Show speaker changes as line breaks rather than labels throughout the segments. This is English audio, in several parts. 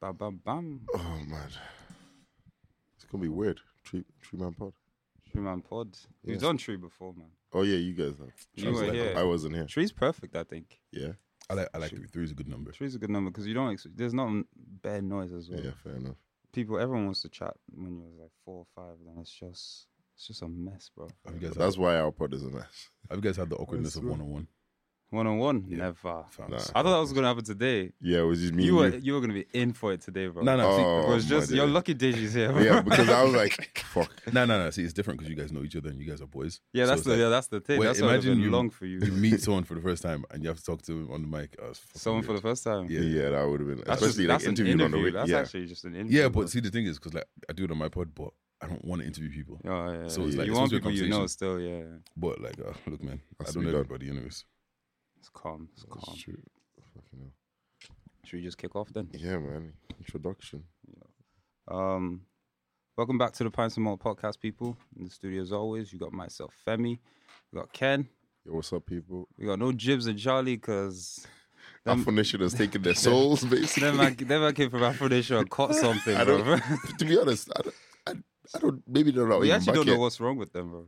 Bam, bam, bam.
Oh man, it's gonna be weird. Tree Tree Man Pod.
True Man Pod. We've
Yes.
done Tree before, man.
Oh yeah, you guys. Know.
You were here.
I wasn't here.
Tree's perfect, I think.
Yeah.
I like I like three. Three is a good number.
Three's a good number because you don't. Ex- there's not n- bad noise as well.
Yeah. Fair enough.
People, everyone wants to chat when you're like four or five. Then it's just, it's just a mess, bro.
Have you guys
But
had,
that's why our pod is a mess.
have you guys had the awkwardness of
true.
one on one?
One on one, never. I thought that was gonna happen today.
Yeah, it was just me.
You were,
and you.
you were gonna be in for it today, bro.
No, no, see,
Oh,
It was
my
just you're
days.
lucky Deji's here. Bro.
Yeah, because I was like, fuck.
No, no, no. See, it's different because you guys know each other and you guys are boys.
Yeah,
So
that's
it's
the
like,
yeah, that's the thing.
wait,
that's why it's
imagine
been
you-
long for you.
You meet someone for the first time and you have to talk to him on the mic. Oh, it's fucking
Someone for the
weird.
first time.
Yeah.
Yeah, that would have been
that's just,
especially
that's
like interviewed
an
on the
interview.
way.
That's
yeah.
actually just an interview.
yeah, but
bro.
see, the thing is, because like I do it on my pod, but I don't want to interview people.
Oh, yeah,
so it's
yeah.
like-
you
it's
want
supposed to be
people
a
you know still. Yeah,
But like, uh, look, man,
That's
I don't know
to be done.
everybody, anyways.
it's calm. It's calm.
That's true. Fucking hell.
Should we just kick off then?
Yeah, man. Introduction.
Um, welcome back to the Pints and Malt podcast, people. In the studio, as always, you got myself, Femi. We got Ken.
Yo, what's up, people?
We got no Jibs and Charlie because Um,
Afro Nation has taken their souls, basically.
them man, them man came from Afro Nation and caught something,
I
bro.
don't- to be honest, I don't, I, I don't maybe they're not
We
even
actually
back
don't
yet.
know what's wrong with them, bro.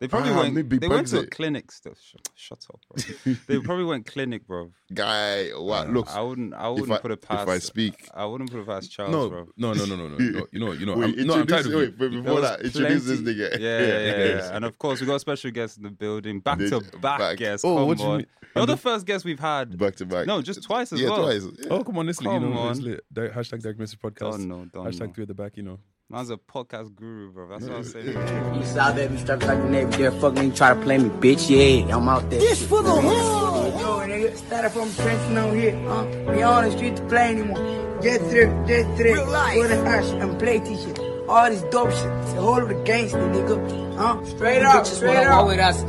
They probably
Ah,
went.
maybe
They went
bugs
to a
it.
clinic. Still, shut, shut up, bro. they probably went clinic, bro.
guy. Wow, look,
I wouldn't. I wouldn't
if I,
put it
if
past.
I speak,
I wouldn't put it past Charles,
No,
bro.
no, no, no, no, no, no. You know, you know.
wait,
I'm, no, I'm
introduce,
tired of
wait,
you.
wait, before
There
that,
was
introduce this
plenty-
nigga.
Yeah, yeah, yeah,
yes.
yeah. And of course, we got a special guest in the building. Back
Did-
to back
back.
guest.
Oh,
Come
what do you
on.
mean?
You're the first guest we've had.
Back to back.
No, just twice as
yeah,
well.
twice. Yeah.
Oh, come on, listen. You
Come
know, it's
on. Oh,
lit. Direct- hashtag direct message podcast.
Don't know, don't know.
Hashtag three at the back. You know.
Man's a podcast guru, bro. That's what I'm saying.
You saw baby struck like the neighbor there. Fuck me, try to play me, bitch. Yeah, I'm out there. This for the hood. Yo, nigga, started from trenching on here. Huh? We on the street to play anymore. Get through, get through. Real life. Go to us and play t-shirt. All this dope shit. It's a whole of the gangster, nigga. Huh? Straight up, straight up. with us.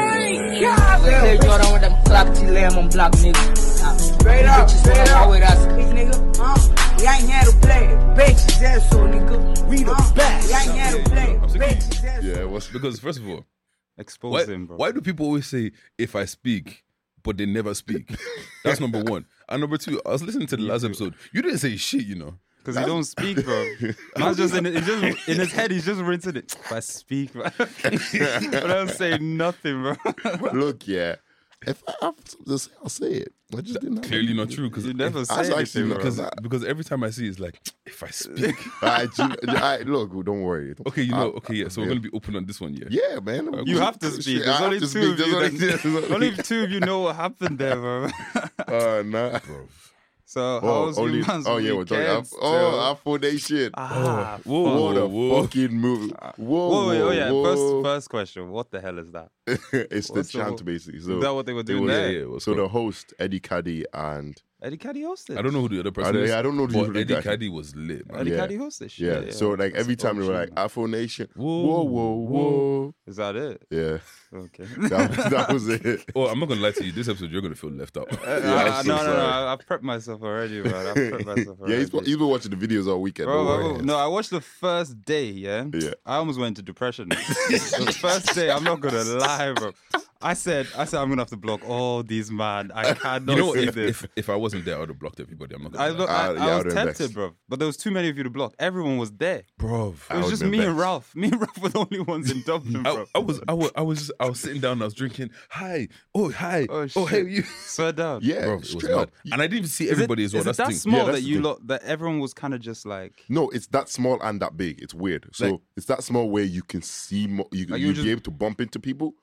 Clear Jordan with them clap T lamb on block niggas. Straight up, straight up with us. Bitch nigga, huh? We ain't here to play. Bitches, that's so nigga. We the best. We ain't here to play. Bitches, that's
Yeah, what's
Because first of all,
Expose
why,
him, bro.
why do people always say if I speak, but they never speak? That's number one. And number two, I was listening to the last episode. You didn't say shit, you know.
Because he don't speak, bro. Man's just in, he's just in his head. He's just rinsing it. If I speak, bro. but I don't say nothing, bro.
look? Yeah, if I have something to say, I'll say it. I just didn't have
Clearly
it.
not true because
You never say
actually
anything, bro.
because
Nah.
because every time I see it's like if I speak.
I, I, look, don't worry.
Okay, you know.
I-
Okay, yeah. So we're gonna be open on this one, yeah.
Ah, Yeah, man.
You have to speak.
Shit,
There's
I
only two of you.
have to
that-
speak. There's
only
only
two of you know what happened there, bro.
Uh, nah.
so how
Oh,
was
only,
your man's
oh yeah, we're talking.
weekend
Af-
still?
oh, Afro Nation.
ah,
Whoa,
fuck.
Oh, What a
whoa.
fucking movie. Whoa,
Whoa,
whoa,
wait, oh yeah.
whoa.
First, first question. What the hell is that?
it's the
what's the-
chant, basically. So
is that what they were doing
was-
yeah,
there?
yeah. what's
So
up?
the host Eddie Caddy and
Eddie Caddy hosted.
I don't know who the other person
don't-
is.
I don't know the
But
other
Eddie
guy.
Caddy was lit, man.
Eddie
Yeah.
Caddy hosted. Shit.
yeah. So like
That's
every time they were
awesome,
like
man.
Afro Nation.
Whoa,
Whoa, whoa, whoa.
is that it?
Yeah,
Okay.
that was, that was it.
Oh, I'm not gonna lie to you. This episode, you're gonna feel left out.
I'm
Uh,
so
no, no, no.
sorry.
I- I've prepped myself already, man. I've prepped myself already.
Yeah, he's, he's been watching the videos all weekend.
Bro,
don't
bro,
worry.
no, I watched the first day, yeah?
Yeah.
I almost went into depression. the first day, I'm not gonna lie, bro. I said, I said, I'm gonna have to block all these, man. I cannot
You know, what?
see
if,
this.
if if I wasn't there, I would have blocked everybody. I'm not
I,
gonna
look,
lie.
I,
Ah, yeah,
I
I
was
would've
tempted,
vexed.
bro, but there was too many of you to block. Everyone was there. It
bro.
was
would've
just
been
me and
vexed.
Ralph. Me and Ralph were the only ones in Dublin,
I,
bro.
I was I was I was just, I was sitting down. I was drinking. Hi, oh hi,
Oh,
oh,
shit.
hey you.
Swear down.
Yeah,
Bro, it was
straight up.
mad. and I didn't even see everybody as well.
Is it
That's
that
the thing.
small
that's
that
the
you
thing.
lot that everyone was kind of just like
No, it's that small and that big. It's weird. So
Like-
it's that small where you can see, mo- you
Like, you
you
just-
be able to bump into people,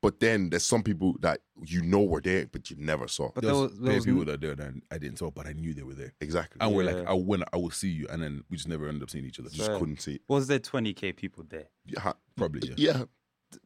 but then there's some people that you know were there but you never saw.
But
There
there
was,
was-
there
there was
people
n-
that were there and I didn't talk, but I knew they were there.
exactly,
And we're like,
Yeah.
I when I will see you, and then we just never ended up seeing each other.
just couldn't see. It.
was there 20k people there?
You ha-
Probably, yeah.
yeah,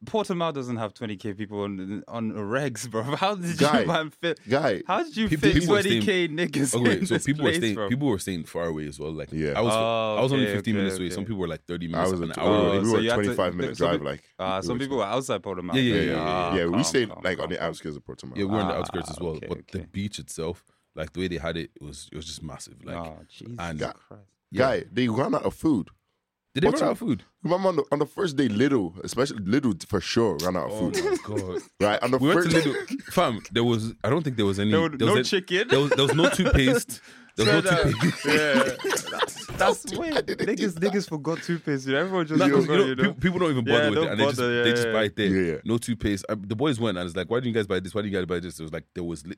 Portimao doesn't have 20k people on on the regs, bro. How did
Guy.
you man fit?
guy.
How did you
People-
fit
people were
20k
staying-
niggas?
Okay,
in
so
this
people
place,
were staying.
bro?
People were staying far away as well. Like,
Yeah.
I was,
Oh,
I was only
okay,
15 minutes
okay,
away. Some
okay.
people were like 30
I
minutes,
was
an
in,
hour
Oh,
away.
we
so
were
you had to-
25 minute
so
drive.
we-
Like,
Ah, some people were outside Portimao.
Yeah, yeah,
yeah, yeah,
Ah,
yeah, yeah. We
calm,
stayed
calm,
like
calm.
on the outskirts of Portimao.
Yeah, we were on the outskirts as well.
ah, okay,
but the
okay.
beach itself, like the way they had it, it was it was just massive. Like,
Ah, Jesus
and
Yeah.
Christ.
Guy, they ran out of food.
did they
What's
run out
up?
of food?
Remember on the, on the first day, little, especially little for sure, ran out of food.
Oh.
god!
right on the
We went
first
to Lidl. Fam, there was I don't think there was any.
There were
was
no
a-
chicken.
There was, there was no toothpaste. There's no toothpaste.
yeah. That's
Don't do-
weird.
I didn't do
Niggas,
that.
niggas forgot toothpaste. You know? Everyone just
Nah, 'cause,
forgot,
you know, pe- People don't even
Yeah,
bother with
don't
it, and they just
bother,
they
yeah,
just
yeah,
buy it there.
Yeah, yeah.
No toothpaste. I, the boys went and it's like, why didn't you guys buy this? Why didn't you guys buy this? It was like there was, li-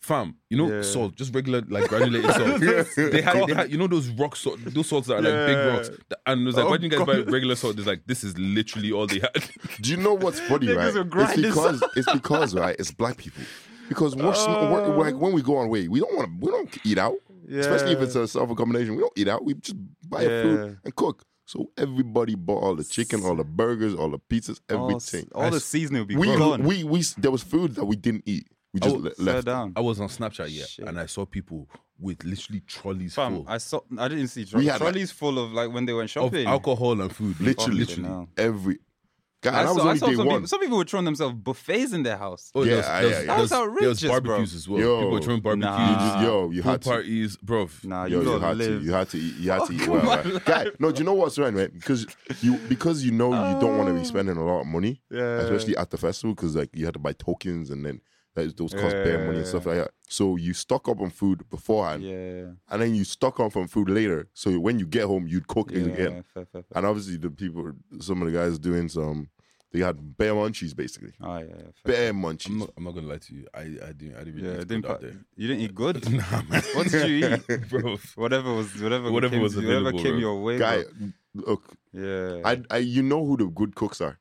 fam, you know,
Yeah.
salt, just regular like granulated salt. they, had, they had, you know, those rock salt, those salts that are like big
Yeah.
rocks. Th- And it was like,
Oh,
why didn't you guys
God.
buy regular salt? It's like this is literally all they had.
Do you know what's funny,
Niggas
right?
will
It's
grind this
because it's because right, it's black people. Because we're, s- we're- we're- like when we go on way, we don't want to. We don't eat out, especially if
Yeah.
it's a self accommodation. We don't eat out. We just buy
Yeah.
food and cook. So everybody bought all the chicken, all the burgers, all the pizzas,
All s-
everything.
All, the seasoning will be
we,
gone.
we we s- there was food that we didn't eat. We just
Oh,
le-
Sat
left.
down.
I was on Snapchat yeah,
Shit.
and I saw people with literally trolleys
Fam,
full
Um, I saw. I didn't see
We
trolleys.
had, like-
trolleys full of like when they went
of
shopping.
alcohol and food.
Literally,
Fucking hell.
every. God,
I
that was
saw, I
only
saw
day
some,
one.
People, some people were throwing themselves buffets in their house.
Oh,
Yeah,
there was,
yeah,
there was,
yeah.
there
That
was,
was
there was
outrageous, bro.
barbecues as well.
Yo.
People were throwing barbecues,
You
Nah.
just- yo, you
pool
had to.
parties, bro.
Nah,
Yo,
you
you,
gotta
had
live. Oh,
to, you had to eat, you had to eat
come
well,
on,
right? guy. No, do you know what's right, right? Because you because you know you don't want to be spending a lot of money,
Oh. Yeah.
especially at the festival, because like you had to buy tokens and then like, those cost bare money and stuff like that. So you stock up on food beforehand,
Yeah.
and then you stock up on food later. So when you get home, you'd cook
Yeah.
again.
fair, fair, fair.
And obviously, the people, some of the guys doing some, they had bare munchies basically,
Oh yeah. yeah, fair.
bare
I'm
munchies.
not, I'm not gonna lie to you. I, I didn't, I didn't
Yeah,
really
it didn't
eat food
pa-
out there,
you didn't eat good.
Nah, man.
What did you eat?
bro.
Whatever was whatever
Whatever
came,
was
whatever
available,
came
bro.
your way.
Guy,
bro.
look,
Yeah.
I, I, you know who the good cooks are.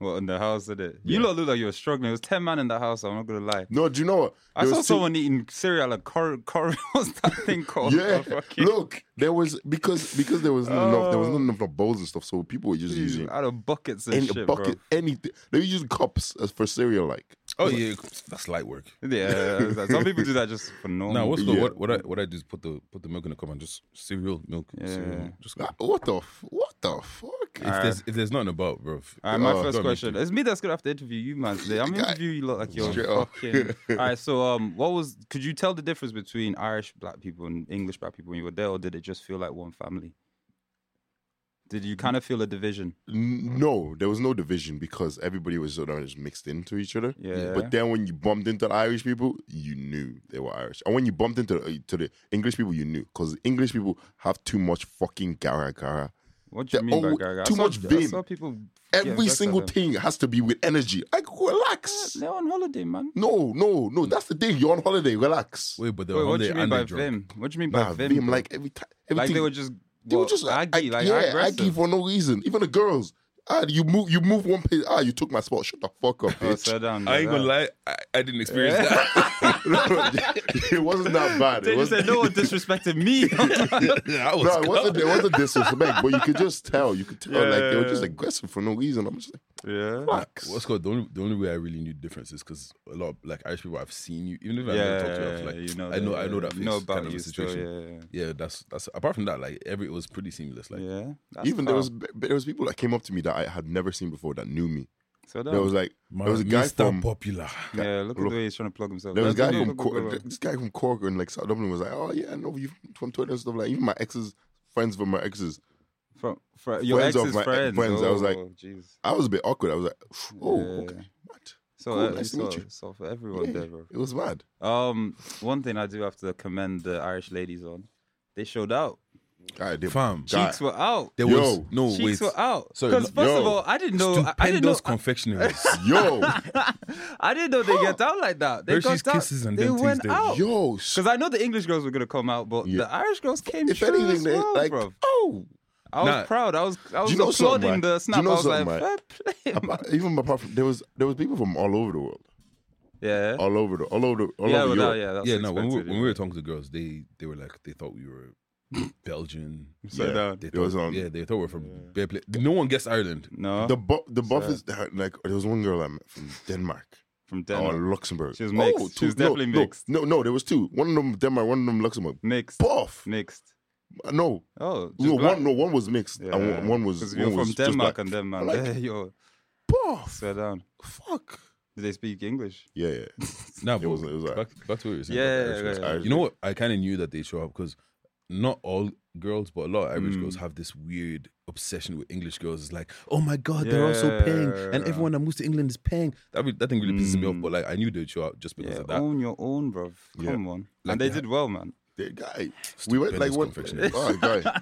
Well, in the house, did it? You lot look like you were struggling. It was ten man in the house. I'm not gonna lie.
No, do you know what?
I
There
saw
was two-
someone eating cereal at Cor. Cor- what's that thing called?
Yeah,
Oh, fucking-
look, there was because because there was not enough there was
Oh.
not enough bowls and stuff, so people were just using
out of buckets and
any
ah, shit,
bucket, anything. They were using cups as for cereal, like
Oh yeah, that's light work.
bro. Yeah, some people do that just for normal.
Nah, what's
Yeah.
the, what what I what I do is put the put the milk in the cup and just cereal milk. Cereal,
Yeah.
milk, just
ah, what the f- what the fuck?
Ah.
if there's if there's nothing about, bro.
All right, my
Oh,
first
don't
question. It's me that's gonna have to interview you, man. Today I'm
Guy.
interviewing you lot like you're
Straight up.
fucking. All right, so um, what was? Could you tell the difference between Irish black people and English black people when you were there, or did it just feel like one family? Did you kind of feel a division?
N- No, there was no division because everybody was sort of just mixed into each other.
Yeah.
But then when you bumped into the Irish people, you knew they were Irish, and when you bumped into the, uh, to the English people, you knew because English people have too much fucking gara gara.
What do you
The-
mean by
oh,
gaga? I
too
saw-
much
I
vim.
saw people. getting
Every
vexed at
single
them.
thing has to be with energy. Like relax.
They're on holiday, man.
No, no,
Hmm.
no. That's the thing. You're on holiday. Relax.
Wait, but they're
Wait, what do
holiday
you mean
and
by
they're drunk.
vim? What do you mean by
nah,
vim?
Vim,
bro?
like every time, everything.
like they were just
they were
well,
just like,
aggy,
I,
like
yeah,
aggressive.
aggy for no reason. Even the girls. Ah, you move, you move one page. Ah, you took my spot. Shut the fuck up,
Oh,
bitch.
settle down,
I ain't
relax.
gonna lie, I, I didn't experience that.
it wasn't that bad.
They
It
just
wasn't,
said no one disrespected me.
I was
no, it wasn't. It wasn't disrespect, but you could just tell. You could tell, like they were just aggressive for no reason. I'm just like,
yeah.
relax.
What's called the only the only way I really knew the difference is because a lot of like Irish people I've seen you, even if I never talked to you, I was like I know I know that face
No,
kind of a situation.
situation.
yeah. that's that's apart from that, like every it was pretty seamless.
yeah,
Like
yeah. That's
Even there was
tough.
there was people that came up to me that I had never seen before that knew me.
So
There was like there was a guy
Mr.
from
popular.
yeah, look at
look.
the way he's trying to plug himself.
There was a
That's
guy
good,
from
good, good,
Cork,
good.
this guy from Cork and like South Dublin was like, oh yeah, I know you from- from Twitter and stuff. Like even my exes, friends from my exes,
From, fr- your
Friends of
ex's
my
friends.
friends, I was
Oh,
like-
jeez.
I was a bit awkward. I was like, oh,
Yeah.
okay, what?
So
cool,
uh,
nice to
so,
meet you.
so for everyone
Yeah,
there, bro.
It was mad.
Um, one thing I do have to commend the Irish ladies on, they showed out.
Guy, they,
Fam,
Guy.
Cheeks were out.
there
Yo.
was no
Cheeks
wait.
were out.
Sorry,
Because
no-
first of
yo.
all, I didn't know. I- I didn't know.
Stupendous confectionaries.
yo,
I didn't know they get down like that. They
Hershey's
got down.
Kisses and
they
them things
went
there.
out.
yo. s-
Because I know the English girls were gonna come out, but
Yeah.
the Irish girls came
If
through
anything,
as
they
well,
like,
bro.
oh.
I was
Nah.
proud. I was I was
you know something,
applauding
right?
the
You
snap.
know
I was like,
something,
fair play. man."
Apart- Even apart from there was there was people from all over the world,
Yeah.
all over the all over the, all
Yeah, well,
over Europe.
no, yeah, that's
yeah, no. When we, were,
expected,
when we
yeah.
were talking to girls, they they were like they thought we were Belgian.
So
Yeah.
down.
They
It was um,
thought-
on-
yeah, they thought we were from Bear Pla- No one guessed Ireland.
No,
The bu- the buffets uh, like there was one girl I met from Denmark.
from
or
Denmark.
Luxembourg. Oh,
She was mixed. She was definitely
no,
mixed.
No, no, no, there was two. One of them Denmark, one of them Luxembourg.
mixed,
Buff.
mixed.
No,
Oh, just
no
black.
one, no one was mixed, and one, one was.
'Cause
one
you're
was
from
just
Denmark
black.
and them man.
Like-
Yo,
Buff.
swear down.
Fuck.
Did they speak English?
Yeah, yeah.
Nah,
It
but
was- it was
back, back to what you were saying.
Yeah,
about
yeah,
Irish
yeah,
girls.
yeah.
Irish
You know what? I kind of knew that they show up because not all girls, but a lot of Irish girls
Mm.
have this weird obsession with English girls. It's like, oh my god, they're all so paying, and
Yeah.
everyone that moves to England is paying. That re- that thing
Mm.
really pisses me off. But like, I knew they'd show up just because
Yeah, oh
of that.
own your own, bro. Come on.
Like
and they
that.
did well, man.
the guy. we went like
Stupendous
what?
confectionery.
Oh, guy.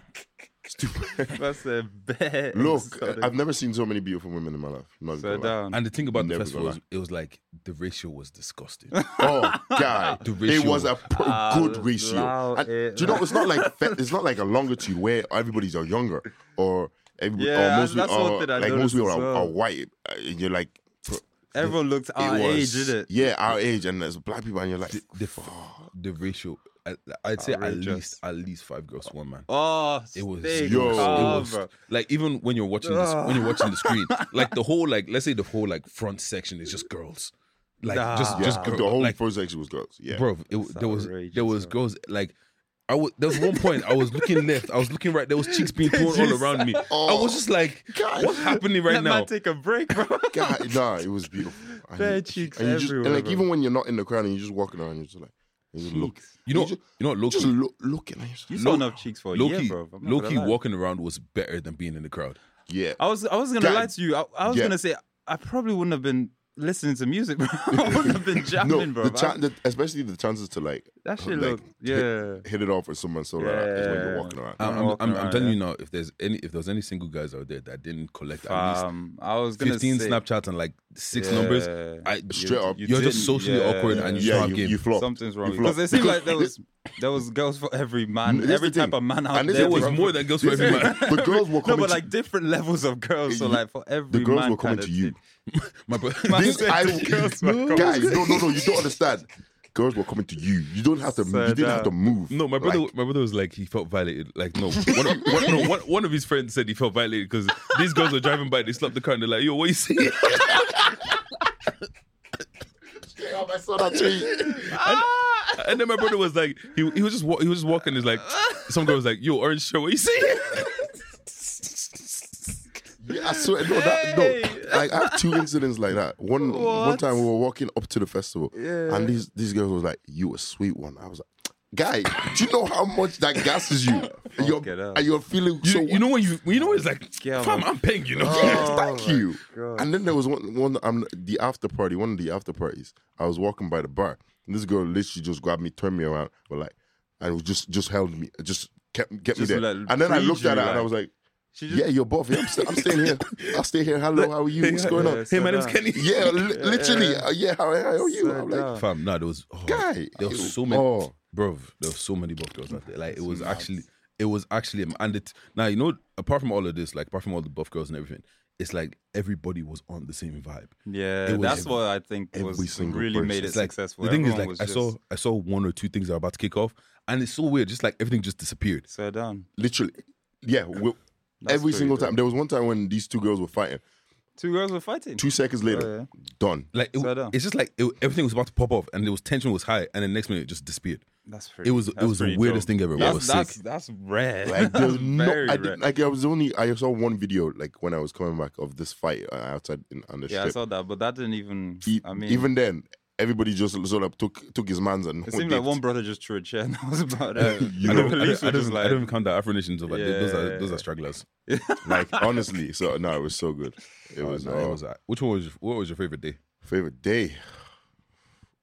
Stupid.
That's a bad.
Look, I've never seen so many beautiful women in my life. I'm not
so
gonna lie.
down.
And the thing about the
Never
festival
gonna
was, it was like the ratio was disgusting.
Oh, God.
The
it
ratio.
was a pr-
Ah,
good ratio.
allow
And
it.
do you know, it's not like fe- it's not like a longitude where everybody's are younger or everybody,
Yeah,
or most
that's
people,
one
or,
thing I
like
noticed
most people
as
are,
well.
are white. Uh, And you're like, it
Everyone looked our age,
was,
did it?
yeah, our age, and there's black people, and you're like,
the, the, f- the ratio, I, I'd say at
Outrageous.
least at least five girls to one man.
Oh,
It was,
thick
yo,
it was- it
cover.
was- like even when you're watching this, when you're watching the screen, like the whole like let's say the whole like front section is just girls, like just
Nah.
just
the
girls.
whole
like,
first section was girls. Yeah,
bro. It, there was
outrageous,
there was
bro.
girls like I was there was one point I was looking left, I was looking right. There was chicks being thrown all around me. I was just like,
God.
what's happening right
Let
now?
man take a break, bro.
God, nah, it was beautiful. And
Bare
you-
cheeks
and you just, and
everywhere,
like
bro.
even when you're not in the crowd and you're just walking around, you're just like, you just look,
Cheeks.
you know,
just-
you know, Loki,
just look, looking at yourself.
You saw enough cheeks for a
Loki,
year, bro. I'm not
Loki
gonna lie.
walking around was better than being in the crowd.
Yeah,
I was, I was gonna
Guy-
lie to you. I, I was
Yeah.
gonna say I probably wouldn't have been listening to music, bro. I wouldn't have been jamming, bro.
The
but I-
chan- the, especially the chances to like
That shit
like,
look- yeah.
hit, hit it off with someone so like that is when you're
Yeah.
walking around.
Uh,
I'm,
I'm
I'm,
walking
I'm,
around,
telling
yeah.
you now, if there's any if there's any single guys out there that didn't collect at least
Um, I was gonna
15
say,
Snapchats and like six numbers,
Yeah.
I,
Straight up,
you
you're
didn't-
just socially
yeah.
awkward and you
yeah,
start
you,
game.
you flop.
something's
You
wrong.
flop.
Because it seemed like there
this-
was there was girls for every man,
That's the
every type
thing.
of man out
And this
there.
is the
was
was
problem.
more than girls for
This is
every
it. The girls were
no,
coming.
but
to-
like different levels of girls. So
You-
like for every
the girls
man
were coming
kinda
to you.
thing.
My bro-
Man
This
said
I-
the girls were coming
guys, no, no, no, you don't understand. Girls were coming to you. You don't have to.
So
you didn't have to
that-
move.
No, my brother,
Like,
my brother was like he felt violated. Like no, one of, one, no, one, one of his friends said he felt violated because these girls were driving by, they slapped the car, and they're like, "Yo, what you saying?"
yeah, I saw that tweet.
And then my brother was like, he, he was just wa- he was just walking. He's like, some girl was like, "Yo, orange shirt, what you saying?"
Yeah, I swear, no, that, no. Like I have two incidents like that. One one
What?
time we were walking up to the festival,
Yeah.
and these these girls was like, "You a sweet one." I was like. Guy, do you know how much that gasses you? And
Fuck it
you're,
up.
and you're feeling
You,
so.
you know when you you know when it's like,
Yeah,
fam,
man.
I'm paying, you know.
Yes,
Oh
thank
my
you.
God.
And then there was one, one. I'm the after party. One of the after parties. I was walking by the bar. And this girl literally just grabbed me, turned me around, but like, and it was just just held me, just kept kept
Just
me there.
like
and then I
freed
looked at her
you,
and I
like-
was like,
She just
"Yeah, you're both. Yeah, I'm, st- I'm staying here. I'll stay here. Hello, how are you? What's going on?
Yes.
Hey, my name's
Yeah.
Kenny.
Yeah, li- literally. uh, Yeah, how, how are you?
So
I'm like,
dumb.
Fam, nah, there was oh,
Guy, it
There was
was-
so many,
oh.
bro. There was so many buff girls out there. Like it was actually, it was actually, and it now you know. Apart from all of this, like apart from all the buff girls and everything, it's like everybody was on the same vibe.
Yeah,
It was
that's what I think was
every single
really
person.
made it
It's like
successful.
the thing is,
Everyone
like
was
I saw,
just
I saw one or two things that were about to kick off, and it's so weird. Just like everything just disappeared.
so down.
literally. Yeah, we-
That's
every
pretty
single
dope.
time. There was one time when these two girls were fighting.
Two girls were fighting.
Two seconds later,
Oh,
done.
Like it,
So dumb.
it's just like it, everything was about to pop off, and there was tension was high, and the next minute it just disappeared.
That's pretty.
It was it
that's
was the
pretty
weirdest
dope.
thing ever. It was
That's
sick.
that's, that's rare.
Like
That's
there's no,
very
I
rare.
didn't like. I was only. I saw one video like when I was coming back of this fight uh, outside in, on the
Yeah, I
strip.
saw that, but that didn't even.
E-
I mean,
even then, everybody just sort of took took his man's and
it seemed like one brother just threw a chair, and that was about it.
You
I
know,
don't, I,
uh, police
don't, I,
were just
don't, I
like,
don't even count the Afro nations over. Those
Yeah.
are those are stragglers.
like honestly. So no, it was so good. It
Oh,
was,
Nah,
uh,
it was, uh, which one was your, what was your favorite day?
favorite day.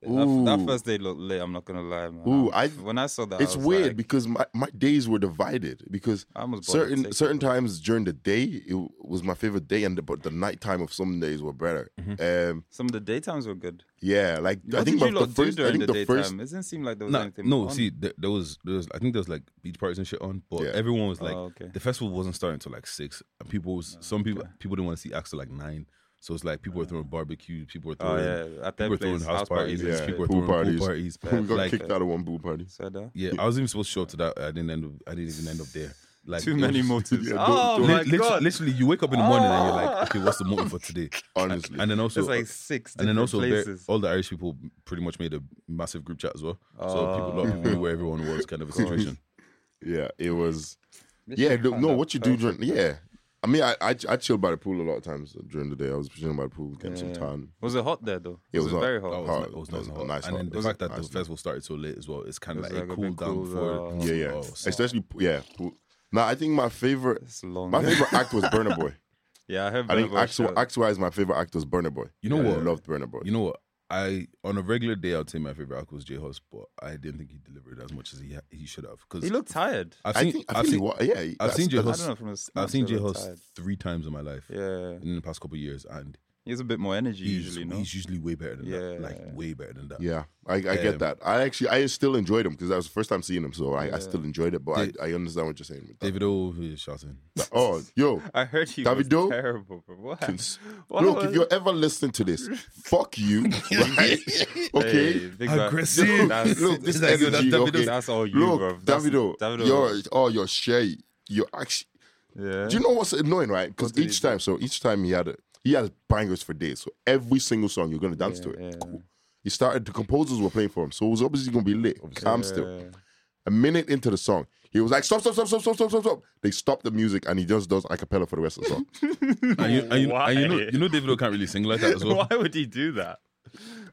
That, that
Ooh.
first day looked lit. I'm not gonna lie, man.
Ooh,
I,
I-
when I saw that,
It's
I was
weird
like,
because my, my days were divided because
I almost bought a
certain
ticket,
certain times during the day it was my favorite day and the, but the nighttime of some days were better. Um,
some of the daytimes were good.
yeah, like
Mm-hmm. What
I think
did you
my,
lot
the first
do
I
during
think
the,
the
daytime?
first
it didn't seem like there was
Nah,
anything.
no,
on.
see, there, there was there was I think there was like beach parties and shit on, but
Yeah.
everyone was like
Oh, okay. Oh,
the festival wasn't starting until like six, and people was, some people people didn't want to see acts till like nine, so it's like people were throwing barbecues, people were
Oh
throwing,
yeah, at that
people were
place,
throwing house, parties,
parties,
people
yeah.
were
Pool
throwing
parties.
pool parties.
we got
like,
kicked out of one pool party.
So that.
Yeah, I was even supposed to show up to that. I didn't end up. I didn't even end up there. Like
Too
it
many
was-
motives.
Yeah,
oh
don't-
Lit-
my
literally,
god!
literally, you wake up in the morning and you're like, okay, what's the motive for today?
Honestly.
And then also,
uh,
There's like six
and then
different
also ba-
places.
all the Irish people pretty much made a massive group chat as well. So people, a
Oh.
lot of people knew where everyone was, kind of a situation.
Yeah, it was. yeah, no, no, what you do during? Yeah, I mean, I, I I chilled by the pool a lot of times during the day. I was chilling by the pool, getting some tan.
Was it hot there though?
It was hot.
very
That
hot.
was,
Oh,
ni- it was
that was
nice,
a
hot.
nice
and then
hot.
the
Those
fact
are
that the
nice
festival started so late as well, it's kind of
It
like,
was
it
like a
cooled
bit
down
cool,
for.
uh,
Yeah, yeah,
oh, so-
especially yeah. Pool. Now I think my favorite,
It's long.
my favorite act was Burner Boy.
yeah, I heard.
I think
Burna Boy
actual
shot.
act wise, my favorite act was Burner Boy.
You know
Yeah,
what?
I loved Burner Boy.
You know what? I on a regular day, I'd say my favorite alcohol is J Hus, but I didn't think he delivered as much as he ha- he should have. Because
He looked tired.
I've
I
seen,
think, I
have
think
seen,
he wa- yeah, he-
I've
that's-
seen J
I
Hus.
don't know from his
I've seen J
snaps, he looked
Hus
tired.
three times in my life
Yeah,
in the past couple of years, and
he has a bit more energy
he's,
usually. No,
he's usually way better than that.
Yeah.
Like way better than that.
Yeah, I, I
Um,
get that. I actually, I still enjoyed him because that was the first time seeing him, so I, I still enjoyed it. But
Did-
I, I understand what you're saying. With that.
David O is shouting.
Oh, yo,
I heard he
Davido?
was terrible, bro. What?
Cons-
What
look,
was-
if you're ever listening to this, fuck you. right? Okay.
Hey, big man.
Aggressive.
That's-
Look, this
That's- that's
energy.
Davido's-
okay.
that's all you,
Look,
bro. That's-
Davido,
Davido-
you're oh, you're shy. You're actually.
Yeah.
Do you know what's annoying, right? Because
What did he
each
do?
time, so each time he had a, he has bangers for days. So every single song you're gonna dance to it.
yeah.
Cool. He started. The composers were playing for him, so it was obviously gonna be lit. Calm still.
Yeah.
A minute into the song, he was like, "Stop! Stop! Stop! Stop! Stop! Stop! Stop!" stop. They stopped the music, and he just does a cappella for the rest of the song.
And you, and you, and you know,
Why?
you know, David O can't really sing like that as well.
Why would he do that?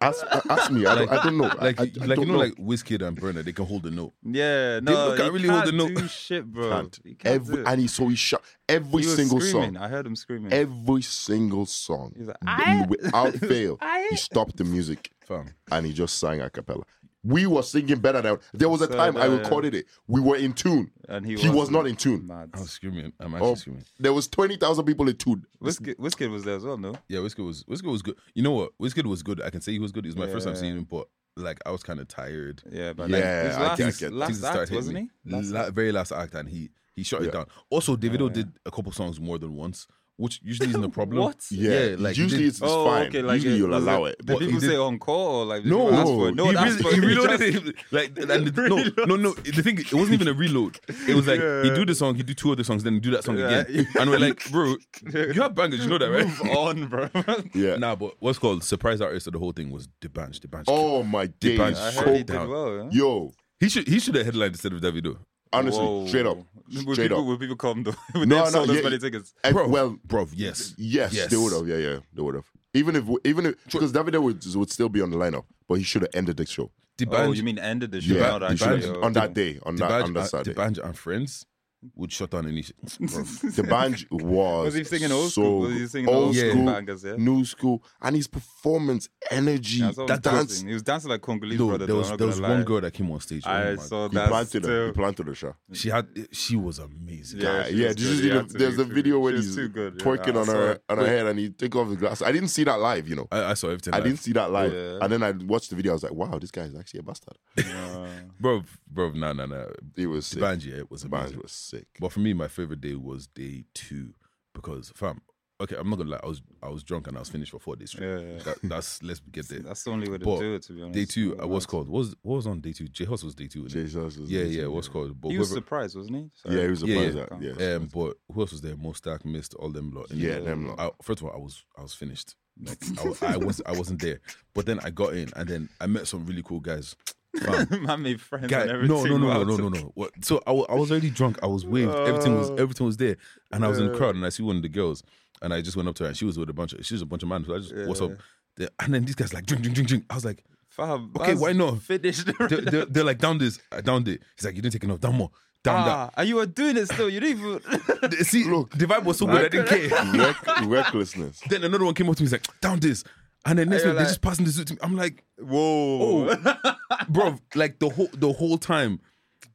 ask, ask me. I don't, I don't know. I-
Like,
I, I
like you
don't
know, like Wizkid and Burner, they can hold the note.
Yeah, no,
look at
he
really
can't
holding up.
do shit, bro.
uh,
He can't do
every
it.
and he so he shot every
He was
single
screaming.
song,
I heard him screaming.
every single song.
He's like,
N-
"Aye."
without fail,
"Aye."
he stopped the music
Fam.
and he just sang a cappella. We were singing better than. There was a
So, Uh,
time I
yeah.
recorded it. We were in tune.
and he,
He was
wasn't.
not in tune.
Mad.
I was screaming. I'm actually
Oh,
screaming.
there was twenty thousand people in tune.
Wizkid, Wizkid was there as well, no?
Yeah, Wizkid was Wizkid was good. You know what? Wizkid was good. I can say he was good. It was my first time
Yeah.
seeing him, but like I was kind of tired.
Yeah, but
Yeah,
like, his
I
last,
get- I
his
get-
last
Things
act,
started hitting
wasn't
me.
he? Oh,
La- very last act, and he he shot it
Yeah.
down. Also, Davido did a couple songs more than once, which usually isn't a problem.
What?
Yeah,
like he
usually
did-
it's, it's fine. usually
it-
you'll
was
allow it.
Did
But he
people
did-
say on call or like? did
No,
people ask for it?
he,
no, that's
re-
for
he
it.
reloaded
Just-
it. Like, and the, no, no, no. The thing, it wasn't even a reload. It was like he do the song, he do two other songs, then he do that song
Yeah.
again. And we're like, bro, you have bangers, you know that, right?
Move on, bro.
Yeah.
Nah, but what's called surprise artist of the whole thing was Debanch. Debanch.
Oh my days.
Depends.
I
Scroll
heard he did
down.
well. Yeah?
Yo,
he should he should have headlined instead of Davido.
Oh,
honestly,
Whoa.
straight up,
Would
straight
people,
up.
would people come though? Would
No,
they have
no,
sold as
yeah,
many
yeah.
tickets?
Ev- well,
bro, yes.
Yes,
Yes.
they would have. Yeah, yeah, they would have. Even if, even if, because Davido would, would still be on the lineup, but he should have ended the show.
Debanch,
Oh, you mean ended the show?
Yeah,
not
he
actually,
should
Banjo.
have
okay.
on that day, on that, on that
Debanch, uh,
Saturday.
Debanch and friends would shut down any. Bro,
The band was
Was he singing old
so
school? Was he
good.
singing old
school
school,
bangers, yeah?
new school, and his performance, energy,
That's what I was
that dance.
dancing. He was dancing like Congolese
Yo,
brother.
there was
though, I'm not
there was
gonna
one
lie.
girl that came on stage. oh
I
my
saw
He
that.
planted her. He
Still,
planted her, Sha.
God. She had she was amazing.
Yeah,
Yeah,
she
yeah
was
did you
good.
see
He
the,
had to be
there's a
too-
video
she
when
was
he's
too good, yeah.
twerking
I
on
saw
her
it.
on her head, and he take off his glasses. I didn't see that live, you know.
I, I saw everything.
I
live.
didn't see that live,
Yeah.
and then I watched the video. I was like, "Wow, this guy is actually a bastard."
uh,
bro, bro, no, no, no.
He was sick.
Banji, it was
The
amazing.
band was sick.
But for me, my favorite day was day two because, fam. Okay, I'm not gonna lie. I was I was drunk and I was finished for four days straight.
Yeah, yeah.
That, that's let's get there.
That's the only way to
But
do it, to be honest.
Day two, I
Otherwise-
was called. What was what was on day two? J Hus was day two. innit?
Jesus was
Yeah,
amazing,
yeah, what's called. But
He was
whoever-
surprised, wasn't he?
Yeah, he was a
Yeah,
yeah,
yeah.
yeah.
um, but who else was there? Mostak missed all them lot. innit?
Yeah, them lot.
I, first of all, I was I was finished. Like I, wa- I was I wasn't there. But then I got in and then I met some really cool guys. Fam,
Man made friends
guy,
and
no,
everything.
no, no, no,
about
no, no,
it.
no. What? So I, wa- I was already drunk. I was waved. everything was everything was there, and I was in the crowd, and I see one of the girls, and I just went up to her, and she was with a bunch of she was a bunch of man. So I just what's up? They- And then these guys like drink, drink, drink, drink. I was like,
Fam,
okay,
Baz
why not?
Finished the
They're, they're, they're like down this, I downed it. He's like, you didn't take enough. Down more, down that.
Ah, and you were doing it still. You didn't even.
Th- See, look, the vibe was so good, I didn't care.
Reck- recklessness.
Then another one came up to me, he's like, down this. And then next
And
one,
you're
they're
like-
just passing the suit to me. I'm like,
Whoa.
bro, like the whole the whole time,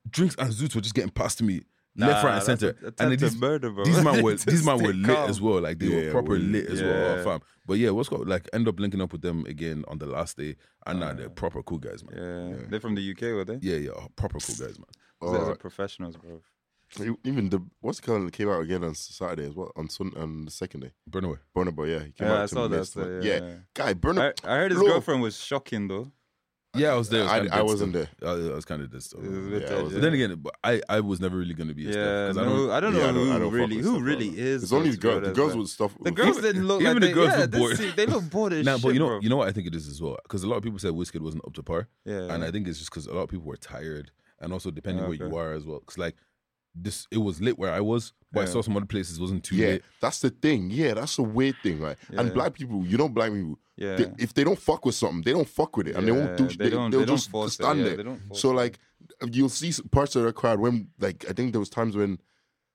drinks and zoots were just getting passed to me. left,
Nah,
right, and
that's
center.
a- attempt
and then
to
these,
murder, bro.
these man were
Just
these man were
stay
lit
calm.
as well. Like they
Yeah,
were proper
we-
lit as well,
yeah.
oh, fam. But yeah, what's called like end up linking up with them again on the last day. And now they're proper cool guys, man.
Yeah. They're from the UK, were they?
Yeah, yeah, oh, proper cool guys, man.
Those are
Alright. E-,
professionals, bro.
Even the what's it called came out again on Saturday as well on Sun on the second day.
Burn away.
Burna Boy, yeah, he came
Yeah,
out
I
to
saw that,
miss,
so,
like,
yeah,
yeah.
yeah.
guy Burna.
I, I heard his
Look,
girlfriend was shocking, though.
Yeah, I was there. It was
I-
kinda
I
dead
wasn't
still. I, I was kind of this.
It was a bit
Yeah, I
dead,
was-
But then again, but I, I was never really gonna be a
Yeah,
because
no,
I don't
I don't know
yeah, I don't-
who
I don't fuck
really,
with
who
stuff like
really
that.
is.
It's only the
this, bro,
girls. The
that's
girls
bad.
with stuff.
The girls
Even-
didn't look
even
like
the
they,
girls
yeah,
look
they
bored.
see- They look bored as
Nah,
shit,
but you know,
bro.
you know what I think it is as well, because a lot of people said Wizkid wasn't up to par,
yeah,
and I think it's just because a lot of people were tired, and also depending where
Okay.
you are as well, because like this, it was lit where I was, but I
Yeah.
saw some other places wasn't too
yeah,
lit.
that's the thing. Yeah, that's a weird thing, right?
Yeah.
And black people, you know, black people,
yeah.
they, if they don't fuck with something, they don't fuck with it, and they won't do.
Yeah,
They,
they don't-
they'll
they don't
just
force it,
stand
yeah,
there.
they don't force
so
it.
like, you'll see s- parts of the crowd when, like, I think there was times when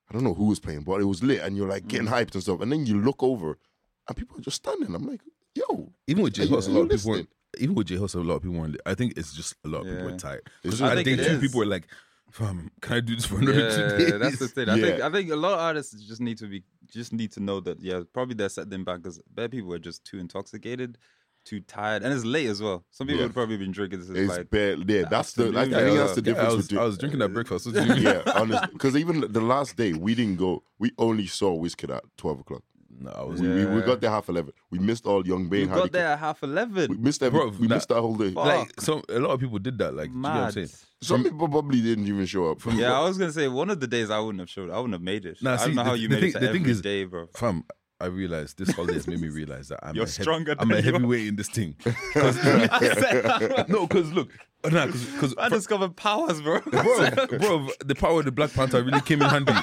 I don't know who was playing, but it was lit, and you're like getting
Mm.
hyped and stuff, and then you look over, and people are just standing. I'm like, yo,
Even with J
Are you-
Hus, a
are
lot
you
of people weren't. even with J Hustle, a lot of people want. I think it's just a lot of people
Yeah.
are tired.
It's
Because
just-
I
I
think
think
it
two
is.
people were like, "Fam, can I do this for another two days?"
Yeah, that's the thing. I
Yeah.
think I think a lot of artists just need to be just need to know that yeah, probably they're set them back because bad people are just too intoxicated, too tired, and it's late as well. Some people
Yeah.
have probably been drinking since
It's
like
bad. Yeah, that's the. I think
afternoon,
that's the
yeah.
Yeah,
difference
I was,
between.
I was drinking at breakfast. What do you mean?
yeah, honestly, because even the last day we didn't go. We only saw Wizkid at twelve o'clock.
No, I was.
We, we, we
Yeah.
got there half eleven. We missed all Young Bane.
we
Hardy
got there at half
K- We
eleven.
missed every,
Bro,
We
that-
missed that whole day.
Fuck.
Like some, a lot of people did that. Like, do you know what I'm
Mad.
saying?
Some people probably didn't even show up.
Yeah, I was gonna say one of the days I wouldn't have showed. I wouldn't have made it.
Nah,
I don't
see,
know
the-
how you
the
made
thing-
it to
the
every
thing is-
day, bro.
Fam, I realized this holiday has made me realize that I'm
You're
a heav-
stronger
I'm
than
a
you are.
heavyweight in this thing.
I
no, because look, nah, because
discovered powers, bro.
bro, bro, the power of the Black Panther really came in handy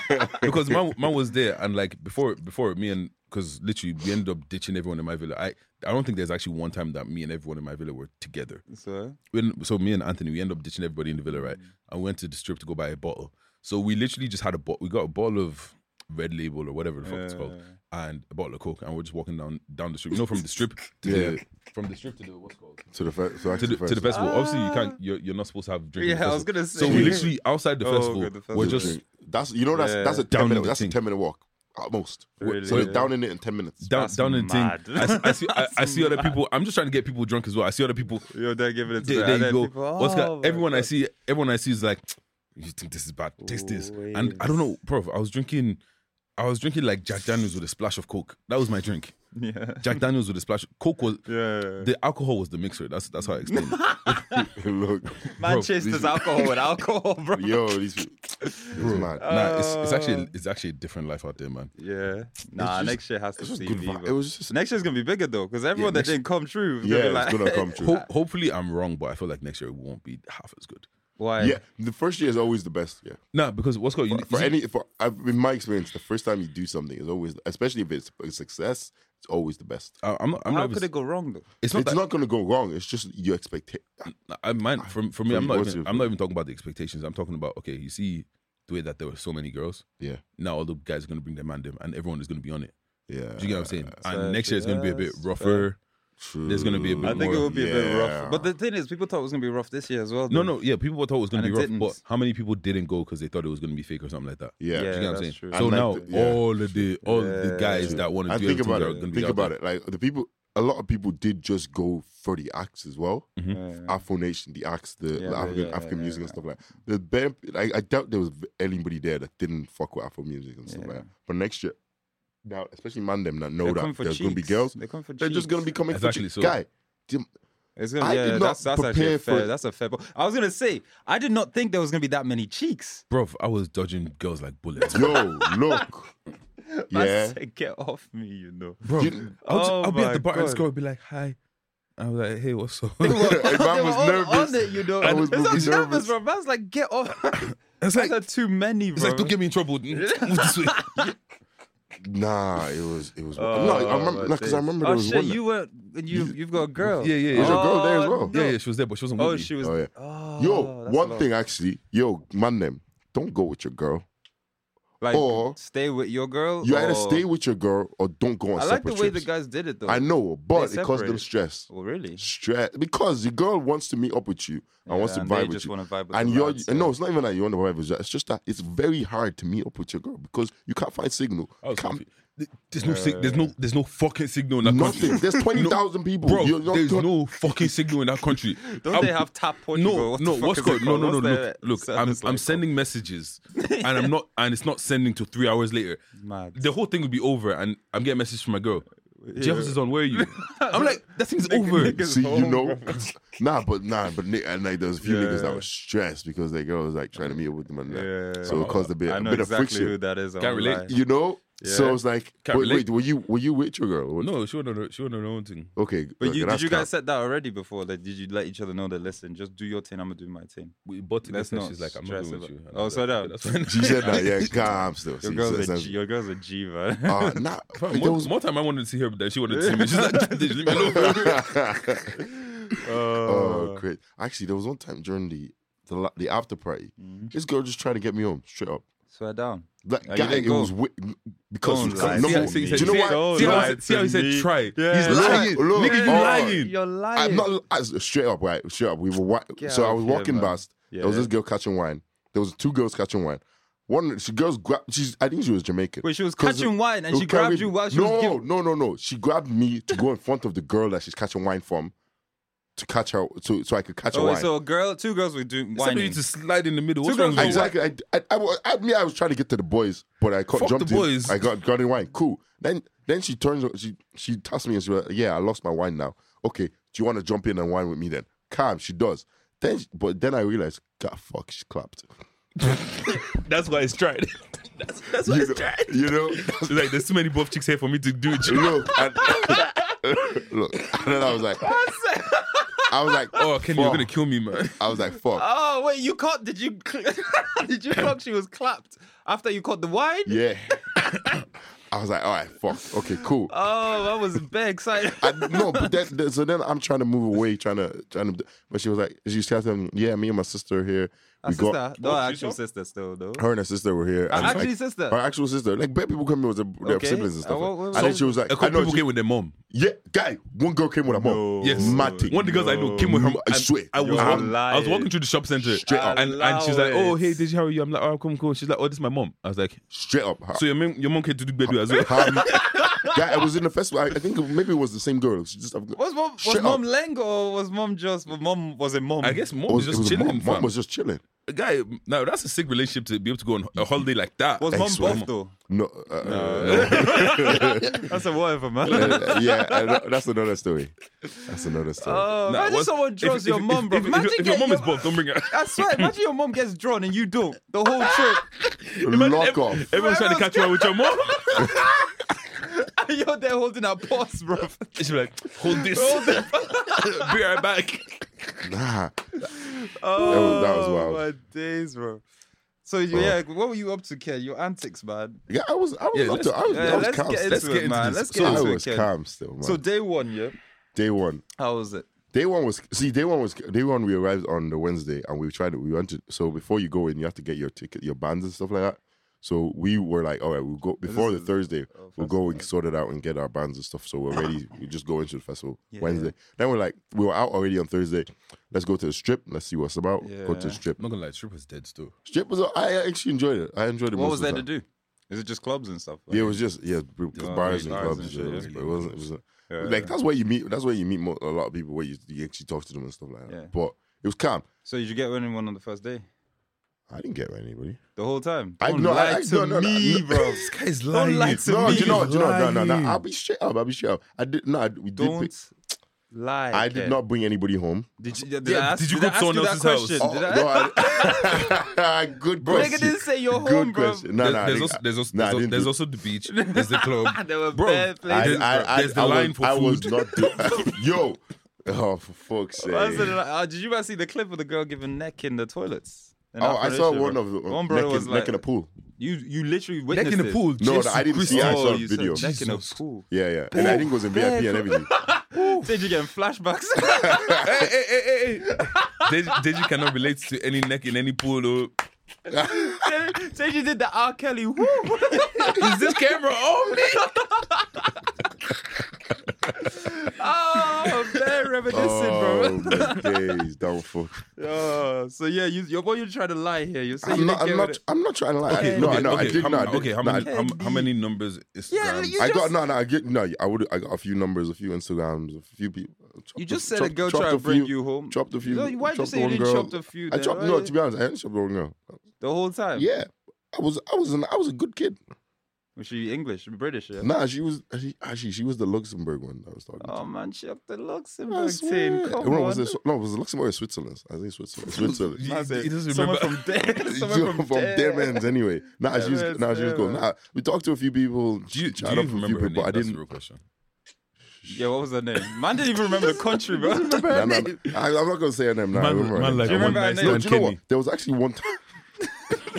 because man, man was there and like before, before me and because literally we ended up ditching everyone in my villa. I I don't think there's actually one time that me and everyone in my villa were together.
so,
When so me and Anthony, we ended up ditching everybody in the villa, right?
Mm.
And went to the strip to go buy a bottle. So we literally just had a bottle. We got a bottle of Red Label or whatever the fuck it's called, and a bottle of Coke, and we're just walking down down the strip. You know, from the strip to
Yeah.
the from the strip to the what's it called
To the fe- so
to
actually
the, to the
first-
festival. Obviously, you can't. You're, you're not supposed to have drinking.
Ah. yeah,
at the
I was
festival.
gonna say.
So we literally outside the
Oh,
festival.
good, the festival.
We're just
That's you know that's
Yeah.
that's a
Down
ten minute
the
that's a
thing.
ten minute walk at most.
Really?
So it's
Yeah.
down in it in ten minutes.
down
That's
down in thing.
mad.
I, s- I see. I, I
That's
see other
mad.
people. I'm just trying to get people drunk as well. I see other people.
Yo, they're giving it to
There,
the-
there
and
you
then
go.
people,
What's
oh
got,
my
everyone I
God.
see, everyone I see is like, you think this is bad? Taste this. And I don't know, bro. I was drinking. I was drinking like Jack Daniels with a splash of Coke. That was my drink.
Yeah.
Jack Daniels with a splash. Coke was
Yeah.
the alcohol was the mixer. That's that's how I explain it.
Look,
Manchester's alcohol with alcohol, bro.
yo, these it's mad.
Uh,
Nah, it's, it's actually it's actually a different life out there, man.
Yeah. Nah,
just-
next year has to
It's just
see
good
me,
vibe.
bro.
It was just
Next year's gonna be bigger though, because everyone that
next-
didn't come true, is
yeah,
gonna be
it's
like,
gonna come true.
Ho- hopefully, I'm wrong, but I feel like next year it won't be half as good.
Why?
Yeah, the first year is always the best. Yeah,
Nah, because what's called you,
for, for
you-
any for I, in my experience, the first time you do something is always, especially if it's a success, it's always the best.
I- I'm not. I'm
How
not
could
even,
it go wrong though?
it's not
it's
that
not gonna go wrong. It's just you expect it.
I mind for, for me. I'm
you,
not.
what's
Even,
your-
I'm not even talking about the expectations. I'm talking about okay. You see the way that there were so many girls.
Yeah,
Now all the guys are gonna bring their man them, and everyone is gonna be on it.
yeah.
Do you get what I'm saying?
Uh, fair,
and next year it's gonna be a bit
yes,
rougher.
True.
There's gonna be a bit
I think it
more-
would be a bit rough. But
Yeah.
the thing is, people thought it was gonna be rough this year as well.
No,
though.
no, yeah. People thought it was gonna
And
be rough,
it
but
didn't.
how many people didn't go because they thought it was gonna be fake or something like that?
yeah.
Yeah,
Do you get what I'm
that's
saying?
true.
So
And like
now
the- yeah.
all of the all the
Yeah.
guys that want to
And
do
think
everything
about
are
it.
gonna be
Think
out
about
there.
it. Like the people, a lot of people did just go for the acts as well.
Yeah.
Afro Nation, the acts, the, the
yeah,
African,
yeah,
African
yeah,
music and
yeah.
stuff like that. The bare, like, I doubt there was anybody there that didn't fuck with Afro music and stuff
Yeah.
like that. But next year, now especially man them that know
They're coming
that
for
there's gonna be
cheeks.
girls,
They're coming for
they're just gonna be
cheeks.
coming
Exactly,
for cheeks.
so-
Guy, dim-
It's gonna.
I
yeah,
did not
that's, that's actually a
prepare for
fair.
it.
That's a fair. po- I was gonna say, I did not think there was gonna be that many cheeks.
Bro, I was dodging girls like bullets.
yo, look,
Man
yeah,
said, get off me, you know.
Bro,
You-
I'll,
Oh
I'll be at
my
the bar and this
God.
girl would be like, "Hi," I'm like, "Hey, what's up?"
If I
They were
was
all
nervous.
on it, you know.
I was
it's not
really
nervous,
nervous.
bro. Man's like, get off.
it's
Those
like,
are too many, bro.
it's like, don't get me in trouble. Move this way.
Nah, it was it was.
Oh,
no, I remember
my
because I
days.
remember
oh,
there was
shit,
one. that-
You were you you've got a girl.
Yeah, yeah, yeah.
There's a girl there as
Oh,
well.
no.
Yeah, yeah, she was there, but she wasn't.
Oh,
with me.
she was.
Oh, yeah.
Oh,
Yo,
that's a
one
lot.
thing actually, yo, man, them, don't go with your girl.
Like,
or-
stay with your girl.
oh. You
or...
either stay with your girl or don't go on
Oh. I like the
separate
way the
trips.
guys did it though.
I know, but
They
it caused them
separated.
stress.
Oh, really?
Stress because the girl wants to meet up with you and wants to
and
vibe
they
with
just
you.
wanna vibe with
and
the
you're
lads,
and
yeah.
no, it's not even that you want to vibe with you. It's just that it's very hard to meet up with your girl because you can't find signal.
I was
Can't-
confused. Th- There's no, sig- there's no, there's no fucking signal in that country.
nothing. There's twenty thousand people.
Bro,
You're not-
there's no fucking signal in that country.
Don't
I'm-
they have tap Portugal?
No,
What the
no,
fuck
what's
is it
called? No,
called?
no, no.
What's
Look,
that
look. I'm,
service
I'm
like
sending messages, and I'm not, and it's not sending till three hours later.
Mad.
The whole thing would be over, and I'm getting messages from my girl. Jeffers is on. Where are you? I'm like, that thing's over.
niggas-
See, you
home,
know, nah, but nah, but Nick, and like there was a few niggas
Yeah.
that were stressed because their girl was like trying to meet up with them and that.
Yeah.
So it caused a bit,
I
a
know
bit
exactly
of friction.
who that is. I
Can't
won't
relate.
lie.
you know. So
Yeah.
it's like,
Can't
wait,
relate.
wait, were you were you with your girl? Or
No, she went on her, she went on her own thing.
Okay,
But
okay,
you, did
that's
you
cap.
guys set that already before? Like, did you let each other know that? Listen, just do your thing. I'm gonna do my thing.
We bought it.
Let's
That's not.
not
She's like, I'm not
stress
going
about-
with you. And
Oh,
I was
so
like,
that-
okay, that's fine.
She said that, yeah, calm still.
Your
See,
girl's
so-
a
so-
G. Your girl's a G, man.
Ah, nah,
Fam,
there
more,
was-
more time I wanted to see her than she wanted to see me. She's like, "Did you leave me alone?"
oh,
Uh.
great. Actually, there was one time during the the, la- the after party, this girl just tried to get me home straight up.
Swear down.
That
Yeah, Mm-hmm. you
guy,
didn't
it
go.
was wi- because
Don't
he-
lie.
number
See how-
one,
see-
do
see-
you know
see
what?
how-
Don't
see how
lie
he- see how he
to
said
me.
try.
Yeah.
He's lying.
Look, look,
Nigga, you
oh,
lying.
You're lying.
I'm not I, straight up, right? Straight up, we were wa-
Get
so
out
I
of
was
here,
walking
man.
past.
Yeah.
There was this girl catching wine. There was two girls catching wine. One, she girls grabbed. She's I think she was Jamaican.
Wait, she was
'Cause
catching
it-
wine and
it
she
carried-
grabbed you while she
no,
was giving-
no, no, no. She grabbed me to go in front of the girl that she's catching wine from to catch her, so so I could catch her
Oh, wait,
wine.
so a girl, two girls were doing
Except for
whining.
you to slide in the middle. What's
Two
wrong
girls
with you?
Exactly. I, I, I, wa- I, me, I was trying to get to the boys, but I caught,
Fuck
jumped
the
in.
boys.
I got got in wine. Cool. Then then she turns. She she taps me and she was like, "Yeah, I lost my wine now. Okay, do you want to jump in and wine with me then? Calm. She does. Then, she- but then I realized, God, fuck, she clapped.
That's why it's tried. that's, that's why
You
it's
know,
tried.
you know,
It's like there's too many buff chicks here for me to do it.
you know. And, look, and then I was like, I was like,
Oh, Kenny, you're
fuck.
gonna kill me, man.
I was like, fuck.
Oh wait, you caught? Did you did you clock? She was clapped after you caught the wine.
Yeah. I was like, all right, fuck. Okay, cool.
Oh, that was very exciting.
I, no, but that, that- so then I'm trying to move away, trying to, trying to. But she was like, she kept saying, "Yeah, me and my sister are here.
Her sister, no,
Oh,
her
she's
actual
up.
sister still though.
her and her sister were here. and,
actually
like,
sister?
her actual sister. Like, bad people come here with their, their
Okay.
siblings and stuff.
Uh, what-
like.
what-
and then
so-
she was
A
like,
couple
I know,
people
she-
came with their mom.
yeah, guy, one girl came with her mom.
No.
Yes.
mad thing.
One of the girls I know came with her.
No. I swear.
I was,
You're
walking, I was
lying.
walking through the shop center,
Straight up.
and, and she's like,
Allow
"Oh, hey,
it.
did you how are you?" I'm like, "Oh, come, cool." She's like, "Oh, this is my mom." I was like,
Straight up. Her,
"So your mom, your mom came to do bedu as well?"
her- guy, I was in the festival. I, I think maybe it was the same girl. She just, I,
Was mom was
Shut
mom Leng or was mom just? Well, mom was a mom.
I guess mom
was,
was,
it
just
was
chilling.
Mom,
fam.
mom was just chilling.
a guy. Now that's a sick relationship to be able to go on a holiday like that.
was
I
mom
swear.
buff though.
No, uh,
That's a whatever man.
uh, yeah, I know- that's another story. That's another story.
Oh,
Nah,
imagine
what's-
someone
if-
draws
if-
your
if-
mom,
if-
bro.
if- if-
Imagine
if your
getting
mom is buff, don't bring her.
I swear, imagine your mom gets drawn and you don't the whole trip.
Lock
ev-
off.
Everyone's trying to catch one with your mom.
And you're there holding her pause, bro.
She's like, "Hold this. be right back."
Nah.
Oh,
that was wild.
My days, bro. So you-
Oh.
yeah, what were you up to, Ken? Your antics, man.
Yeah, I was. I was.
Yeah,
up to, I was,
Yeah,
I was
let's,
calm.
get into
still.
Let's
it,
get into
man.
this.
Let's get
so I
into
was
it, Ken.
calm still, man.
So day one, yeah.
day one,
How was it?
day one was see. Day one was day one. We arrived on the Wednesday, and we tried. We went to. So before you go in, you have to get your ticket, your bands and stuff like that. So we were like, all right, we'll go before the
is-
Thursday.
oh,
we'll go and sort it out and get our bands and stuff. So we're ready. we just go into the festival
Yeah.
Wednesday. Then we're like, we were out already on Thursday. Let's go to the strip. Let's see what's about. Go to
Yeah.
the strip.
I'm not gonna lie, stripper's dead still.
Strip was. I actually enjoyed it. I enjoyed it.
What
most
was
of the
there
time.
to do? Is it just clubs and stuff?
Yeah, it was just yeah, b-
Oh,
bars
okay, bars
and
and
clubs.
shit,
and shit, it was-
yeah.
but it wasn't. It wasn't
Yeah.
Like that's where you meet. That's where you meet mo- a lot of people. Where you, you actually talk to them and stuff like that.
Yeah.
But it was calm.
So did you get anyone on the first day?
I didn't get with anybody.
The whole time?
I-
Don't
no, I-
lie
I-
to
no, no, no,
me,
no.
bro.
This guy's
lying.
lying.
To
no,
me,
do you know? Do you know? No, no,
lying.
no. I'll be straight up. I'll be straight up. I did no. I, we
Don't
did. pick-
lie.
I did
Ken.
not bring anybody home.
Did you, did
Yeah,
I ask,
did you
did
go
I
to
ask
someone
you that question?
else's house?
Oh,
Did I?
no, I- good question.
Nigga didn't say you're
Good
home, bro.
question. No,
There-
no. I
there's
didn't-
also there's also
no, I
there's, al-
didn't
there's
do-
also the beach, there's the club.
There were
Bro,
bare
I,
places.
I, I,
there's the
I
line
was,
for
I was
food.
not. Do- Yo. Oh, for fuck's sake!
What's it like? Uh, did you guys see the clip of the girl giving neck in the toilets? In
Oh, I saw
Appalachia,
one
bro.
of the uh,
one
neck,
brother
in,
was
neck
like,
in a pool.
you you literally
Neck
witnessed
in the
it.
pool.
No,
Jesus
I didn't
Christ.
see. I
oh,
saw the
you said
video.
neck in a
Jesus.
pool.
Yeah, yeah. And I think it was in VIP and everything.
Did you getting flashbacks?
hey, hey, hey, hey, hey. Deji, Deji cannot relate to any neck in any pool. Though.
Say you did the R. Kelly. Woo.
Is this camera on me?
Oh, very reminiscent,
Oh,
bro.
my days, don't fuck.
Oh, so yeah, you, you're boy, you're trying to lie here. You're saying
I'm
you
not,
didn't
I'm
get
not,
with it.
I'm not trying to lie.
Okay,
I, no,
okay,
no, I
okay.
did
how,
no, I
many-
did-
okay, how
no, I
many,
did-
how, how many numbers? Instagram?
Yeah, you
I
just-
got no, no. I get no. I would. I got a few numbers, a few Instagrams, a few people.
You
Chopped
just
a-
said a
chopped-
girl
chopped
tried to
a
bring
few-
you home.
Chopped a few.
No, why'd you
chopped
say you
one
didn't
girl.
chop the few
I
then?
chopped.
Why
No,
did-
to be honest, I didn't chop the one girl.
The whole time.
Yeah, I was, I was, an, I was a good kid.
Was she English, British? Yeah.
Nah, she was. She, actually, she was the Luxembourg one that I was talking to.
Oh man, she up the
I
Luxembourg
swear.
team. Come
no,
on.
was it, no, was it Luxembourg or Switzerland? I think Switzerland. Switzerland.
You-
Man said,
he doesn't
someone
remember.
from there. someone
You're
from, there.
them ends anyway. Nah, she was
ends,
nah, she was
yeah,
cool.
man.
Nah, we talked to a few people.
Do you, do
chatted
you
up a
even
few
remember her
people,
name?
I
That's
didn't.
the real question.
Yeah, what was her name? Man didn't even remember the country, bro. Do you
Nah, nah, nah. I, am not gonna say her name now. I remember her name.
Do you remember her name?
no,
Stan
do you know what? There was actually one time.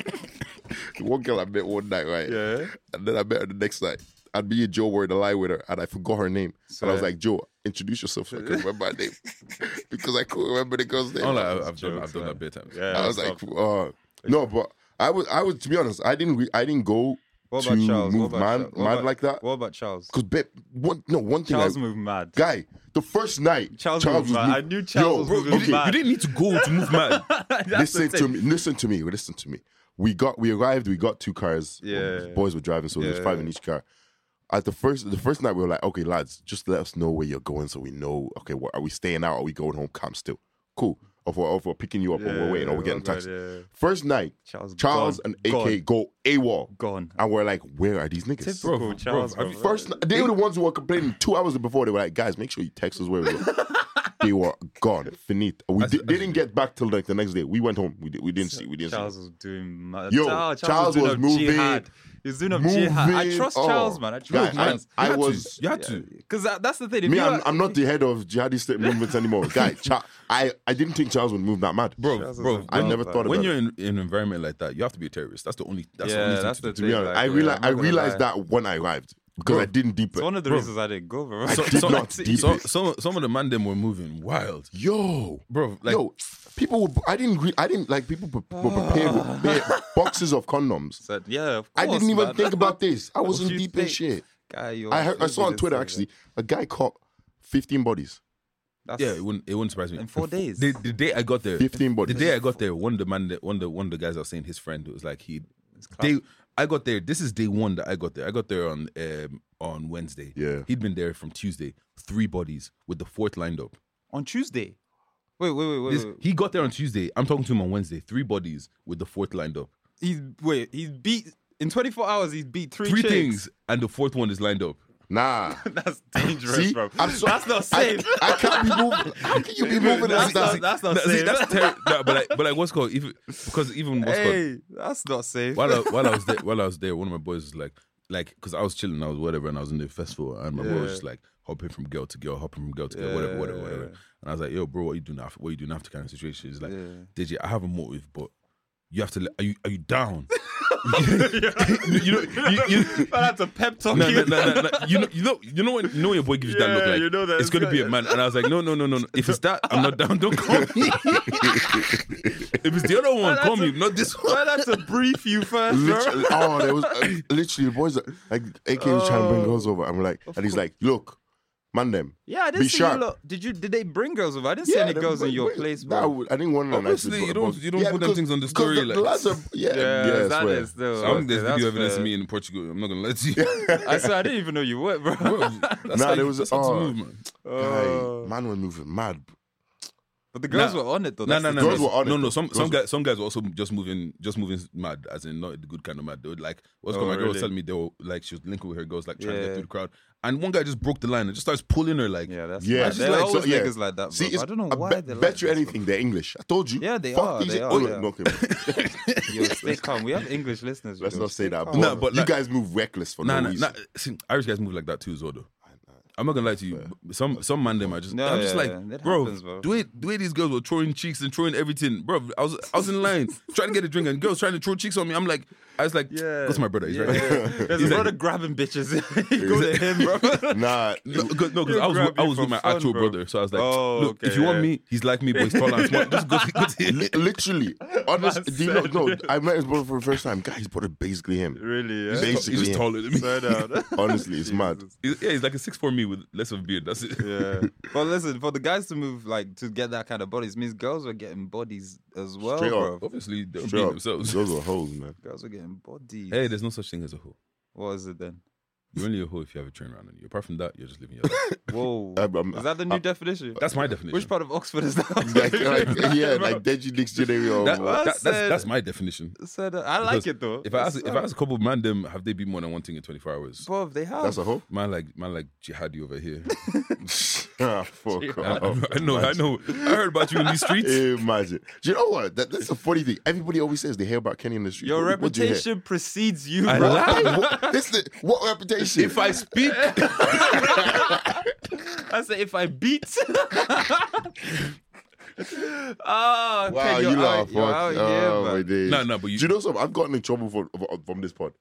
one girl I met one night, right?
Yeah.
And then I met her the next night. And me and Joe were in a line with her, and I forgot her name. and I was
Swear.
like, Joe, introduce yourself so I can remember her name. because I couldn't remember the girl's name.
I'm like, I've, I've done,
jokes,
I've done
man.
that big times.
Yeah.
I was like, uh, no, but I was, I was, to be honest, I didn't, re- I didn't go
What
to
about Charles?
move
what about
mad-
Charles? What
mad
about-
like that?
What about Charles?
because, babe, one, no, one thing,
Charles
I,
moved mad.
guy, the first night,
Charles was
was
mad.
mo-
I knew Charles was
Bro,
moving
you,
was
didn't-
mad.
you didn't need to go to move mad.
That's the
listen to
thing.
me. Listen to me. Listen to me. We got. We arrived. We got two cars.
Yeah.
Boys were driving, so there's
Yeah.
five in each car. At the first, the first night, we were like, "Okay, lads, just let us know where you're going, so we know. Okay, what, are we staying out? Are we going home? Come still. Cool. Or for, or for picking you up, or we're waiting, or we're getting
Yeah, oh God,
taxi.
yeah.
First night,
Charles,
Charles
gone,
and AK go AWOL,
gone. gone.
and we're like, "Where are these niggas?
Typical Charles.
bro,
Bro,
have you-
First, ni- they were the ones who were complaining two hours before. They were like, "Guys, make sure you text us where we are." they were gone, finite. We
That's-
di- they
that's-
didn't get back till like the next day. We went home. We, di- we didn't see. We didn't
Charles
see.
was doing mad.
Yo,
Charles,
Charles
was,
was
doing up
moving,
Jihad. He was doing up jihad. I
moving.
trust
Oh,
Charles, man. I trust
guy, I-
Charles.
I
You had to.
was-
You had to.
Because that's the thing. If
Me,
you
I'm,
are-
I'm not the head of jihadist state movements anymore, guy. Cha- I I didn't think Charles would move that mad,
Bro,
Charles was
bro,
a
I
dog,
never
man.
thought about
when
it.
you're in, in an environment like that, you have to be a terrorist. That's the only. That's the
Yeah,
only thing
that's
to
the
do.
To be honest, I realized I realized that when I arrived because
Bro.
I didn't deep
It's one of the reasons I didn't go, bro.
I did not deep
So,
it.
some some of the man them were moving wild,
Yo,
bro. Like
yo, people. Were, I didn't. Re- I didn't like people pre- were prepared with bare boxes of condoms.
Said, yeah, Ah. of
I
course,
didn't even
man.
think about this. I was
What
in
do you
deep in
think?
shit.
Guy, you're
I heard, I saw on
crazy,
Twitter
man.
actually a guy caught 15 bodies.
That's,
yeah, it wouldn't it wouldn't surprise me.
In four days.
the, the day I got there,
15
the
bodies.
day I got there, one of the man, that- one of the one of the guys I was saying, his friend was like he,
class.
they, I got there. This is day one that I got there. I got there on um, on Wednesday.
Yeah.
he'd been there from Tuesday. Three bodies with the fourth lined up.
on Tuesday. Wait, wait, wait, wait.
This,
wait.
he got there on Tuesday. I'm talking to him on Wednesday. Three bodies with the fourth lined up.
He's wait. He's beat in 24 hours. He's beat three,
Three
chicks.
things, and the fourth one is lined up.
Nah.
That's dangerous,
See?
bro.
I'm so-
that's not
I,
safe.
I can't be moving. How can you be moving
that's not-
like that?
that's not
Nah, see,
safe.
that's terri- nah, but like, but like, what's called? Even, because even what's called
hey, that's not safe.
while I, while I was there, while I was there, one of my boys was like, like, because I was chilling, I was whatever, and I was in the festival, and my boy was
Yeah.
just like hopping from girl to girl, hopping from girl to girl, whatever, whatever, whatever.
Yeah.
And I was like, yo, bro, what you doing after? What you doing after kind of situation? He's like,
Yeah.
DJ, I have a motive, but you have to. Let, are you are you down? you know, you, you,
but that's a pep talk.
no, no,
you-
no, no, no. You know, you know, you know when you know when your boy gives you that look
Yeah,
like
you know that
it's
it's
gonna be a
gonna-
man, and I was like, no, no, no, no, no. If it's that, I'm not down. Don't call me. if it's the other one,
that's
call me.
a-
Not this one.
Well, that's a brief you first, bro.
Literally, oh, there was literally the boys are- like AK was trying to
Oh.
bring girls over. I'm like, and he's like, look, man, them.
Yeah, I didn't
Be
see
sharp.
you. Lot. Did you? Did they bring girls over? I didn't see any
the-
girls in
but-
your
but-
place,
Nah, I
bro.
would- I didn't want to.
Obviously, you don't- you don't put them things on the story, like-
yeah,
Yeah,
yeah, I
that
swear.
is though.
I think there's
okay, that's
video evidence
fair.
of me in Portugal. I'm not gonna lie to you.
I swear, I didn't even know you were, bro.
Bro, that's
Nah,
how
there
you-
was-
that's how to
oh.
move, man.
Oh.
Guy, man was moving mad.
but the girls
Nah.
were on it though.
No,
That's
no,
the
no,
thing.
no,
girls were on
no,
it,
no.
though.
Some
Girls were-
some guys, some guys were also just moving, just moving mad, as in not the good kind of mad. They were like, what's
Oh,
going? on? My girl was
really?
telling me they were like she was linking with her girls, like trying to get
Yeah.
through the crowd, and one guy just broke the line and just starts pulling her, like,
Yeah, that's
Yeah,
yeah.
just
There
like-
are
so-
always
yeah.
niggas like that. Bro.
See, it's,
I don't know why.
bet,
they're like
bet you
that, bro.
anything, they're English. I told you.
Yeah, they
Fuck
are,
These,
they are,
oh,
yeah.
no, okay.
Yo, stay calm. We have English listeners.
Let's
bro.
not say
Stay
that.
calm.
But
No, but
you
like-
guys move reckless for
nah,
no
nah, nah.
reason.
See, Irish guys move like that too, Zodo. I'm not gonna lie to you. b- Some some man them are just.
No,
I'm just
yeah,
like,
yeah, it
bro,
happens, bro.
Do it. Do it. These girls were throwing cheeks and throwing everything, bro. I was I was in line trying to get a drink and girls trying to throw cheeks on me. I'm like, I was like,
Yeah.
that's my brother. He's
yeah.
right here.
There's a
like-
brother grabbing bitches. you go to him, bro.
Nah,
No, because I was
grab
I
you
was
for
with my
fun,
actual
bro.
brother, so I was like,
Oh,
look, if
okay,
you want
yeah.
me, he's like me, but he's taller and small. Just go, go to him.
li- literally. Honest, do you know, no, I met his brother for the first time. Guys, his brother basically him.
really? Yeah.
Basically.
He's just
him.
taller than me.
Swear down.
Honestly, it's mad.
Jesus.
He's- yeah, he's like a six four me with less of a beard. That's it.
Yeah. But listen, for the guys to move like to get that kind of bodies means girls were getting bodies as well,
Straight
bro.
up.
Obviously, they're
Straight
being
up,
themselves.
Those are hoes, man.
Girls were getting bodies.
Hey, there's no such thing as a hoe.
What is it then?
You're only a hoe if you have a train around on you. Apart from that, you're just living your life.
Whoa.
I'm- I'm-
is that the new definition?
That's my definition.
Which part of Oxford is that?
Like, like, yeah, like Deji Dictionary or
That-
Well
that- that's,
said.
that's my definition.
Said, uh, I like
Because
it though.
If I
It's
ask, if I
fun.
ask a couple of man them, have they been more than one thing in 24 hours?
Bro, they have.
that's a hoe.
Man like man like jihadi over here.
ah, fuck.
I,
off.
I know, I know. I heard about you in these streets.
Imagine. Do you know what? That, that's a funny thing. Everybody always says they hear about Kenny in the street.
Your
What- what do you hear?
reputation precedes you,
I
bro.
laugh.
Hey, what, this is- what reputation?
If I speak,
I say if I beat. oh, okay,
wow,
you're
you
out,
laugh.
you're
fuck.
out
oh
here,
my
man.
days.
No, no, but you-
do you know something? I've gotten in trouble for, for- from this pod.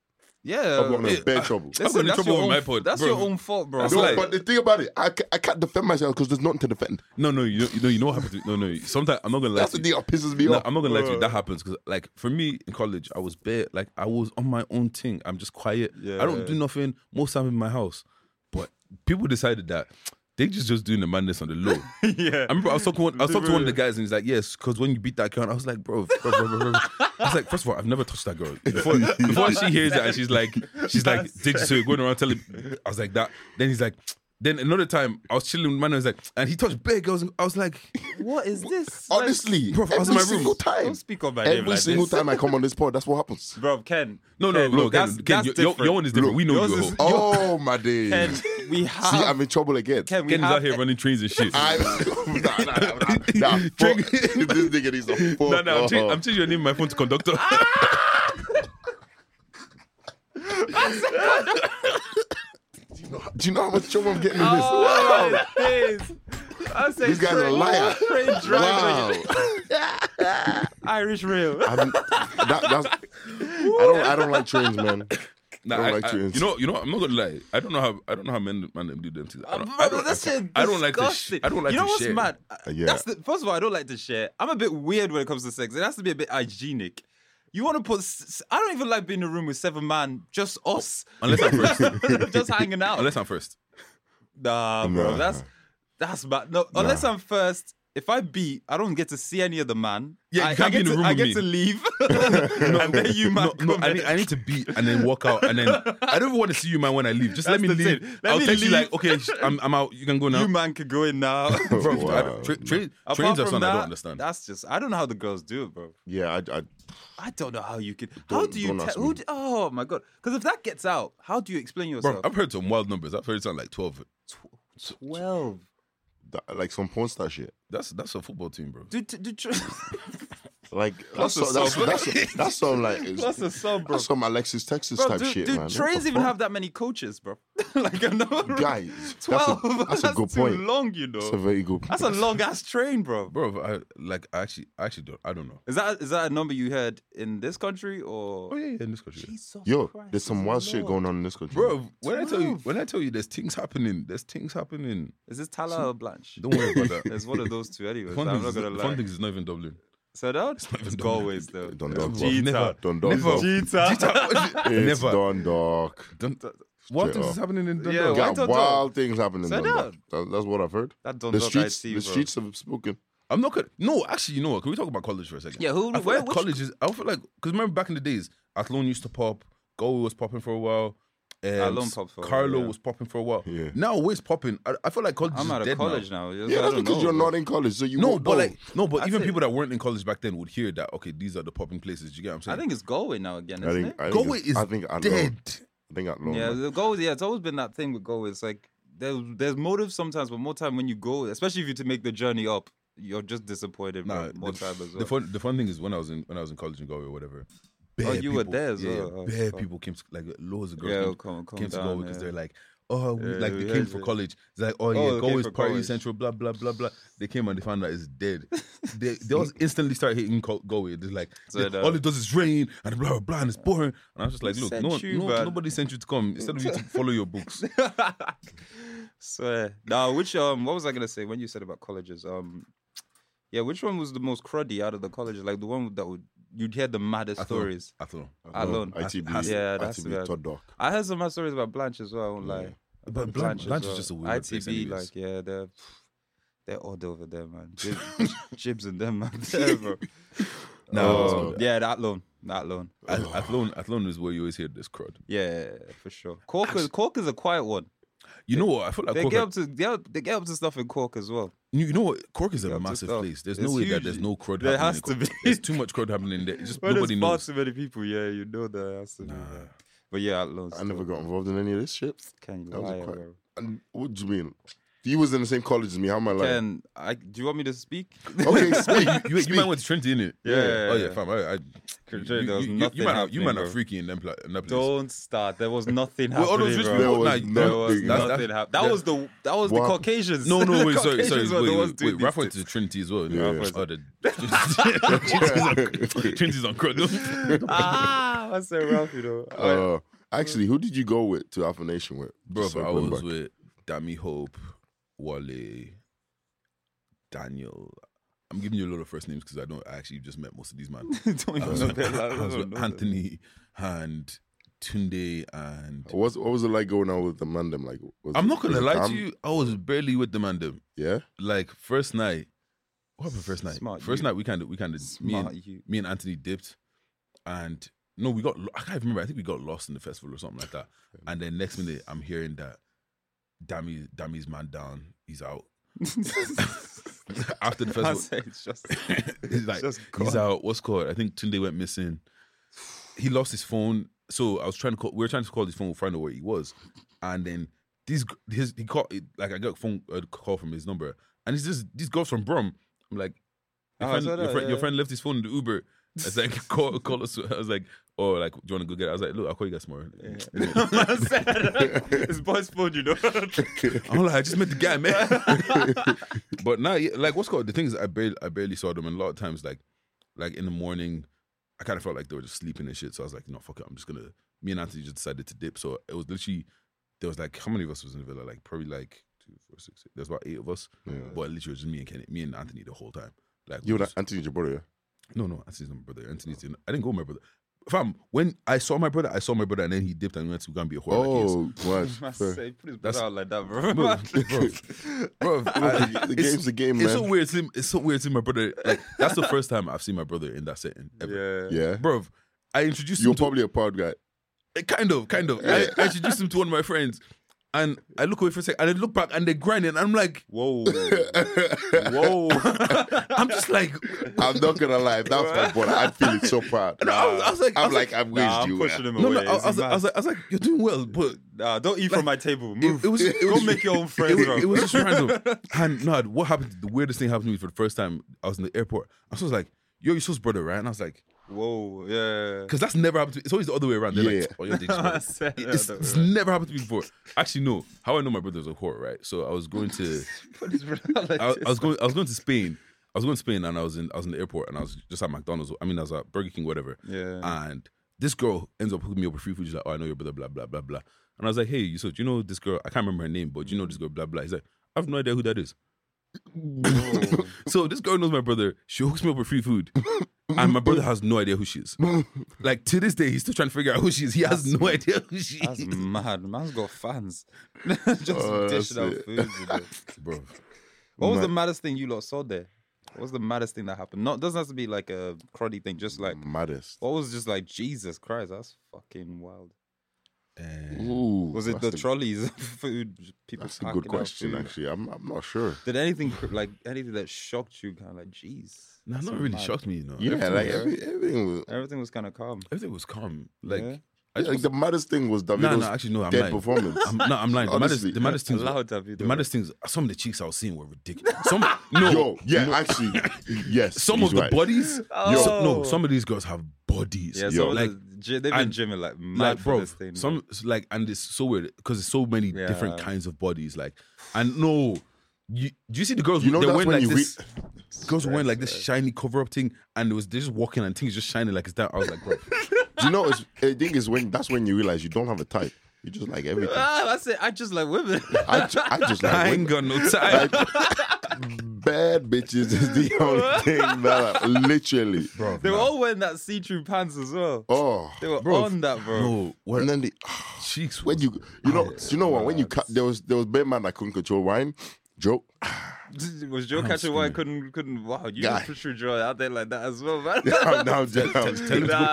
Yeah,
Trouble on
it-
his bed trouble.
listen,
got in
that's
trouble
your
with my
own-
pod,
That's
bro.
your own fault, bro.
That's
No,
like-
but the thing about it, I, ca- I can't defend myself because there's nothing to defend.
No, no, you know, you know, you know what happened. To, no, no. Sometimes I'm not gonna lie.
That's
to
the
you.
thing that pisses me
No,
off.
I'm not gonna lie to you. That happens because, like, for me in college, I was bare. Like, I was on my own thing. I'm just quiet. I
Yeah.
don't do nothing most time in my house. But people decided that they just just doing the madness on the low.
yeah.
I remember I was talking. One, I was talking to one of the guys, and he's like, "Yes, because when you beat that girl," and I was like, "Bro, bro, bro, bro, bro." I was like, first of all, I've never touched that girl before. before she hears that, and she's like, she's like, did you so you're going around telling?" I was like that. Then he's like. Then another time, I was chilling with man. and was like, and he touched big girls. and I was like,
what is this? Like,
Honestly,
Bro, if I was in
every
my room-
single time,
don't speak on my name
every
like
single
this.
time I come on this pod, that's what happens.
bro, Ken.
No, no,
Ken,
no,
look,
Ken,
that's,
Ken,
that's
your- your,
different.
your one is different. we know
yours
you a
is-
hoe.
Oh my days!
Ken, we have.
See, I'm in trouble again.
Ken, we
Ken is out
have.
here running trains and shit.
I nah, nah, nah, nah, nah, fuck.
Drink-
this nigga needs a fuck.
no, no, I'm, changing, I'm changing your name in my phone to conductor.
Do you know how much trouble I'm getting in this?
Oh, my days. I say
These guys are
train-
liar.
train driver,
Wow,
Irish rail.
I'm- that, that's, I don't, I don't like trains, man.
Nah,
Don't
I-
like
I-
trains.
you know, you know, what? I'm not gonna lie. I don't know how I don't know how men man them do them things. I don't,
Bro,
I don't,
that shit
I don't like to. Sh-
disgusting.
I don't like
You know
to
what's
share.
mad?
Uh, yeah.
Uh, That's the, first of all, I don't like to share. I'm a bit weird when it comes to sex. It has to be a bit hygienic. You want to put? s- s- I don't even like being in a room with seven man, just us,
Oh, Unless I'm first.
just hanging out.
Unless I'm first.
nah, bro,
Nah.
that's that's bad. No, unless I'm first. If I beat, I don't get to see any other man.
Yeah, you
I, I
can't be
get
in a
to,
room
I
with
get
me.
to leave, and then you man.
no, no, I
come
need,
in.
I need to beat and then walk out and then I don't even want to see you, man. When I leave, just let me
That's the
leave.
thing. Let
I'll
me
text you
leave.
like, okay, sh- I'm, I'm out. You can go now.
you man could go in now.
Bro, I
Wow.
don't, tra- tra-
Apart
trains are
from
something I
that,
don't understand.
That's just I don't know how the girls do it, bro.
Yeah, I, I,
I don't know how you can. how
Don't-
do you?
don't
Te-
ask
who
me.
d- oh my god! Because if that gets out, how do you explain
Bro,
yourself?
I've heard some wild numbers. I've heard something like 12.
Twelve.
that, like some porn star shit.
That's that's a football team, bro.
Do, do, do, tr-
Like
That's
that's
a
some, that's,
sub.
that's, that's, that's some like it's-
That's a sub, bro.
That's some Alexis Texas
bro,
type
do,
shit,
do
man. What
trains
the
even
fuck?
have that many coaches, bro? like I know,
Guys, that's a-
twelve.
that's a good
too
point.
Long, you know.
That's a very good.
That's a long ass train, bro.
Bro, I, like I actually, I actually don't. I don't know.
Is that is that a number you heard in this country or?
Oh yeah, yeah, in this country. yeah.
Jesus
Yo,
Christ,
there's some
this
wild
is
shit
long.
going on in this country.
Bro, when I tell you,
12.
when I tell you, there's things happening. There's things happening.
Is this Tala or Blanche?
Don't worry about that.
There's one of those two, anyways.
Fun
I'm
things,
not
is,
gonna
fun
lie.
things is not even Dublin.
So that it's
even
Galway's though.
Dundalk.
Cheetah.
Dundalk. Dundalk. It's
Never.
Dundalk.
Don't, what
Straight
is
up.
happening in Dundalk?
Yeah, why
Got
Dundalk?
wild things happening in
Sit
Dundalk.
down.
That, that's what I've heard.
That
The
Dundalk I
streets,
see,
the
bro.
streets have spoken.
I'm not gonna. No, actually, you know what? Can we talk about college for a second?
Yeah, who-
I feel
where-
like
which-
college is. I feel like because remember back in the days, Athlone used to pop. Galway was popping for a while. Um,
Athlone popped for a while,
Carlo
yeah.
was popping for a while.
Yeah.
Now where's popping? I, I feel like college
I'm
is
out
dead
of college now.
now.
Yeah,
I
that's
don't
because
know,
you're
bro.
not in college, so you
No,
won't
but
know.
like no, but
That's
even
it.
people that weren't in college back then would hear that. Okay, these are the popping places. You get what I'm
I
saying?
think it's Galway now again,
I
isn't
think,
it?
I think
Galway
it's-
is
I think I know.
dead.
I think I know.
yeah,
man.
the Galway. Yeah, it's always been that thing with Galway. It's like there's there's motive sometimes, but more time when you go, especially if you to make the journey up, you're just disappointed. bro,
Nah,
more
the,
time as well.
the fun the fun thing is when I was in when I was in college in Galway or whatever. bare
Oh, you were there as
yeah,
well. Oh,
bare
fuck.
people came to, like loads of girls
Yeah,
came,
come- come
came to
down,
Galway because
yeah.
they're like, oh, we,
Yeah,
like they
we
came
heard
for
you.
college. It's like, oh,
they
yeah,
came
Galway's
for
party
college.
central, blah blah blah blah. They came and they found out it's dead. they they all instantly start hating Gal- Galway. They're like,
So
they-
that-
all it does is rain and blah blah blah and it's boring. And I was just like,
Who
look,
sent
no, one-
you,
no
man?
nobody sent you to come instead of you to follow your books.
Swear. Now, which um, what was I gonna say when you said about colleges? Um, yeah, which one was the most cruddy out of the colleges? Like the one that would you'd hear the maddest stories.
I thought.
Alone.
ITB,
Yeah, that's
ITB,
bad.
Todd Dock.
I heard some mad stories about Blanche as well. I won't lie.
But
About
Blanche,
as
Blanche
well.
is just a weird
ITB,
place. anyways.
like yeah, they're they're odd over there, man. Jibs, jibs and them, man. There, bro.
No, it's
Um,
not.
yeah, that loan, that loan.
Ath- Athlone, Athlone is where you always hear this crowd.
Yeah, for sure. Cork is Cork is a quiet one.
You know what? I feel like
They
Cork,
get up to they, up- they get up to stuff in Cork as well.
you you know what? Cork is
They
a
up to
massive
stuff.
place. There's
It's
no way that there's
huge.
no crowd.
There
happening
has
in
to
Cork.
be.
There's too much crowd happening there. It's Just
But
nobody
there's far
knows.
too many people. Yeah, you know that. Has to be, man. But yeah, that loan.
I never got involved in any of this shit.
Can you
That was a
lie,
quiet-
bro?
And what do you mean? He was in the same college as me. How am I like?
Ken, I, do you want me to speak?
Okay, speak.
You, you might went to Trinity, innit?
Yeah.
Oh yeah, fam. I, I, you,
there
you,
was
you,
nothing
you might have, you
happening,
might have
bro.
freaky in them pla- in that place.
Don't start. There was nothing
Well, all those
happening,
rich
bro.
There
people,
was
nah,
There
no, uh,
was
nothing.
that's-
nothing happening. That
that-
was the that was
Wow.
the Caucasians.
No, no,
The
wait, sorry, sorry,
Caucasians were the
wait,
ones
wait,
doing
wait.
these
Raf went
things.
to Trinity as well.
Yeah.
Oh, the Trinity's on Trinity's on crowd.
Ah, I said Ralph, you know.
Uh, Actually, who did you go with to Alpha Nation with?
Bro,
Just so
I
bring
was
back-
with Dami Hope, Wale, Daniel. I'm giving you a lot of first names because I don't I actually just met most of these man.
Don't
I
even
was
know
with,
their last
I was
name.
with uh, Anthony and Tunde and
What's, what was it like going out with the man? Them like, was
I'm
it-
not gonna
was Oh, it
lie
calm?
to you, I was barely with the man them.
Yeah,
Like first night. What happened first night?
Smart
first
you.
night we kinda we kinda me and
Smart you.
me and Anthony dipped, and no, we got lo- I can't remember. I think we got lost in the festival or something like that. And then next minute, I'm hearing that Dammy Dammy's man down. He's out after the
I
festival.
say it's just
he's like
just
he's
gone.
out. What's called? I think Tunde went missing. He lost his phone. So I was trying to call. We were trying to call his phone, find out where he was, and then these g- his he called like I got a phone a call from his number, and he's just these girls from Brom. I'm like, your,
Oh, I
friend,
saw
your,
that, yeah,
friend, your
yeah.
friend left his phone in the Uber. I was like, call, call us. I was like, oh, like, do you want to go get it? I was like, look, I'll call you guys tomorrow.
it's boy's phone, you know.
I'm like, I just met the guy, man. but now, yeah, like, what's called the thing is, I barely, I barely saw them, and a lot of times, like, like in the morning, I kind of felt like they were just sleeping and shit. So I was like, no, fuck it, I'm just gonna. Me and Anthony just decided to dip. So it was literally there was like how many of us was in the villa? Like probably like two, four, six. eight- There's about eight of us. But literally, it was just me and Kenny, me and Anthony the whole time. Like we
you and
just-
Anthony Jabari. Yeah?
no, no, Anthony's not my brother. Anthony's the- I didn't go with my brother. Fam, when I saw my brother, I saw my brother, and then he dipped and went to Gambia. Whore like he is.
Oh, what?
I
Fair.
say, put his butt
That's-
out like that, bro.
Bro, bro, bro, I-
The
it's-
game's the game,
It's so
man.
weird. seeing- It's so weird seeing my brother. Like that's the first time I've seen my brother in that setting. Ever.
yeah.
Yeah,
Bro, I introduced
you're
him
probably a pod guy.
to kind of, kind of. I, I introduced him to one of my friends, and I look away for a second, and I look back, and they're grinding. And I'm like,
Whoa. Whoa.
I'm just like,
I'm not gonna lie, if that was my brother, I'd feel it so proud.
I was, I was like, I
I'm
was
like, I've
nah,
raised
I'm
you.
pushing
eh.
him
no,
away.
no, I, I
Is he
was, like, I
mad?
was like, I was like, you're doing well, but
nah, don't eat from my table. Move.
it, it was, it
Go
was
make your own friends,
it,
bro.
was- it was just random. And no, what happened? The weirdest thing happened to me for the first time. I was in the airport. I was like, "Yo, you're Sus brother, right?" And I was like,
Whoa. Yeah.
"Cause that's never happened to me. It's always the other way around." They're
Yeah.
like, "Oh, you're Jake's brother."
Said the
It's,
other
it's
way around.
never happened to me before. Actually, no. How I know my brother's a whore, right? So I was going to,
Put his butt out like
I, I
this.
was going, I was going to Spain. I was going to Spain, and I was in, I was in the airport, and I was just at McDonald's. I mean, I was at Burger King, whatever.
Yeah.
And this girl ends up hooking me up with free food. She's like, "Oh, I know your brother, blah blah blah blah." And I was like, "Hey, you so do you know this girl? I can't remember her name, but do you know this girl, blah blah." He's like, "I have no idea who that is."
Whoa.
So this girl knows my brother. She hooks me up with free food, and my brother has no idea who she is. Like to this day, he's still trying to figure out who she is. He has no idea who she
That's
is,
mad. Man's got fans. Just
Oh, that's
dishing out
it.
food. you know.
bro.
What was the
Mad.
maddest thing you lot saw there? What was the maddest thing that happened? Not doesn't have to be like a cruddy thing. Just
Mm.
like
oh,
Maddest.
what was just like Jesus Christ, that's fucking wild.
Ooh,
Was it
that's
the
a-
trolleys, food, people?
That's a
packing
good
out
question,
food?
actually. I'm, I'm not sure.
Did anything cr- like anything that shocked you? Kind of like, jeez.
Nah,
that's
not really
mad.
shocked me, you know.
Yeah,
everything,
like
was-
every, everything was.
Everything was kind of calm.
everything was calm. Like,
Yeah.
I just,
like the maddest thing was Davido's
nah, nah, actually, no, I'm
dead
lying.
performance.
I'm, no, I'm lying. The
Honestly.
maddest, the maddest things,
Allowed
were-
that video.
the maddest things. Some of the cheeks I was seeing were ridiculous. Some, no,
Yo, yeah, actually, yes.
some
he's
of the
right.
bodies.
Oh.
so- no, some of these girls have bodies.
Yeah,
Yeah,
some of
like,
the, gy- they've been
and-
gymming like mad
like
for
bro,
this thing.
some like, and it's so weird because it's so many different
Yeah.
kinds of bodies. Like, and no, you do you see the girls?
You know,
they
that's
wearing
when
like
you
this. girls were wearing
Stress,
like this shiny cover up thing, and it was they're just walking and things just shining like it's that. I was like, bro,
Do you know? It's, I think is when that's when you realize you don't have a type. You just like everything.
Ah,
I,
that's it. I just like women.
ju- I just like
I ain't
women.
got no time.
bad bitches is the only thing that I, literally. Bro.
they were all wearing that see-through pants as well.
Oh,
They were
Bro,
on that, bro.
No, what
and then the
cheeks?
when
was-
you you know you know what when you cut there was there was bad man that couldn't control wine. Joke.
Was Joe catching why couldn't couldn't wow you
Guy.
just put your Joe out there like that as well, man.
now, now, just, now,
Tell him to go
Nah.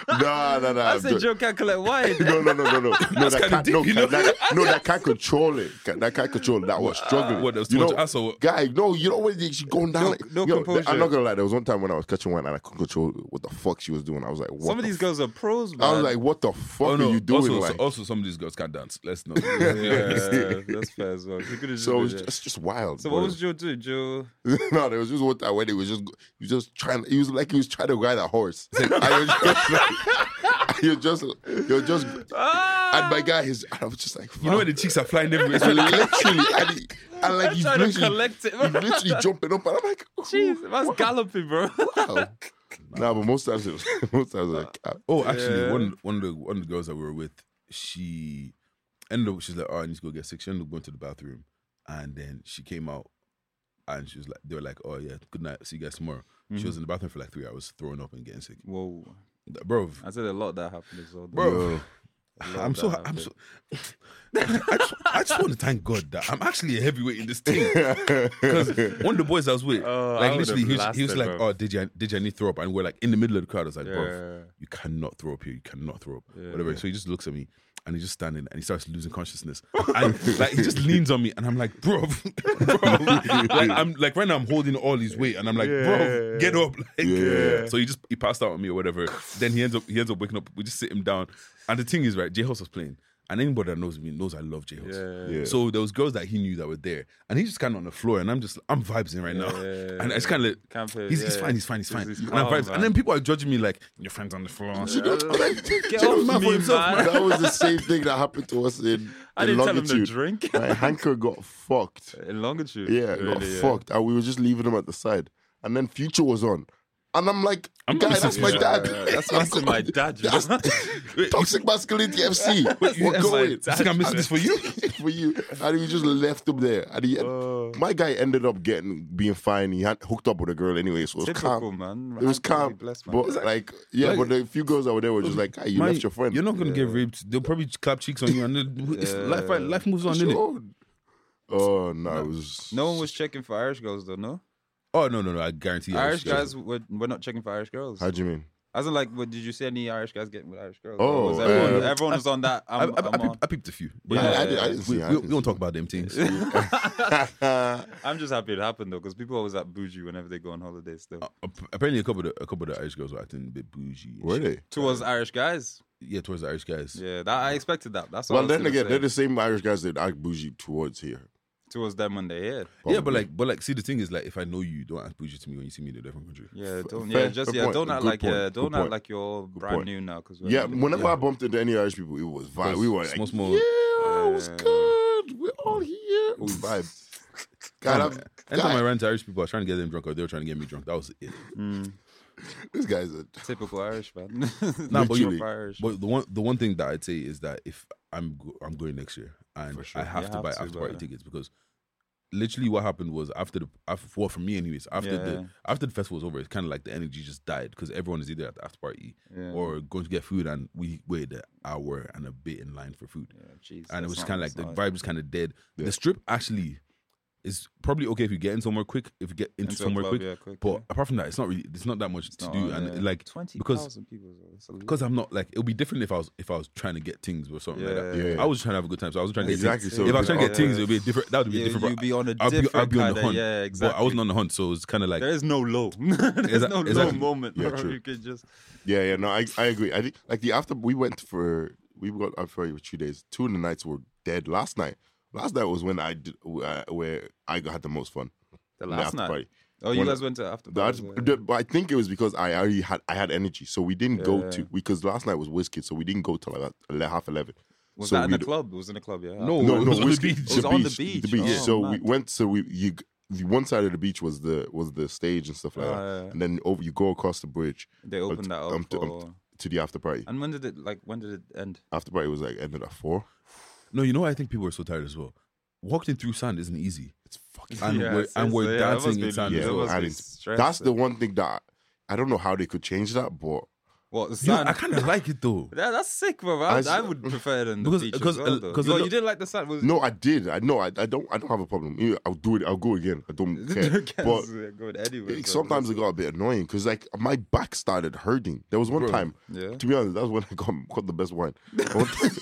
nah, nah, nah.
I
I'm
said
joking.
Joe can't collect wine.
No, no, no, no, no. No, that
kinda
can't,
deep,
no,
you
can-
know?
that, no, that can't control it. Can- That can't control it. That was struggling.
what, there was
you
too
know,
much ass or what?
guy, no, you know when she's going down.
No-
like,
no
yo,
composure.
I'm not gonna lie. There was one time when I was catching one and I couldn't control what the fuck she was doing. I was like, what
Some of
the
these girls are pros,
f- I
man.
was like, what the fuck
Oh no!
are you doing?
also,
like,
also, some of these girls can't dance. Let's not.
yeah, that's fair as well. You could have just.
so
So,
it's just, it's just wild.
so
bro.
what was Joe doing? Joe,
no, there was just one time when it was just he was just trying. He was like he was trying to ride a horse. And you're just like, you're just, you're just,
Ah,
and my guy is. I was just like,
You know when the cheeks are flying everywhere. It's like,
literally, and, he, and like he's
trying to
literally,
collect it.
he's literally jumping up, and I'm like,
Jeez, that's galloping, bro.
wow. oh, Nah, but most times, it was, most times, it was like, ah,
Oh, actually,
Yeah.
one one of the one of the girls that we were with, she ended up. She's like, "Oh, I need to go get sick." She ended up going to the bathroom, and then she came out, and she was like, "They were like, oh yeah, good night, see you guys tomorrow." She was in the bathroom for like three hours, throwing up and getting sick.
Whoa.
Like, Bro,
I said a lot that happened as well. though.
bro.
A lot
I'm so
that
I'm
happened.
so. I just, I just want to thank God that I'm actually a heavyweight in this team. Because one of the boys I was with,
Oh, I
like
would've
literally, he was, he was
blasted,
like,
bro.
"Oh, did you did you need to throw up?" And we're like in the middle of the crowd. I was like, "Bro,
Yeah.
you cannot throw up here. You cannot throw up.
Yeah.
Whatever." So he just looks at me and he's just standing and he starts losing consciousness. And like he just leans on me and I'm like, "Bro, bro." like I'm like right now I'm holding all his weight and I'm like, "Bro, get up!" Like,
Yeah.
So he just he passed out on me or whatever. Then he ends up he ends up waking up. We just sit him down. And the thing is, right, J House was playing. And anybody that knows me knows I love J House.
Yeah.
Yeah.
So there was girls that he knew that were there, and he's just kind of on the floor, and I'm just I'm vibing right now,
Yeah.
and it's kind of like,
Can't play-
he's, he's
yeah.
fine, he's fine, he's
This
fine,
is
and, I'm
calm,
vibes. and then
man.
people are judging me like your friend's on the floor.
Get
Jay
off me,
was mad for
man.
himself, that was the same thing that happened to us in, in
I didn't tell him
longitude.
to drink.
My hanker got fucked.
In longitude.
Yeah, oh, got
really,
fucked. And we were just leaving him at the side. And then Future was on. And I'm like,
I'm
guy,
gonna
that's
say-
my
Yeah,
dad.
That's
I'm
that's
go-
my dad. You
That's-
know?
Toxic masculinity FC. We're
that's my
going
I
dad.
think I'm missing this for you.
for you. And we just left him there. And he,
Oh.
my guy ended up getting being fine. He had hooked up with a girl anyway, so it was
Typical,
calm.
man.
It was
Hanker really
calm,
blessed, man.
but like, yeah, but the few girls that were there were just like, ah, you
Man,
left your friend.
You're not gonna get raped. They'll probably clap cheeks on you, and then it's, life life moves on,
It's
innit?
your own. Oh no, it was
No one was checking for Irish girls though, no?
Oh no, no, no! I guarantee you,
Irish
Irish
guys were, were not checking for Irish girls.
How do you mean?
As in, like, what, did you see any Irish guys getting with Irish girls?
Oh,
Or was everyone,
uh,
everyone was on that.
I, I,
I'm,
I,
I, am
peep- I peeped a few. But
I- I,
yeah,
did- I didn't see.
we,
I
we-
didn't
we
see.
don't talk about them things.
just happy it happened though, because people always act bougie whenever they go on holidays. Still,
Oh,
uh, Apparently, a couple of the, a couple of the Irish girls were acting a bit bougie. and
Were
shit.
they?
towards Irish guys.
Yeah, towards the Irish guys.
Yeah, that I expected that. That's what I
Well,
was
then
gonna
again,
say.
they're the same Irish guys that act bougie towards here.
towards them when they're here.
Yeah, but
probably.
like, but like, see, the thing is, like, if I know you, don't act bougie to me when you see me in a different country.
Yeah, don't.
fair-
Yeah, just
good
yeah.
point,
Don't act
good
like
point,
yeah.
good
Don't act
point,
like you're brand
point.
new now. Because
Yeah, whenever I bumped into any Irish people, it was vibe. We were like,
small, small.
yeah, it's good. We're all here. We vibe. God, I'm,
Anytime I
God,
ran to Irish people, I was trying to get them drunk, or they were trying to get me drunk. That was it.
this guy's a
Mm, typical Irish man.
Nah, but you-
Typical Irish.
But the one, the one thing that I'd say is that if I'm, go- I'm going next year, and
sure.
I have
You
to
have
buy
to,
after party
bro.
tickets because. Literally, what happened was after the after, well, for me, anyways. After
Yeah.
the after the festival was over, it's kind of like the energy just died because everyone is either at the after party
Yeah.
or going to get food, and we waited an hour and a bit in line for food.
Yeah, jeez,
and
that's
it was
not-
kind of like
that's
the
not-
vibe was kind of dead. The strip actually is probably okay if you get in somewhere quick, if you get into,
Into a
somewhere
club,
quick,
yeah, quick,
But
yeah.
apart from that, it's not really, it's not that much to
not
do,
on,
and
yeah.
like
twenty
because
thousand people. though, that's a lot.
because I'm not like it would be different if I was if I was trying to get things or something like that.
Yeah. Yeah.
I was trying to have a good time, so I was trying to get
Exactly,
Things.
so
if I was
it'd
trying
be
to get
on-
things, it would be a different. That would be
You-
different.
you'd
but
be on a
I'd be, I'd
different
be on the
kinda-
hunt.
yeah,
But I
exactly.
wasn't on the hunt, so it's kind of like
There is no low. There's
Exa-
no low
exactly.
moment.
Yeah,
bro.
true.
You could just
Yeah, yeah, no, I, I agree. I think like the after we went for we got up for two days. Two of the nights were dead. Last night, last night was when I did, uh, where I had the most fun.
the
in the
last
after
night.
party.
Oh, you
When-
guys went to after
The
party.
after- the- but I think it was because I already had I had energy, so we didn't go to because last night was whiskey, so we didn't go till about ele- half eleven.
Was
so
that in the
we'd-
club? It was in the club, yeah.
No,
No,
It
no,
was on the
Whiskey-
beach.
It was on the beach.
The beach.
Oh,
so we
mad.
went. So we you the one side of the beach was the was the stage and stuff like
Ah,
that,
yeah.
and then over you go across the bridge.
They opened that up
um, to- um,
for-
to the after party.
And when did it like when did it end?
After party was like ended at four.
no. You know, what I think people are so tired as well. Walking through sand isn't easy.
It's fucking
And
Yeah,
we're-
it's-
and
it's-
we're
yeah, that must
dancing
be-
in sand
yeah,
as
that
well.
must be
I didn't-
stressful.
That's the one thing that I don't know how they could change that, but
What
You know,
sand?
I kind of like it though.
Yeah, that's sick, bro. I,
I
I,
s-
would prefer it in the
Because-
beach as
because a-
well, though.
because a
You,
lo-
you didn't like the sand? Was,
no, I did. I know. I, I don't. I don't have a problem. Yeah, I'll do it. I'll go again. I don't care.
Guys
but
are good anyway.
it-
so
sometimes it got a bit annoying because like my back started hurting. There was one time.
yeah.
To be honest, that was when I got, got the best wine. One time-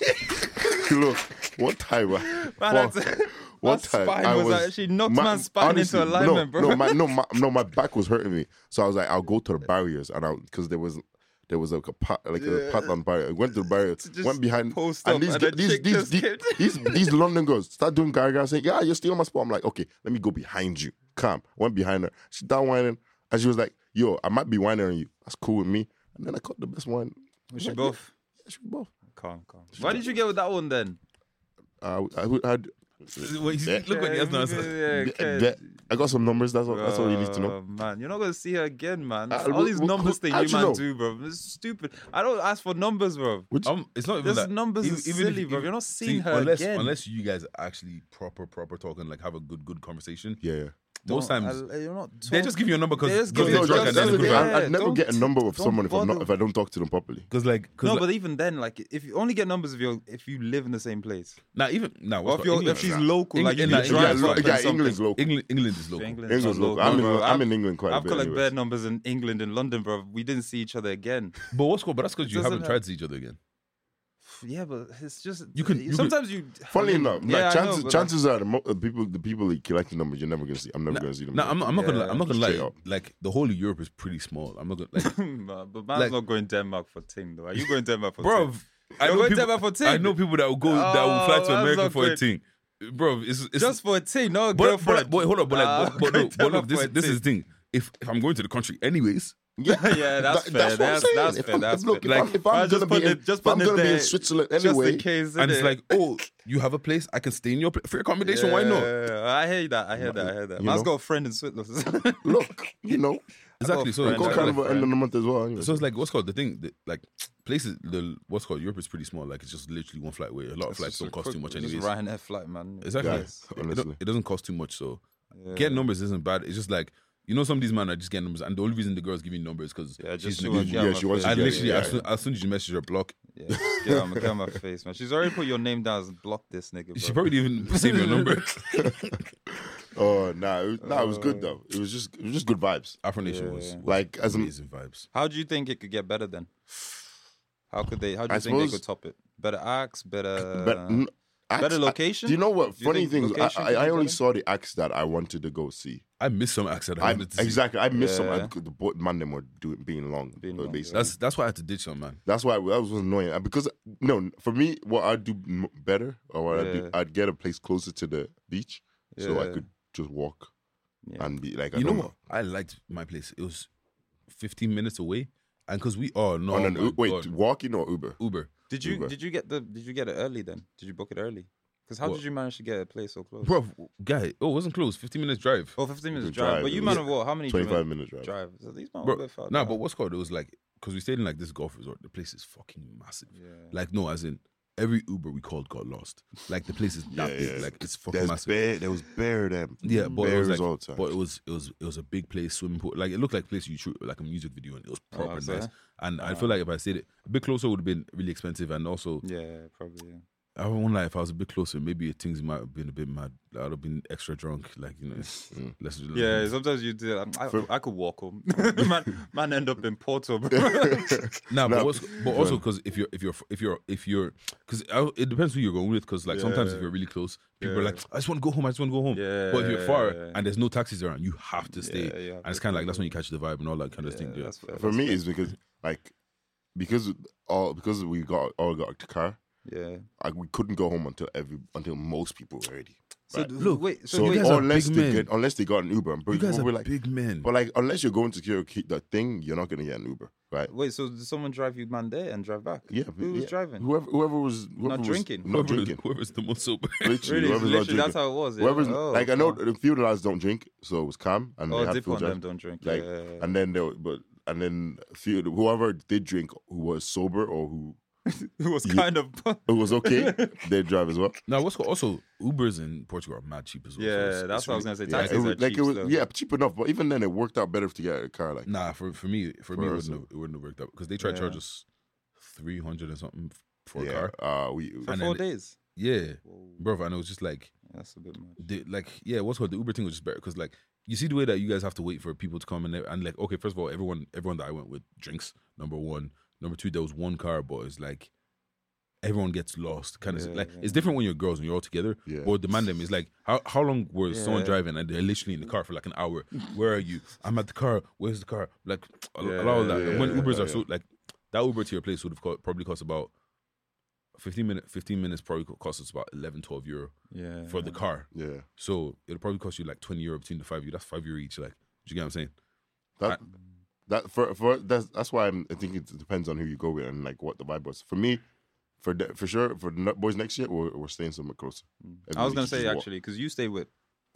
Look, one time. I-
Man,
for-
that's-
one
my
time
spine
I
was
was
actually knocked man's spine into
honestly,
alignment, bro.
no, No, my no, my, no, my back was hurting me, so I was like, I'll go to the barriers, and I because there was there was like a path, like a path on barrier. I went to the barrier,
just
went behind,
post up,
and these
and
ge-
a
these
chick
these
just
these,
came-
these these London girls start doing gargara, saying, "Yeah, you're still on my spot." I'm like, "Okay, let me go behind you." Calm. Went behind her. She started whining, and she was like, "Yo, I might be whining on you. That's cool with me." And then I caught the best one.
we should both.
Yeah, she both.
Calm, calm. Why did you get with that one then?
Uh, I, I, I,
Well, he's-
Yeah.
Look what he has now. It's-
Th- th- I got some numbers. That's all, that's all you need to know.
Oh, Man, you're not gonna see her again, man.
Ah,
All
wh-
these
wh-
numbers
wh-
that
how'd
you
you
man
know?
do, bro. It's stupid. I don't ask for numbers, bro.
Um, it's not even
This
that.
numbers
E-
is
even if-
silly, bro.
even-
You're not seeing
See,
her
unless,
again.
Unless you guys are actually proper, proper talking, like have a good, good conversation.
Yeah. yeah.
Most
Don't-
times
I- you're not
they
talk-
just give you a number
They
because
just
they're
give you a
No,
drug
drunk
that's,
and
and then go
that's the thing.
then they go back.
back.
I, I never
Don't-
get a number of
don't
someone if, I'm not,
bother.
if I don't talk to them properly.
Because like, cause
No,
like,
but even then, like if you only get numbers if you are if you live in the same place,
now even now
or if, you're, if she's local, like you
England,
can drive.
England, England's
to
yeah,
local.
like
yeah,
something.
England's local.
England, England is local.
England's
England's
not
local. I'm in,
bro.
I'm
I've-
in England quite a
I've
bit.
got like
anyways.
bad numbers in England and London, bro. We didn't see each other again.
But what's cool? But that's because you
doesn't
haven't tried to see each other again.
Yeah, but it's just
You can- you can-
sometimes you. I
Funnily
mean,
enough,
yeah,
like,
I know,
chances,
but, like,
chances are the mo- uh, people, the people that collect the numbers, you're never gonna see. I'm never gonna see them.
No, I'm, I'm not gonna. Lie, I'm not gonna
Straight
lie.
up.
Like the whole of Europe is pretty small. I'm not gonna like,
Nah, but man's
Like-
not going Denmark for Ting though. Are you going Denmark for
bro.
Ting?
I
You're
know
going
people.
Denmark for Ting.
I know people that will go that will
Oh,
fly
that's
to America
not
for a
good.
thing, bro. It's, it's
just for a Ting, no
but, but,
girlfriend.
like, wait, hold up, but
Nah,
like, but,
going
but, no, but look,
Denmark for
this
a
this is
ting.
the thing. If if I'm going to the country anyways,
yeah, that's fair.
That- That's what I'm
That's,
saying.
that's
if
fair.
I'm,
That's
if, look,
fair.
if
Like,
I'm, if
But
I'm gonna
put
be in,
it- just
if I'm
put it
gonna be in
there
Switzerland
just in
anyway.
case,
and it's
innit?
like, oh, you have a place, I can stay in your place. free accommodation. Why not?
Yeah, I hear that. I hear that. I hear that.
You
Man's
know?
got a friend in Switzerland.
Look, you know,
Exactly. So,
I got friends,
I go
it's like,
got a
carnival end of
friend.
the month as well. Anyway.
so it's like what's called the thing that like places the what's called Europe is pretty small. Like it's just literally one flight away. A lot of flights don't cost too much anyways.
Just Ryanair flight, man.
Exactly.
Guys,
It- it,
honestly.
don't- it doesn't cost too much. So get numbers isn't bad. It's just like you know some of these men are just getting numbers, and the only reason the girls giving numbers because
Yeah, just
she's
she
in
wants
the
yeah,
yeah,
she wants
I
to get-
literally
yeah,
as, soon, as soon as you message her block,
Yeah, just get on, get on my face, man. She's already put your name down as block this nigga. Bro.
she probably didn't even save your number.
Oh nah, it, was- nah, it was good though. It was just, it was just good vibes.
Afro Nation was
Like as an,
amazing vibes.
How do you think it could get better then? How could they? How do you
I
think they
suppose-
could top it? Better acts, better.
but n- act-
better
I-
location?
Do you know what?
Do you
Funny
think
thing, I,
location
I,
could
I
be
only
better?
saw the acts that I wanted to go see.
I missed some accent. I
I
wanted to see.
exactly, I missed some.
Yeah.
I, the boy, man, them were doing being long,
Being
uh,
long,
basically.
That's that's why I had to ditch some man.
That's why that was annoying Uh, because no, for me, what I'd do m- better or what I'd do,
Yeah.
I'd get a place closer to the beach so I
Yeah.
could just walk
Yeah.
and be like, I
you know
don't
what? I liked my place. It was 15 minutes away, and because we oh no,
on an
my
U- wait,
God.
walking or Uber?
Uber.
Did you
Uber.
did you get the did you get it early then? Did you book it early? Because how
What?
did you manage to get a place so close?
Bro, guy, oh, it wasn't close. 15 minutes drive.
Oh, 15 minutes
The
drive.
drive,
But you
it
man
was
of what? How many drive-
Twenty-five minute drive.
drive? So these man were a
Bro,
bit far.
nah,
down.
but what's called? It was like because we stayed in like this golf resort. The place is fucking massive.
Yeah.
Like no, as in every Uber we called got lost. Like the place is that
Yeah,
big.
yeah.
Like it's fucking
There's
massive.
bear, there was bear them.
Yeah, but it
bears
was like,
all the time.
but it was it was it was a big place, swimming pool. Like it looked like a place you shoot like a music video, and it was proper
was
nice.
it?
And I feel like if I stayed it a bit closer, would have been really expensive, and also
Yeah, probably. Yeah.
I won't lie, if I was a bit closer, maybe things might have been a bit mad. I'd have been extra drunk, like you know. it's- let's-
Yeah, sometimes you do. that. I, I could walk home. man, man, end up in Porto, bro.
No.
Nah, but, what's, but also because if you're if you're if you're if you're because it depends who you're going with. Because like sometimes if you're really close, people are like, I just want to go home. I just want to go home. but if you're far
Yeah.
and there's no taxis around, you have to stay.
Yeah, you have
and it's kind of like that's when you catch the vibe and all that kind of thing. Yeah.
That's fair.
for me, it's because like because all because we got all got the car.
Yeah.
Like we couldn't go home until every until most people were ready.
So
Right.
d-
Look,
wait. So,
So,
wait,
guys are
unless
big
they
men.
get unless they got an Uber, and
You guys
we
are
were like,
big men.
But like, unless you're going to secure the thing, you're not gonna get an Uber, right?
wait. So did someone drive you man there and drive back?
Yeah,
Who was
yeah.
driving?
Whoever, whoever was whoever was
drinking.
not drinking.
Whoever's the most sober.
Literally,
Really,
whoever's not
literally,
drinking.
that's how it was. Yeah.
Whoever's
Oh,
like, I know
wow.
the few lads don't drink, so it was calm, and they
Oh,
had
dip
full
on them
drive.
don't drink.
Like,
yeah.
and then there, were- but and then few whoever did drink, who was sober or who
It was kind of.
who was okay, they drive as well.
now, what's called also Ubers in Portugal are mad cheap as well. so
Yeah,
it's-
that's
it's
what I was
really-
gonna say.
Yeah, it
Taxis
was-
are
like
cheap
it was,
still. Mm,
yeah, cheap enough. But even then, it worked out better to get a car. Like,
Nah, for for me, for, me, it
For
wouldn't
us,
have, it wouldn't have worked out because they tried to charge
Yeah.
us three hundred and something f- for a
yeah,
car.
uh, we
For
And
four
then-
days.
Yeah,
Whoa,
bro, and it was just like,
that's a bit much.
the, like yeah, what's called the Uber thing was just better because like you see the way that you guys have to wait for people to come and and like okay, first of all, everyone everyone that I went with drinks number one, number two, there was one car, but it's like. Everyone gets lost, kind of
Yeah,
like
yeah.
it's different when you're girls and you're all together.
Yeah.
Or the man them is like, how how long was someone
Yeah.
driving and they're literally in the car for like an hour? Where are you? I'm at the car. Where's the car? Like a a lot of
Yeah,
that.
yeah,
when
yeah,
Ubers
yeah.
are so like that Uber to your place would have co- probably cost about 15 minutes 15 minutes probably co- cost us about 11 12 euro
Yeah.
for the car
yeah,
so it'll probably cost you like 20 euro between the five of you that's five euro each like do you get what i'm saying
That that for for that's that's why I'm, I think it depends on who you go with and like what the vibe was. For me, for de- for sure for the boys next year. We're, we're staying somewhere closer.
Mm. I was gonna
Everybody should
say
just walk.
actually, because you stay with,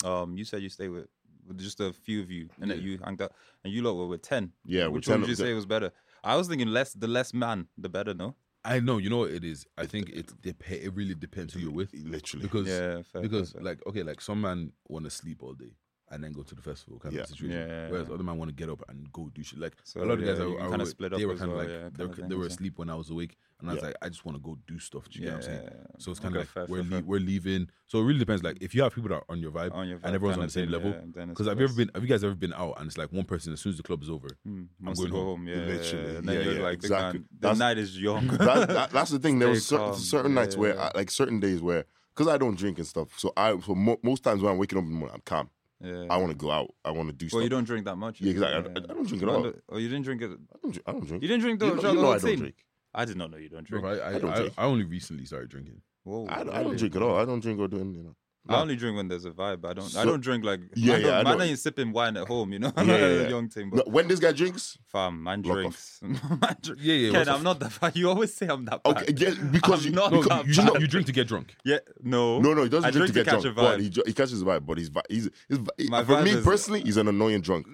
um, you said you stay with, with just a few of you, and that you hanged out, and you lot were with ten.
Yeah, with
which one
10
would you
of the-
say was better? I was thinking less, the less man, the better. No,
I know, you know what it is. I think it dep- it really depends who you're with.
literally.
Because
Yeah, fair,
because
fair, fair.
like okay, like some man wanna sleep all day and then go to the festival kind
Yeah.
of situation.
Yeah.
Whereas other man wanna get up and go do shit. Like
So,
a lot of
yeah,
guys
you
are,
can kinda split
they
up
were
as
kinda
well,
like
yeah,
they,
kinda
were,
thing,
they were
yeah.
asleep when I was awake and I was
Yeah.
like, I just wanna go do stuff. Do you get what I'm saying?
Yeah.
So it's kinda
Okay,
like
fair,
we're
fair, fair.
le- we're leaving. So it really depends. Like if you have people that are on your vibe,
On your vibe
and everyone's
kinda
on the same
thing,
level.
yeah, then it's
Because have you ever
best.
been have you guys ever been out and it's like one person as soon as the club is over,
Hmm, I'm going home. Yeah,
Literally.
Yeah, and then
Yeah,
you're
yeah,
like, big
exactly.
man, the
That's-
night is young.
that, that, that's the thing. There
Stay
was certain,
calm.
certain nights where,
Yeah.
I, like, certain days where, because I don't drink and stuff, so I, so mo- most times when I'm waking up in the morning, I'm calm.
yeah.
I want to go out. I want to do
Well, you
stuff.
don't drink that much.
Yeah, exactly. I- I don't drink at
Well,
all.
the- Oh, you didn't drink it.
I don't, dr- I don't drink.
You didn't drink the,
You know-
the
you know
whole
I don't
thing?
drink.
I did not know you don't drink.
bro, I I,
I don't
I,
drink.
I only recently started drinking.
Whoa,
I, don't- I don't
really?
drink at all. I don't drink or do anything. No.
I only drink when there's a vibe. I don't. I
Ah. So-
don't drink like.
Yeah,
I
yeah, I
don't,
know.
Man, ain't sipping wine at home. You know, I'm
Yeah,
not
yeah, yeah.
a young thing. But
No, when this guy drinks,
Fam, man
Lock
drinks. man drink.
Yeah, yeah,
Ken,
lock off.
I'm not that bad. You always say I'm that bad.
okay, yeah, because
I'm
you,
not
No,
that
you, you,
bad.
know, you drink to get drunk.
Yeah, no.
No, no, he doesn't
I
drink, to get
catch
drunk.
a vibe.
But he, dr- he catches the vibe. But he's vi- he's, he's vi-
My
for
vibe
me
is-
personally, he's an annoying drunk.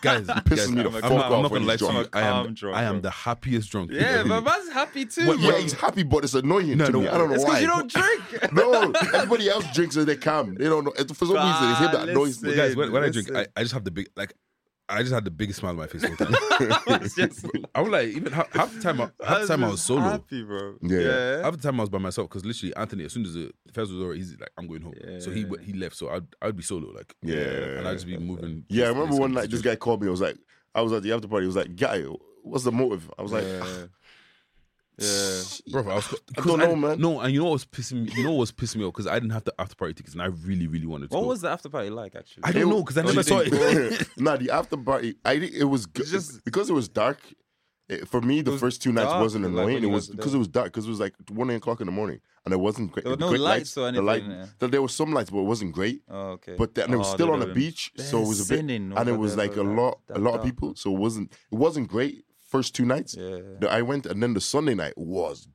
Guys, guys,
me the
I'm,
fuck
I'm not, I'm
off
not
when
gonna lie
he's
to you.
drunk.
I
I'm
am,
drunk,
I am
bro.
the happiest drunk.
yeah,
Really.
but man's happy too.
What-
bro.
yeah, he's happy, but it's annoying
No,
to
no,
me. I don't know
it's
why.
because you don't drink.
no, everybody else drinks and they calm. They don't know. It's- For some reason, it's him that
God,
annoys me.
listen.
guys, when, when I drink, I,
Listen.
I just have the big like. I just had the biggest smile on my face. all the time.
It's just-
I was like, even half, half the time, I, half the time I was
just
solo.
Happy, bro.
Yeah, yeah.
Half the time I was by myself because literally Anthony, as soon as the fest was over, he's like, "I'm going home." So he w- he left. So I'd I'd be solo, like
Yeah.
and I'd just be moving.
Yeah, I
place to
remember
place
one
and
night this
just-
guy called me. I was like, I was at the after party. He was like, "Guy, what's the motive?" I was like,
yeah. yeah.
Bro, I, was,
I
'cause
don't know, man.
No, and you know what was pissing me? You know what was pissing me off? Because I didn't have the after party tickets, and I really, really wanted to.
What
go.
was the after party like, actually?
I don't know because I never saw it.
nah, the after party. I think it was good
It's just-
because it was dark. It, for me, the
was
first two nights
dark,
wasn't
like,
annoying.
when
it
you guys
was
were
because
there.
it was dark because it was like one o'clock in the morning, and it wasn't great.
There were no
great
lights or
The light,
anything, yeah.
th- there were some lights, but it wasn't great.
Oh, okay.
But then it was
Oh,
still
they
on the
don't-
beach, so
They're
it was a bit,
sinning
and it
over
was
there,
like a
bro.
lot,
That
a lot of
dark.
people. So it wasn't, it wasn't great first two nights.
Yeah.
The- I went, and then the Sunday night was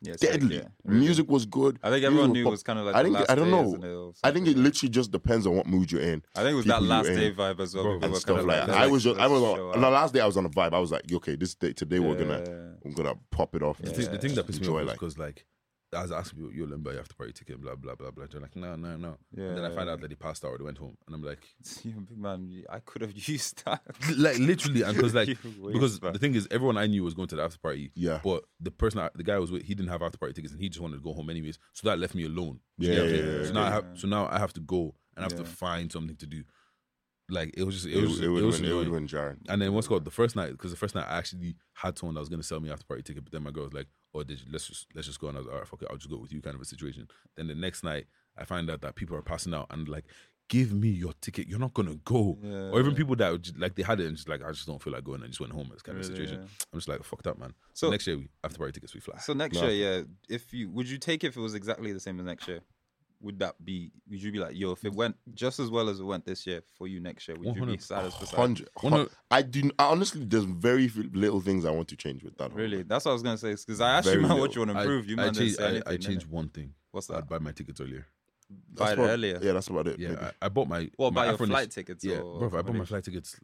Yeah, it's like,
deadly. Mm.
yeah, really.
Music was good.
I think everyone knew
Music
it was kind of like
I
the
think
last
I don't
day,
know.
isn't it, or
I think it
something?
literally just depends on what mood you're in.
I think it was that
people you
last
in,
day vibe as well. people
and
were
stuff
kinda
like
like,
that.
"Let's-
I was just, I
let's
was
show
on, the
out."
last day I was on a vibe. I was like, okay, this day today we're gonna
Yeah.
we're gonna pop it off.
The
The, the thing that pissed me off
Enjoy,
was because like I was asking people, "Yo, Limba, you have to party ticket, blah blah blah blah." They're like, "No, no, no." And then I find
Yeah.
out that they passed out or they went home, and I'm like,
Yeah, big man, I could have used that.
like literally, and because like
You
because
waste, man.
the thing is, everyone I knew was going to the after party.
Yeah.
But the person, I, the guy I was with, he didn't have after party tickets, and he just wanted to go home anyways. So that left me alone. Do you
Yeah,
get what I'm
yeah,
saying?
yeah,
So now I have, so now I have to go and I have to find something to do. Like it was just, it,
it,
was,
was,
just-
it, would
was
win, it would
annoying.
win, Jaron.
And then what's called the first night because the first night I actually had someone that was going to sell me after party ticket, but then my girl was like, "Oh, did you, let's just let's just go." And I was like, "All right, fuck it, I'll just go with you." Kind of a situation. Then the next night, I find out that people are passing out and like, "Give me your ticket. You're not gonna go." Or even people that would ju- like they had it and just like, "I just don't feel like going," and just went home. It's kind of a
Really,
situation. I'm just like, "Fuck that, man." So,
So-
next year we after party tickets we fly.
So next
Nah.
year, yeah, if you would you take if it was exactly the same as next year? Would that be? Would you be like, yo, if it went just as well as it went this year for you next year, would you be
100.
satisfied?
Hundred.
One of-
I do. I honestly, there's very few little things I want to change with that.
Really, that's what I was gonna say. Because I asked you,
Very
man, what you
little.
want to improve. You
I,
man, didn't
changed,
say
I,
anything.
I
innit?
changed one thing.
What's that?
I'd buy my tickets earlier.
Buy it
about-
earlier.
Yeah, that's about it.
Yeah,
maybe.
I, I bought my
What,
my
buy your
Afro Nation-
flight tickets or
Yeah, bro, I bought my
accommodation?
flight tickets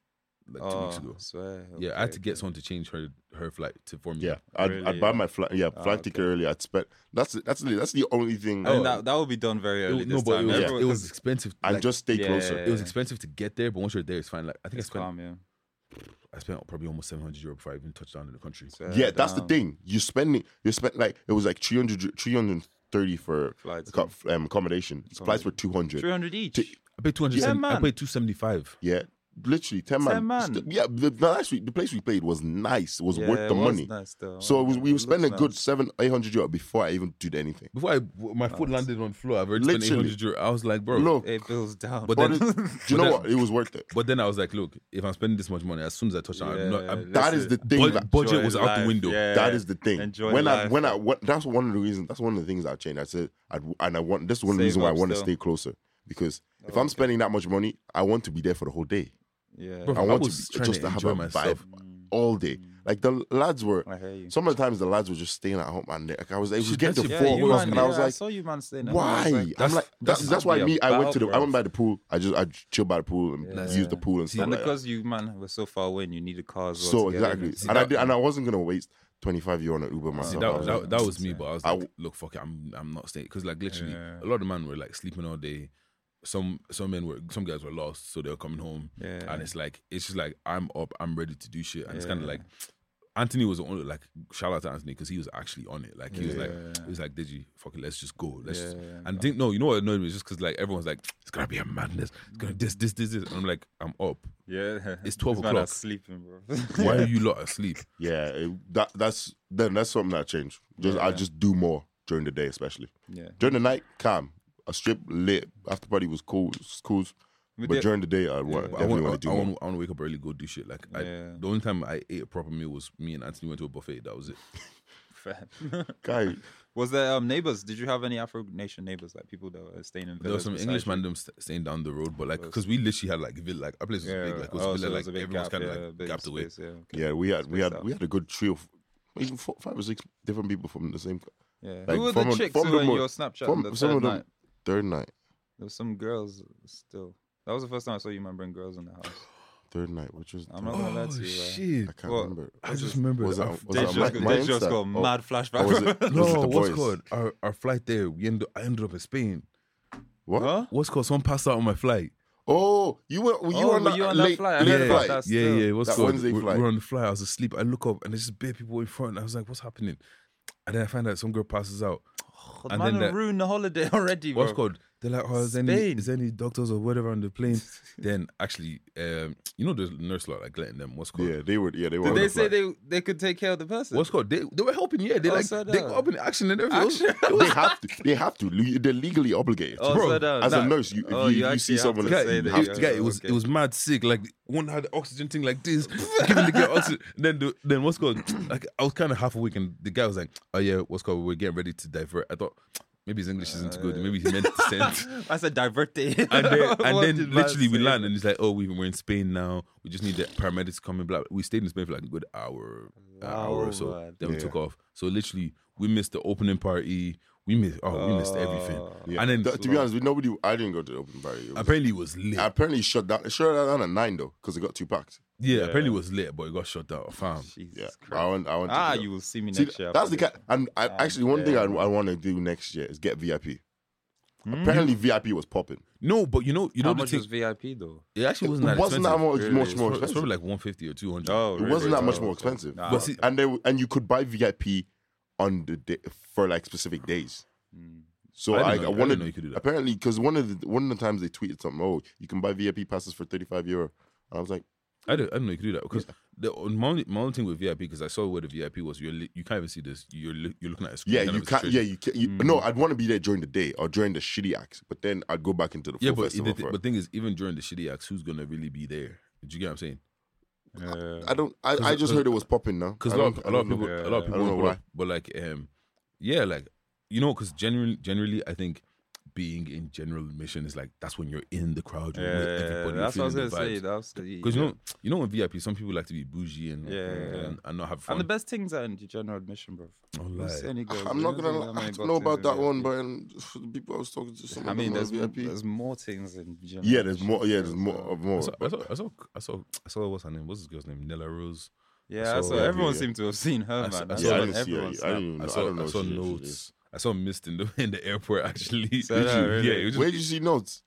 like two weeks
Oh,
ago.
swear.
Yeah, I had
okay,
to get
okay.
someone to change her her flight to for me.
yeah. I'd, I'd
Really, Oh,
buy
yeah.
my flight. Yeah, flight ticket early. I'd spend. That's that's the- that's the only thing.
And that that would be done very
It,
early.
no,
this
but it
time.
was,
Everyone-
it was expensive.
and
like,
just stay
Yeah,
closer.
yeah,
it was expensive to get there, but once you're there, it's fine. Like I think
It's
I spent
calm, yeah.
I spent probably almost seven hundred euro before I even touched down in the country.
Swear
Yeah, that's the
down.
thing. You spending you spent like it was like 300, 330 for
Flights,
co- um, accommodation. Flights were two hundred.
300 each.
T-
I paid two hundred.
Yeah,
I
man.
paid two seventy five.
Yeah, literally ten man.
10 man.
St- yeah, the, the, actually, the place we played was nice. It was worth
Yeah,
the
it was
money.
nice though.
So it was, we were
It
spending a
looks
good
nice.
seven eight hundred euro before I even did anything.
Before I, my foot landed on the floor, I've already spent eight
Literally.
hundred euro. I was like, bro.
Look,
It bills down.
But
but
then-
it- do you
but
know
then-
what? It was worth it.
But then I was like, look, if I'm spending this much money, as soon as I touch down, I'm not.
Yeah,
I'm,
That
Listen,
is the thing.
bud-
that-
budget
Enjoy
was out the
life,
window.
yeah.
that is the thing.
Enjoy
when I
life.
when I what, that's one of the reasons. That's one of the things I changed. I said, I'd, and I want. This is one of the
Save
reasons why I
up
want to
still.
stay closer because if I'm spending that much money, I want to be there for the whole day.
Yeah.
Bro,
I
I
want to
was
be-
trying
just
to
to have
enjoy
a
myself.
all day. Like the lads were.
I hear you.
Some of the times the lads were just staying at home, and like I was, I
She's
would get the
getting
yeah,
four
you
girls,
man,
and
yeah,
I was like,
saw you man staying. at home. I
why?
was like,
I'm like, that's that's, why
that'd be
me.
a
I went
battle,
to the. I
bro.
went by the pool. I just I just chilled by the pool and
Yeah.
used the pool and stuff
and
like that.
because you man were so far away, and you needed cars.
So exactly,
See,
and I
that-
did, and I wasn't gonna waste twenty five euro on an Uber myself.
See,
I
that,
was like,
that, that was me, but I was
I
like,
w-
look, fuck it, I'm I'm not staying because like literally
Yeah.
a lot of men were like sleeping all day. Some some men were some guys were lost, so they were coming home,
Yeah.
and it's like it's just like I'm up, I'm ready to do shit, and it's kind of
Yeah.
like. Anthony was on it, like shout out to Anthony because he was actually on it. Like he was like,
Yeah.
he was like, did you fuck it? Let's just go. Let's just.
Yeah,
And didn't no, you know what annoyed me? It's just because like everyone's like, it's gonna be a madness. It's gonna this this this this. And I'm like, I'm up.
yeah,
It's 12
This man
o'clock.
are sleeping, bro.
Why are you lot asleep?
yeah, it- that that's then that's something that changed. Just I
Yeah.
just do more during the day, especially
yeah,
during the night. Calm, a strip lit after party was cool, was cool.
We
but
did-
during the day, I want
But I
definitely
want,
want to
I,
do more.
want, I want to wake up early, go do shit. Like I,
Yeah.
the only time I ate a proper meal was me and Anthony went to a buffet. That was it.
fair.
Guy,
was there um, neighbors? Did you have any Afro Nation neighbors, like people that were staying in?
There were
villas
some
beside
English
you?
man them st- staying down the road, but like because we literally had like villa, like our place was big, like it was
oh,
a
so
villa,
there
like
was a big
everyone's
gap,
kind of
yeah,
like
big
gapped away.
space, yeah, okay.
yeah, we had we had
out.
we had a good trio, of, even four, five or six different people from the same.
Yeah.
Like,
who were
from
the
a-
chicks
from
who
the
were in
mo-
your Snapchat? on
From,
the
some
third
of them
night?
third night,
There was some girls still. That was the first time I saw you man bring girls in the house.
third night, which was
I'm not
I
gonna lie to
Oh
you. bro.
shit!
can't
What?
remember.
I just remember
was
that.
that- was
They
that
just,
my- my
they just
Insta?
got
Oh.
mad
Or
flashback.
was it, was it
No,
the
what's
boys?
called our, our flight there? We end up, I ended up in Spain.
What?
What's called? Someone passed out on my flight.
Oh, you were were you
Oh,
on
were
that
you on that
late,
flight? I
late
heard about
flight?
that.
yeah,
still.
yeah. What's
That
called?
Wednesday
We're,
flight.
we're on the flight. I was asleep. I look up and there's just bare people in front. And I was like, what's happening? And then I find out some girl passes out.
God,
And
man,
then
ruined
the-
the holiday already. Bro.
what's called? They're like, oh, is there, any,
Spain.
is there any doctors or whatever on the plane? then actually, um, you know the nurse lot like letting them. What's called?
Yeah, they were. Yeah, they were.
Did
on
they
the
say
flight.
they they could take care of the person?
What's called? They, they were helping. Yeah, they
Oh,
like
so
they
down.
got up in action and everything. It was-
Action.
it was-
They have to. They have to. Le- They're legally obligated.
Oh,
Bro,
so down.
as a
Nah.
nurse, you if
Oh,
you,
you
you
actually
see
have
someone.
to
guy,
say
you
that
have
you
to-
are-
guy, it was
okay.
it was mad sick. Like one had the oxygen thing like this, giving the guy oxygen. Then the, then what's called? Like I was kind of half awake, and the guy was like, "Oh yeah, what's called? We're getting ready to divert." I thought maybe his English isn't good. Maybe he meant descent.
I said diverted.
And then, and then literally we land and it's like, oh, we, we're in Spain now. We just need the paramedics coming. Blah. blah." We stayed in Spain for like a good hour, an hour or so.
Lord.
Then we took off. So literally, we missed the opening party. We missed. Oh, we missed everything.
Yeah.
And then
Th- to be honest, with nobody. I didn't go to the open party. It was-
apparently it was lit.
I apparently shut down. it Shut down at nine though, because it got too packed.
yeah, apparently it was lit, but it got shut down. Fam.
Jesus
Yeah,
Christ.
I want. I want.
Ah,
to go.
you will see me
See,
next year. Ah,
that's the
guy.
kind. And I, actually, one thing I, I want to do next year is get VIP.
Hmm.
Apparently, VIP was popping.
No, but you know, you know
How
the
much
thing-
was VIP though?
it actually wasn't
it
that
wasn't that
expensive.
much- much more
It was
expensive.
probably like one fifty or two hundred.
Oh,
It wasn't that much
Oh,
more
okay.
expensive.
Nah,
But see-
okay.
and they and you could buy VIP on the day for like specific days.
Hmm.
So
I didn't
I, I,
know- I didn't
wanted
know you could do that.
apparently because one of the one of the times they tweeted something, oh, you can buy VIP passes for thirty five euro. And I was like,
I don't, I don't know you could do that because the my only, my only thing with VIP because I saw where the VIP was. You're li- you can't even see this. You're li- you're looking at a screen.
yeah,
kind
you
of a
can't.
screen.
Yeah, you can't. You,
Hmm.
No, I'd want to be there during the day or during the shitty acts, but then I'd go back into the full
Yeah, but
festival.
the,
for,
but thing is, even during the shitty acts, who's gonna really be there? Do you get what I'm saying?
I don't. I, I just heard it was popping now.
Because
I
a lot, of,
don't-
a
I
lot of
don't know.
people, a lot of
I
people,
don't know
were
why.
broke, but like, um, yeah, like you know, because generally, generally, I think being in general admission is like that's when you're in the crowd, you're
Yeah,
with everybody,
that's what I was
you're
gonna say.
feeling the
That's the
Because you know, you know, in VIP, some people like to be bougie and like,
Yeah, yeah, yeah.
and, and not have fun.
And the best things are in general admission, bro.
Oh,
Don't
lie.
see any girls.
I'm
There
not
isn't
gonna.
that
Lie. I
many
don't know
good
about
things in
that one,
VIP.
but um, for the people I was talking to, some
I
of
mean,
them were
there's
VIP.
there's more things in general.
yeah, there's
admission,
more. Yeah,
bro,
there's more.
so-
of more.
I saw, I
but-
saw, I saw, I saw, I saw what's her name? What's this girl's name? Nella Rose.
Yeah,
saw
so
her
everyone
video.
seemed to have seen her,
I
man.
saw- I
That's
saw
yeah, I
what
her
didn't see.
everyone
it. I
snapped.
didn't even. Know.
I
I,
saw, I,
don't know.
saw
if she- if she
notes.
is.
I saw mist in the in the airport actually.
So, no, really?
Yeah, it was
Where
just,
did you see notes?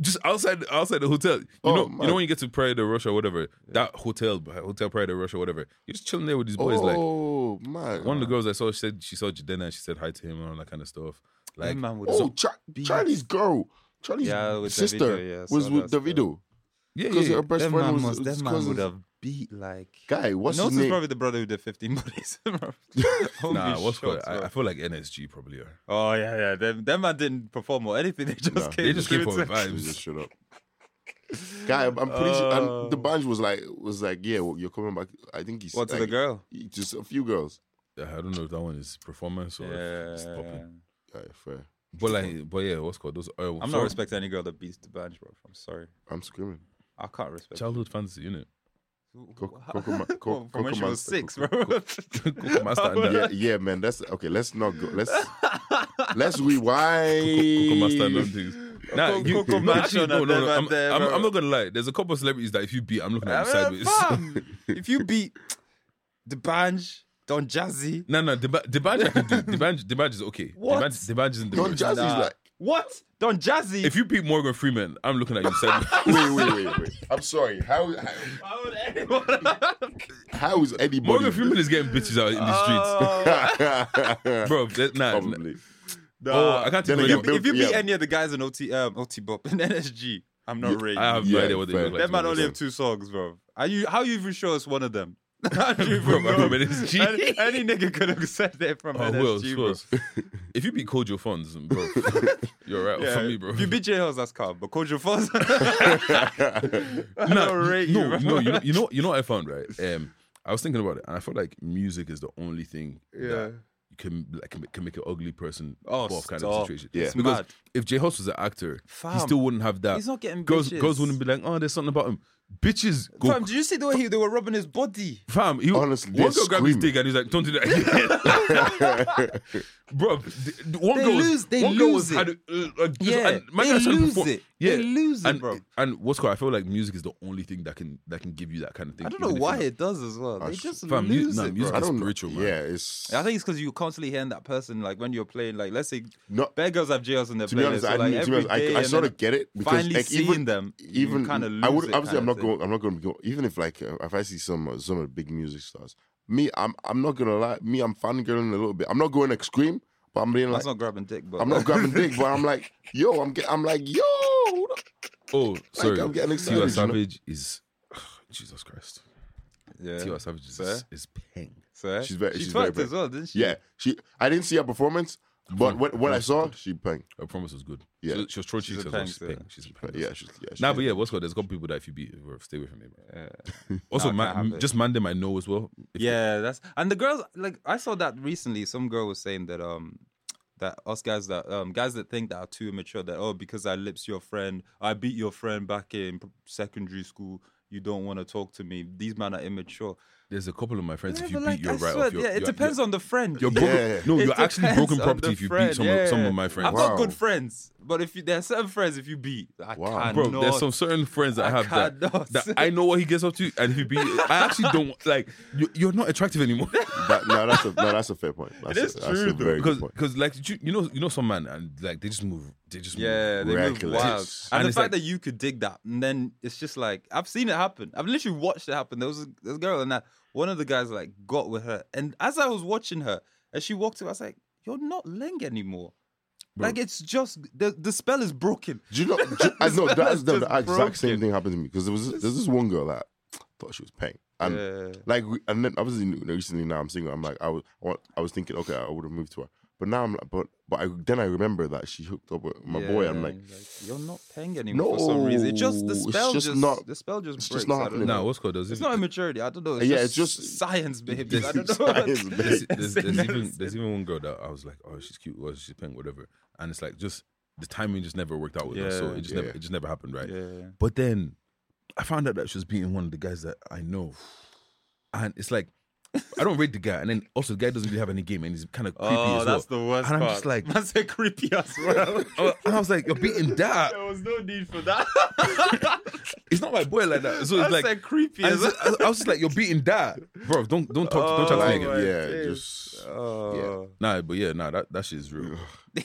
just outside outside the hotel. You
Oh,
know, you
man.
know when you get to Praia de Rush or whatever, that hotel, hotel Praia de Rush or whatever, you're just chilling there with these boys. Like
oh man!
one of the girls I saw, she said she saw Jadena and she said hi to him and all that kind of stuff. Like
That man would
oh,
so-
Cha- Charlie's girl, Charlie's
Yeah, with
sister
Davido, yeah, I
was
saw
with
that,
Davido
yeah, yeah,
because
yeah.
her best
That
friend
man
was,
must.
was
That man would
cousin.
have beat like.
Guy, what's
Notes
his
is
name?
probably the brother who did 15 bodies. bro. Holy
Nah,
shots,
what's called? I,
bro.
I feel like NSG probably are.
Oh yeah, yeah. Them, them man didn't perform or anything. They just
Nah.
came.
They just came
to-
for
Dude,
vibes.
just shut up. Guy, I'm I'm pretty sure and the bunch was like was like, yeah, well, you're coming back. I think he's
Oh. What to
like,
the girl?
he- Just a few girls.
I don't know if that one is performance or if it's popping.
Alright, fair.
But like, but yeah, what's called those? Uh,
I'm not respecting any girl that beats the band, bro. I'm sorry.
I'm screaming.
I can't respect.
childhood fantasy, innit?
Coco- Coco Ma- Co-
Well, from when
Coco
she was
Master-
six,
Coco-
bro.
Coco Master and
yeah, yeah, man. That's okay. Let's not go. Let's let's rewind.
Coco Master and them things. Nah,
Coco-
you,
Coco
no,
Master
actually,
and
no, no,
them
no.
and
I'm,
them,
I'm,
bro.
I'm not gonna lie. There's a couple of celebrities that if you beat, I'm looking at you
I mean,
sideways.
fam, if you beat the Banj, Don Jazzy,
No, no, Deba- Debanj I can do. Debanj, Debanj is okay.
What?
Debanj, Debanj isn't the
Don
worst.
Jazzy's
Nah.
like,
what? Don Jazzy.
If you beat Morgan Freeman, I'm looking at you sideways.
wait, wait, wait, wait. I'm sorry. How how,
Why would anyone-
how is anybody?
Morgan Freeman is getting bitches out in the streets,
Oh,
bro. that- Nah, nah.
Probably.
nah.
Oh, I can't
Then
think
again,
of any-
Bill-
if you beat
yeah.
any of the guys in OT um, OT Bop and NSG, I'm not ready.
I have
Yeah,
no idea what they
fair.
look like.
That
That
to be
man
honest.
only have two songs, bro. Are you how you even sure it's one of them? How do you
Bro,
even
my
know?
bro, it's G.
any, any nigga could have said that from
Oh, who else?
NSG,
Who
bro.
else? if you beat Kojo Funds, bro, you're right
Yeah,
for me, bro.
If Uh, you beat J Hills, that's calm. But Kojo Foss, I
Nah,
don't rate you, bro.
no, no, you know, you know, you know what I found right. Um, I was thinking about it, and I felt like music is the only thing
Yeah.
that you can like can, make- can make an ugly person
Oh,
go off kind
stop.
of situation.
Yeah. It's
because
mad.
if J Hoss was an actor, he
Fam,
still wouldn't have that.
he's not getting
girls.
bitches.
Girls wouldn't be like, oh, there's something about him. Bitches go.
Fam, did you see the way he, they were rubbing his body?
Fam, he
Honestly, they're
one girl grabbed his
screaming.
dick and he's like, "Don't do that again, bro." th- th- one
They
girl was-
lose- they
one girl
lose
was had, uh, uh, just-
Yeah,
and my
they
guy started
lose
perform-
it.
Yeah,
They lose it,
and,
bro.
And what's cool, I feel like music is the only thing that can that can give you that kind of thing.
I don't
even
know
if
why
you're
it does as well. They
sh-
just
fam, mu-
lose
nah,
it, bro.
music
I
It's
don't
spiritual,
know.
man.
Yeah, it's.
I think it's because you constantly hearing that person, like when you're playing, like let's say
No.
bare girls have JLs on their
to be
playlist,
honest,
so,
I,
like
knew- to be
every
honest,
day
I, I
and
sort
then
of get it because
finally
like,
seeing
even
them,
even
kind of
I would obviously
obviously
I'm not going I'm not going to go even if like uh, if I see some uh, some of the big music stars me I'm I'm not gonna lie me I'm fangirling a little bit I'm not going extreme but I'm being like
That's not grabbing dick, but
I'm not grabbing dick but I'm like yo I'm get, I'm like yo what the-
Oh, sorry.
I'm getting excited,
Tiwa
you know?
Savage is Jesus Christ.
Yeah.
Tiwa Savage is,
Fair.
is peng.
So eh?
She's very-
she
she's very
twerked
brave.
as well, didn't she?
yeah she I didn't see her performance but what what I saw she bang
I promise was good.
Yeah.
she was throw
She's
cheeks
a
as well.
peng,
She's
so-
peng. She's a peng.
yeah she's yeah she
Nah, but yeah, what's called? There's a couple people that if you beat, bro, stay away from me. Bro. Also,
Nah, can't
man,
have it.
just man them I know as well. If-
Yeah, that's and the girls like I saw that recently. Some girl was saying that um that us guys that um guys that think that are too immature that oh because I lips your friend I beat your friend back in p- secondary school you don't want to talk to me these men are immature.
There's a couple of my friends. if
Yeah,
you
but,
beat,
like,
you're
I
right
swear,
off. Your,
yeah, it
you're-
depends on the friend.
You're broken.
Yeah.
No,
It
you're actually
depends
broken
on
property
the
if you
friend,
beat some,
yeah.
of, some of my friends.
I've got
Wow.
good friends, but if you, there are certain friends, if you beat, I
Wow.
cannot.
Bro, there's some certain friends that I
I
have that,
cannot.
that I know what he gets up to, and if you beat, I actually don't like. You, you're not attractive anymore.
that, no that's a no that's a fair point that's
is
a, that's
true,
a
though,
very
because
good point
because like you, you know you know some man and like they just move they just move.
Yeah, they move
Reckless.
wild. And,
Tips.
And
the
it's
fact
like-
that you could dig that, and then it's just like I've seen it happen. I've literally watched it happen. There was a, this girl, and that one of the guys like got with her, and as I was watching her, as she walked up, I was like, "You're not Ling anymore.
Bro.
Like it's just the the spell is broken."
do you know do, I know that's the,
Just
the exact same
broken.
thing happened to me because there was there's this one girl that thought she was paying and
Yeah.
like we- and then obviously you know, recently now I'm single. I'm like I was I, want, I was thinking okay I would have moved to her, but now I'm like but but I, then I remember that she hooked up with my boy.
Yeah,
I'm like
you're not paying anymore for some reason. It just the
No, it's
spell
just
just,
not-
the spell just
it's
breaks.
just not
I don't
happening.
know.
Nah, what's called? There's
It's
even-
not immaturity. I don't know. It's
Yeah,
just
it's just-
science, babe. I don't know.
Science, babe.
there's, there's, there's
It's-
even there's even one girl that I was like, oh, she's cute, or she's pink, whatever. And it's like just the timing just never worked out with us, so
Yeah.
it just never
Yeah.
it just never happened, right?
Yeah.
But then I found out that she was beating one of the guys that I know, and it's like I don't rate the guy, and then also the guy doesn't really have any game, and he's kind of creepy
oh,
as well.
that's the worst
And I'm
part.
just like,
that's a creepy as well.
oh, and I was like, you're beating that.
there was no need for that.
It's not my boy like that. So
that's
it's
a
like
creepy
And
as
it's
well.
just- I, I was just like, you're beating that, bro. Don't don't talk don't talk
Oh
to me
my
again.
yeah
days.
just
Oh.
Nah, but yeah, nah, that, that shit is real.
Oh.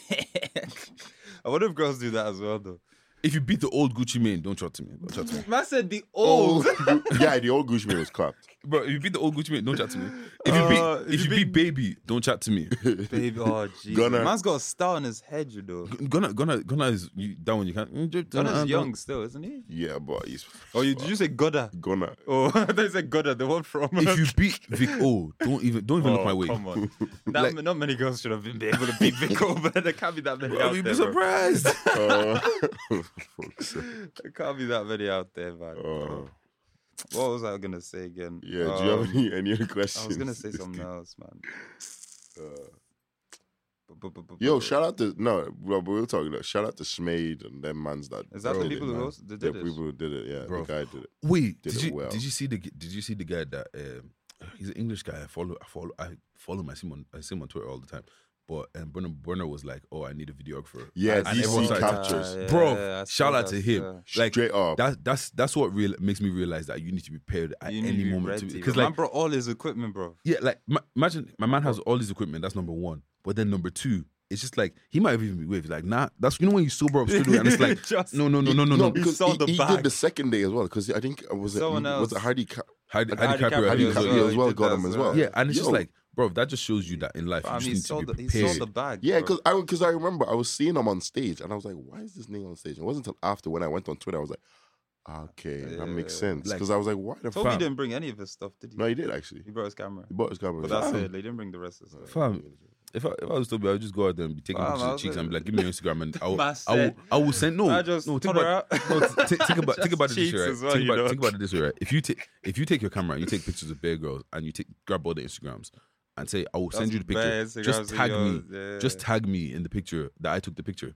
I wonder if girls do that as well, though.
If you beat the old Gucci Mane, don't chat to me. Don't chat to me,
Man said the
oh
old.
yeah the old Gucci man was clapped.
bro. If you beat the old Gucci Mane, don't chat to me. If you beat
Uh,
if, you beat Baby, don't chat to me.
Baby, oh, Jesus.
Gunna.
Man's got a star on his head, you know.
Gonna gonna gonna is you, that one you can't. mm,
Gunna's young still, isn't he?
Yeah, but he's
Oh, you, did you say Godda?
gonna
Oh, they said Godda, the one from.
If you beat Vic O, don't even don't even
Oh,
look my way.
Come on. That, not many girls should have been able to beat Vico, but there can't be that many
Bro,
out
you'd be
there. bro.
surprised. Uh-huh.
uh, fuck's sake.
There can't be that many out there, man.
Uh,
What was I gonna say again?
yeah do you have
Um,
any any other questions
I was gonna say something else, man. Uh, But bu- bu- bu-
Yo,
bu-
shout out to no, bro, we were talking. Like, shout out to Schmade and them man's that.
Is that the
did it,
people who
man.
host- that
Yeah,
did it?
people who did it. Yeah,
Bro.
the guy did it.
Wait,
Did
did,
it
you
well.
did you see the g- did you see the guy that um, he's an English guy? I follow I follow I follow him. I see him on I see him on Twitter all the time. But and Brenner Brenner was like, oh, I need a videographer.
Yeah,
and
DC
everyone started-
captures.
Yeah,
bro.
yeah, I
shout
saw
out to
that,
him.
yeah.
Like
Straight up.
that that's that's what real makes me realize that you need to be prepared at
You need
any
to be
moment.
ready,
Because
bro.
like
man brought all his equipment, bro.
Yeah, like ma- imagine my man has all his equipment. That's number one. But then number two, it's just like he might have even be with like nah. That's you know when you sober up studio and it's like
Just-
no no no no no no.
He
because
saw
he,
the
he
bag.
did the second day as well. Because I think uh, was it
Someone
was it
else.
Hardy Ca-
Had
Like,
had
Hardy
Caprio,
Caprio
Hardy
as
as well.
Caprio as
he
well
did
got
that
him
as
as
well.
well.
Yeah, and it's just
Yo,
like bro, that just shows you that in life
I
you
mean, he
just
saw
need to
the
be
he saw the
prepared.
bag.
Yeah,
bro.
because I because I remember I was seeing him on stage and I was like, why is this nigga on stage? It wasn't until after when I went on Twitter I was like, okay, that makes
Yeah.
sense.
Like-
Because I was like, why the fuck?
Toby
fam.
didn't bring any of his stuff, did he?
No, he did actually.
He brought his camera.
He bought his camera.
But that's
Fam.
it. They didn't bring the rest of the stuff.
Fam, if I if I was Toby, I would just go out there and be taking
Fam,
pictures
I
of
was
cheeks and be
like-
like, give me your Instagram and I will,
Man
I will
said-
I will send no
I just
no think
put her
about
out.
no t- t- think about think
Just
about it this
cheeks
way, right?
as well,
think,
you
about,
know.
think about it this way, right? If you take if you take your camera and you take pictures of bear girls and you take grab all the Instagrams and say I will send
That's
you the picture,
bare Instagrams
just
of
tag me,
yours, yeah.
just tag me in the picture that I took the picture,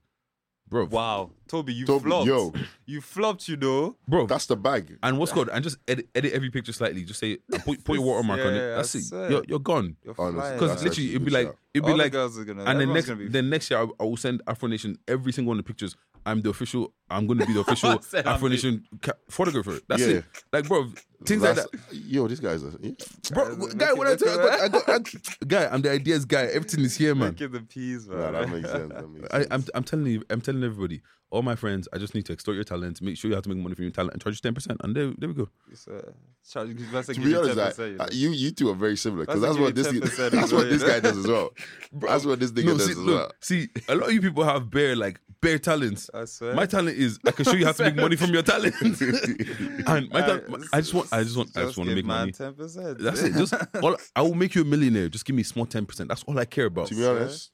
bro.
Wow, Toby, you
Toby,
flopped.
yo.
You flopped, you know.
bro.
That's the bag.
and what's good? And just edit, edit every picture slightly. Just say and put, put your watermark on it.
Yeah,
That's
I
it.
swear.
You're, you're gone.
You're
Honestly,
flying.
Because
That's actually
literally, it'd
a
be
good
like
shout.
it'd be
All the
like,
girls are gonna-
and then
everyone's
next,
gonna be-
then next year I, I will send Afro Nation every single one of the pictures. I'm the official. I'm going to be the official
said I'm
Afro
the-
Nation ca- photographer. That's
Yeah.
it. Like, bro, things like
That's,
that.
Yo, these guys are. Yeah.
Bro,
Guys,
guy,
look
when I
at-
tell you, I
look
got, I got, I- guy, I'm the ideas guy. Everything is here, man.
Look at the peas, man.
Nah, that makes sense. That makes
I,
sense.
I'm, I'm telling you, I'm telling everybody, all my friends, I just need to extort your talent, make sure you have to make money from your talent, and charge you 10%. And there, there we go.
It's, uh, charge- that's a
to
give
be
you 10%,
honest,
uh,
you know.
I, you you two are very similar because
That's
that's,
a
what this
give you 10%
that's
as
what
well,
this
you know?
guy does as well. that's what this nigga does
see,
as well.
see, a lot of you people have bare like bare talents.
I swear.
My talent is I can show you how to make money from your talent. and my
Uh,
talent, I just want, I just want, I just want to
give
make
man
money.
Ten percent.
That's it. Just all, I will make you a millionaire. Just give me a small ten percent. That's all I care about.
To be honest,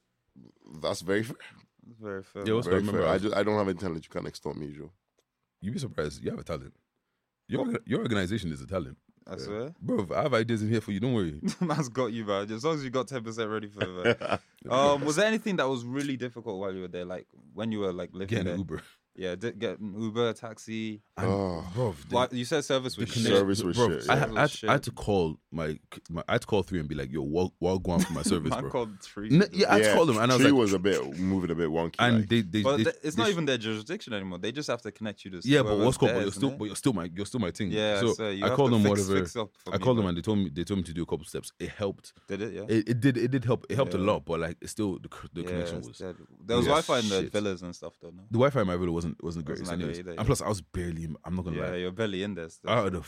that's very fair.
very fair.
Yeah, what's-
Very
remember,
fair.
I-
I, just, I don't have any talent. You can't extort me, Joe.
You'd be surprised. You have a talent. Your orga- your organization is a talent,
I swear.
bro. I have ideas in here for you. Don't worry.
Man's got you, bro. As long as you got ten percent ready for the Um, was there anything that was really difficult while you were there? Like when you were like living
Get
there?
an Uber,
Yeah, di- get an Uber, a taxi.
Oh,
bro.
Like, you said service was shit.
connection- Service was
bro,
shit,
I,
yeah.
had- I, had,
Shit.
I had to call my, my, I had to call three and be like, "Yo, what, what going for my service,
Man
bro?"
called three.
No, yeah, I had to call them, and I was
Tree
like,
was a bit moving a bit wonky.
and
like.
they, they,
but
they-
th- it's
they-
not even their jurisdiction anymore. They just have to connect you to.
yeah, but what's called?
called?
But you're still, but you're still my, you're still my thing.
Yeah,
so
so you
I
have
called
to
them
fix-
whatever.
fix up for
I
me,
called them
bro.
and they told me they told me to do a couple steps. It helped.
Did it? Yeah.
It, it did. It did help. It helped a
Yeah.
lot, but like, it still the, c- the
Yeah,
connection
it's
was.
dead. There was
Yeah,
Wi-Fi in the
shit.
villas and stuff, though. No?
The Wi-Fi in my villa wasn't wasn't the
Wasn't
greatest,
that great
anyways.
either,
and plus, I was barely. I'm not gonna
Yeah,
lie.
you're barely in there. Still.
Out of the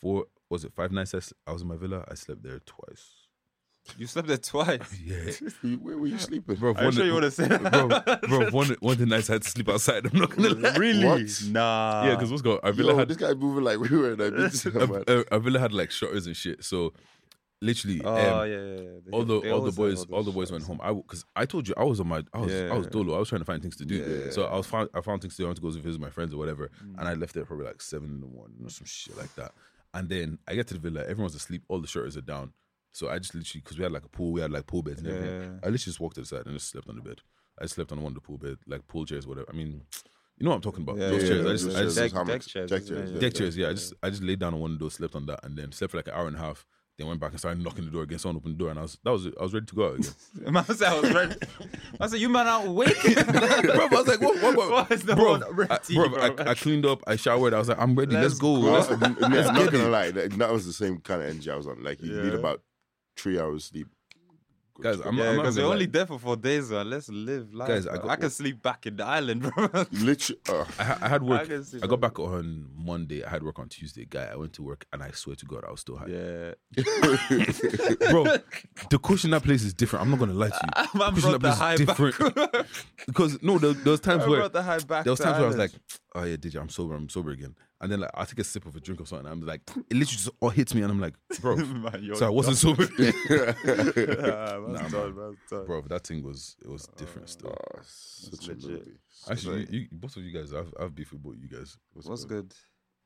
four, was it five nights? I s- I was in my villa. I slept there twice.
you slept there twice.
Yeah,
You- where were you sleeping?
bro.
I'm
one-
sure you would have said
bro, bro. One one of the nights I had to sleep outside. I'm not gonna lie.
Really?
What?
Nah.
Yeah, because what's going? Our villa
Yo,
had
this guy moving like we were in a bitch. man.
our, our- our villa had like shutters and shit. So literally,
Oh
um,
yeah, yeah, yeah. They-
all the
they
all the
always have
boys all
those
the boys went
shots.
home. I because I told you I was on my I was I was
Yeah.
dolo. I was trying to find things to do.
Yeah. Mm.
So I was found I found things to do. I went to go visit my friends or whatever, and I left there probably like seven in the morning or some shit like that. And then I get to the villa, everyone's asleep, all the shutters are down. So I just literally because we had like a pool, we had like pool beds and everything.
Yeah.
I literally just walked to the side and just slept on the bed. I slept on one of the pool bed, like pool chairs, whatever. I mean, you know what I'm talking about?
Yeah,
Those
yeah,
chairs.
yeah,
I just,
those
I just
chairs. Deck-
hammocks,
deck chairs,
deck
isn't it?
chairs.
Yeah.
deck chairs. Yeah, I just I just laid down on one of those, slept on that, and then slept for like an hour and a half. Then went back and started knocking the door again. Someone opened the door, and I was that was it. I was ready to go out again.
Man said I was ready. I said you man out awake.
bro, I was like, what, what, what?
Why is no
bro,
one ready,
I, bro,
bro?
I, I cleaned up, I showered, I was like, I'm ready. Let's,
Let's
go.
Well,
Let's-
I'm I'm not gonna lie, that, that was the same kind of energy I was on. Like you need
Yeah.
about three hours sleep.
guys, I'm,
Yeah,
I'm not
because
gonna
we're only
lie.
there for four days, man. Let's live life.
Guys, I
bro. I,
got-
can sleep back in the island, bro.
Literally, uh,
I, ha- I had work.
can see
I, got
that.
back on Monday. I had work on Tuesday. Guy, I went to work, and I swear to God, I was still high.
yeah.
Bro, the cushion that place is different. I'm not gonna lie to you.
Man
cushion
brought the high back.
because no, there, there was times
Man
where
brought the high back
there was
to
times where I was like,
island.
oh yeah, DJ, I'm sober, I'm sober again. And then like I take a sip of a drink or something, and I'm like, it literally just all hits me, and I'm like, bro,
Man, you're
so I wasn't sober.
Ah, man's
Nah,
done,
man.
man's done.
bro, that thing was it was different still.
oh, such a
legit.
movie.
Actually, you, you, both of you guys, I've I've beef with both you guys.
What's good?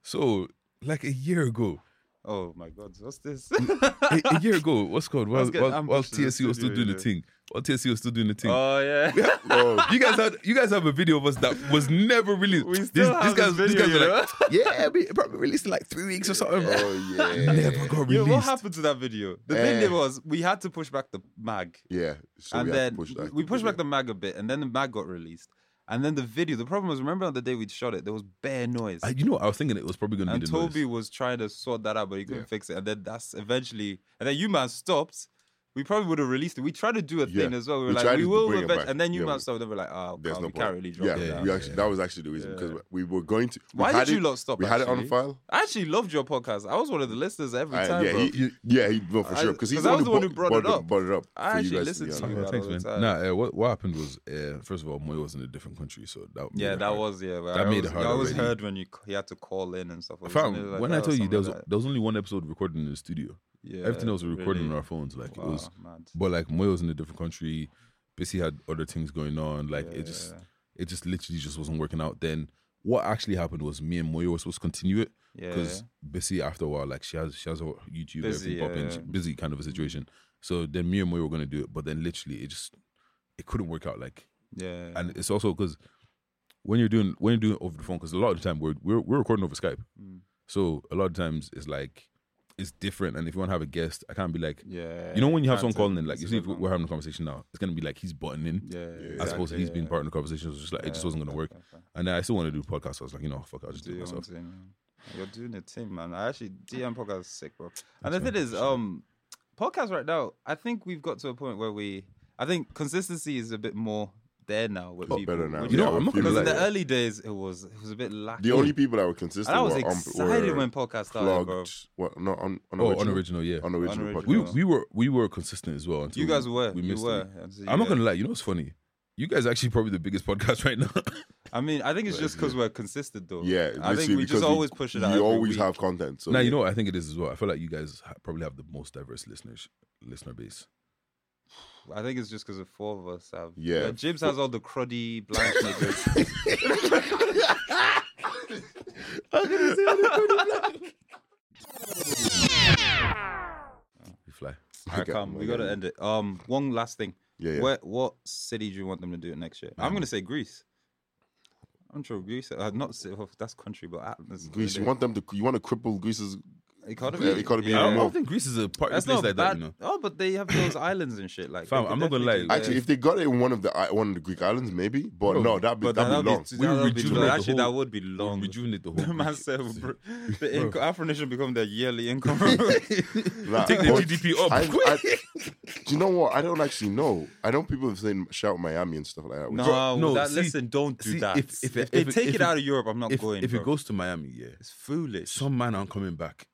So like a year ago,
Oh my God, what's this?
a, a year ago, what's it called? While,
getting
while, while
ambushed in the
TSC was still
studio,
doing the
yeah.
thing. While TSC was still doing the thing.
oh yeah.
Bro,
you guys had you guys have a video of us that was never released.
We still have this video,
were
you
like, yeah, we probably released in like three weeks or something.
oh yeah,
Never got released.
Yo, what happened to that video? The
Eh.
thing was, we had to push back the mag,
Yeah, so
and
we had
then
to push that.
we pushed back the mag a bit, and then the mag got released, and then the video. The problem was, remember on the day we shot it, there was bare noise,
I- you know, I was thinking it was probably gonna
and
be the
Toby
noise.
was trying to sort that out, but he couldn't
Yeah.
fix it. And then that's eventually, and then you man stopped. We probably would have released it. We tried to do a
Yeah.
thing as well. We were
We tried
like, we
to
will,
bring it
event-
back.
and then you
Yeah,
man
we-
stopped. And we're like, oh,
There's
can't,
no
we
point.
can't really drop
yeah,
it.
Yeah,
now.
we actually that was actually the reason because we were going to. we
Why
had
did you
it-
lot stop?
We had it on
actually?
file.
I actually loved your podcast. I was one of the listeners every
I-
time.
yeah,
bro.
he, he- yeah, he, no, for
I-
sure. Because he's
'cause I was the one who brought it up.
Brought it up.
I
for you
actually
guys
listened
be
to
on.
you.
Yeah,
that
thanks,
all
man.
the time.
Nah, uh, what, what happened was, uh, first of all, Moy was in a different country, so that made
Yeah,
it
that
hard.
was yeah. But
That
I
made
always,
it hard
I always
already.
heard when you c- he had to call in and stuff. It was- it was
Fam,
like
when
that
I
or
told you
something
there was
like that.
there was only one episode recorded in the studio.
yeah,
Everything else was recorded
really.
on our phones. Like it
Wow,
was,
mad.
but like Moy was in a different country. Bissy had other things going on. Like
Yeah,
it just,
yeah,
it just literally just wasn't working out. Then what actually happened was me and Moyo were supposed to continue it
yeah.
because Bissy after a while, like she has she has a YouTube
Busy,
everything popping,
yeah.
she- busy kind of a situation. So then me and Moyo were gonna do it, but then literally it just it couldn't work out. Like
yeah,
and it's also because when you're doing when you're doing it over the phone, because a lot of the time we're we're, we're recording over Skype,
Mm.
so a lot of times it's like it's different. And if you want to have a guest, I can't be like.
yeah.
You know when you have
can't
someone
tell-
calling in, like
it's
you
a
see, if
good one.
we're having a conversation now, it's gonna be like he's butting in,
yeah,
I
as opposed to
exactly,
he's being
yeah.
part of the conversation. So it's just like it just
Yeah,
wasn't gonna
fair,
work.
fair, fair.
And then I still want to do podcasts. So I was like, you know, fuck, it, I'll just do
Do
it
your own
myself.
thing, man. You're doing a thing, man. I actually DM podcast is sick, bro. And the
Thanks,
thing
man.
is, um, podcast right now, I think we've got to a point where we, I think consistency is a bit more there now with
Oh,
people.
better now.
which-
You know,
Yeah,
I'm not
we
gonna
Because
feel
in
lie.
the
like-
early days, it was it was a bit lacking.
The only people that were consistent
and I was
were, um,
excited
were
when podcast started, bro.
plugged. What? No, on, on
Oh,
original,
unoriginal, yeah.
on original
Unoriginal.
We
podcast.
Yeah.
we were we were consistent as well. Until
You guys were,
We
you
missed
were.
it.
And so,
I'm not
yeah.
gonna lie. You know what's funny? You guys are actually probably the biggest podcast right now.
I mean, I think it's just because we're consistent, though. I
Yeah,
think
literally,
we
because
just always push it out.
You
every
always
week.
have content. So
now you
yeah.
know what I think it is as well. I feel like you guys ha- probably have the most diverse listeners listener base.
I think it's just because the four of us have.
Yeah.
Like, Jibs has all the cruddy blind niggas.
We fly.
All right,
Okay,
come, we
okay.
gotta end it. Um, one last thing.
Yeah, yeah.
Where, what city do you want them to do it next year? I'm gonna say Greece. I'm sure Greece. Uh, not ci- oh, that's country, but Athens.
Greece, you want them to? You want to cripple Greece's?
economy?
yeah, economy
I, don't, I
Yeah.
don't think Greece is a part of
That's
place
not
like that.
bad.
You know,
Oh, but they have those islands and shit. Like, they
Fam,
could
I'm not gonna
definitely
lie.
do
Actually,
that.
if they got it in one of the i- one of the Greek islands, maybe. But
Bro,
no, that'd be
but
that'd
that
be long.
would be,
We
that would be
rejuvenate
long.
the
Actually,
whole-
that would be
We
long.
rejuvenate the whole.
Man
Man
said, bro, the income, Afro Nation become their yearly income. That's
Nah,
Take the
but
GDP up.
I- I- do you know what? I don't actually know. I know people have said shout Miami and stuff like that. which-
No,
no,
that,
see-
listen, don't do
see,
that.
if-
If,
if-
they
if-
take
if
it
it-
out of Europe, I'm not
if
going.
if it
bro.
goes to Miami, yeah,
it's foolish.
some man aren't coming back.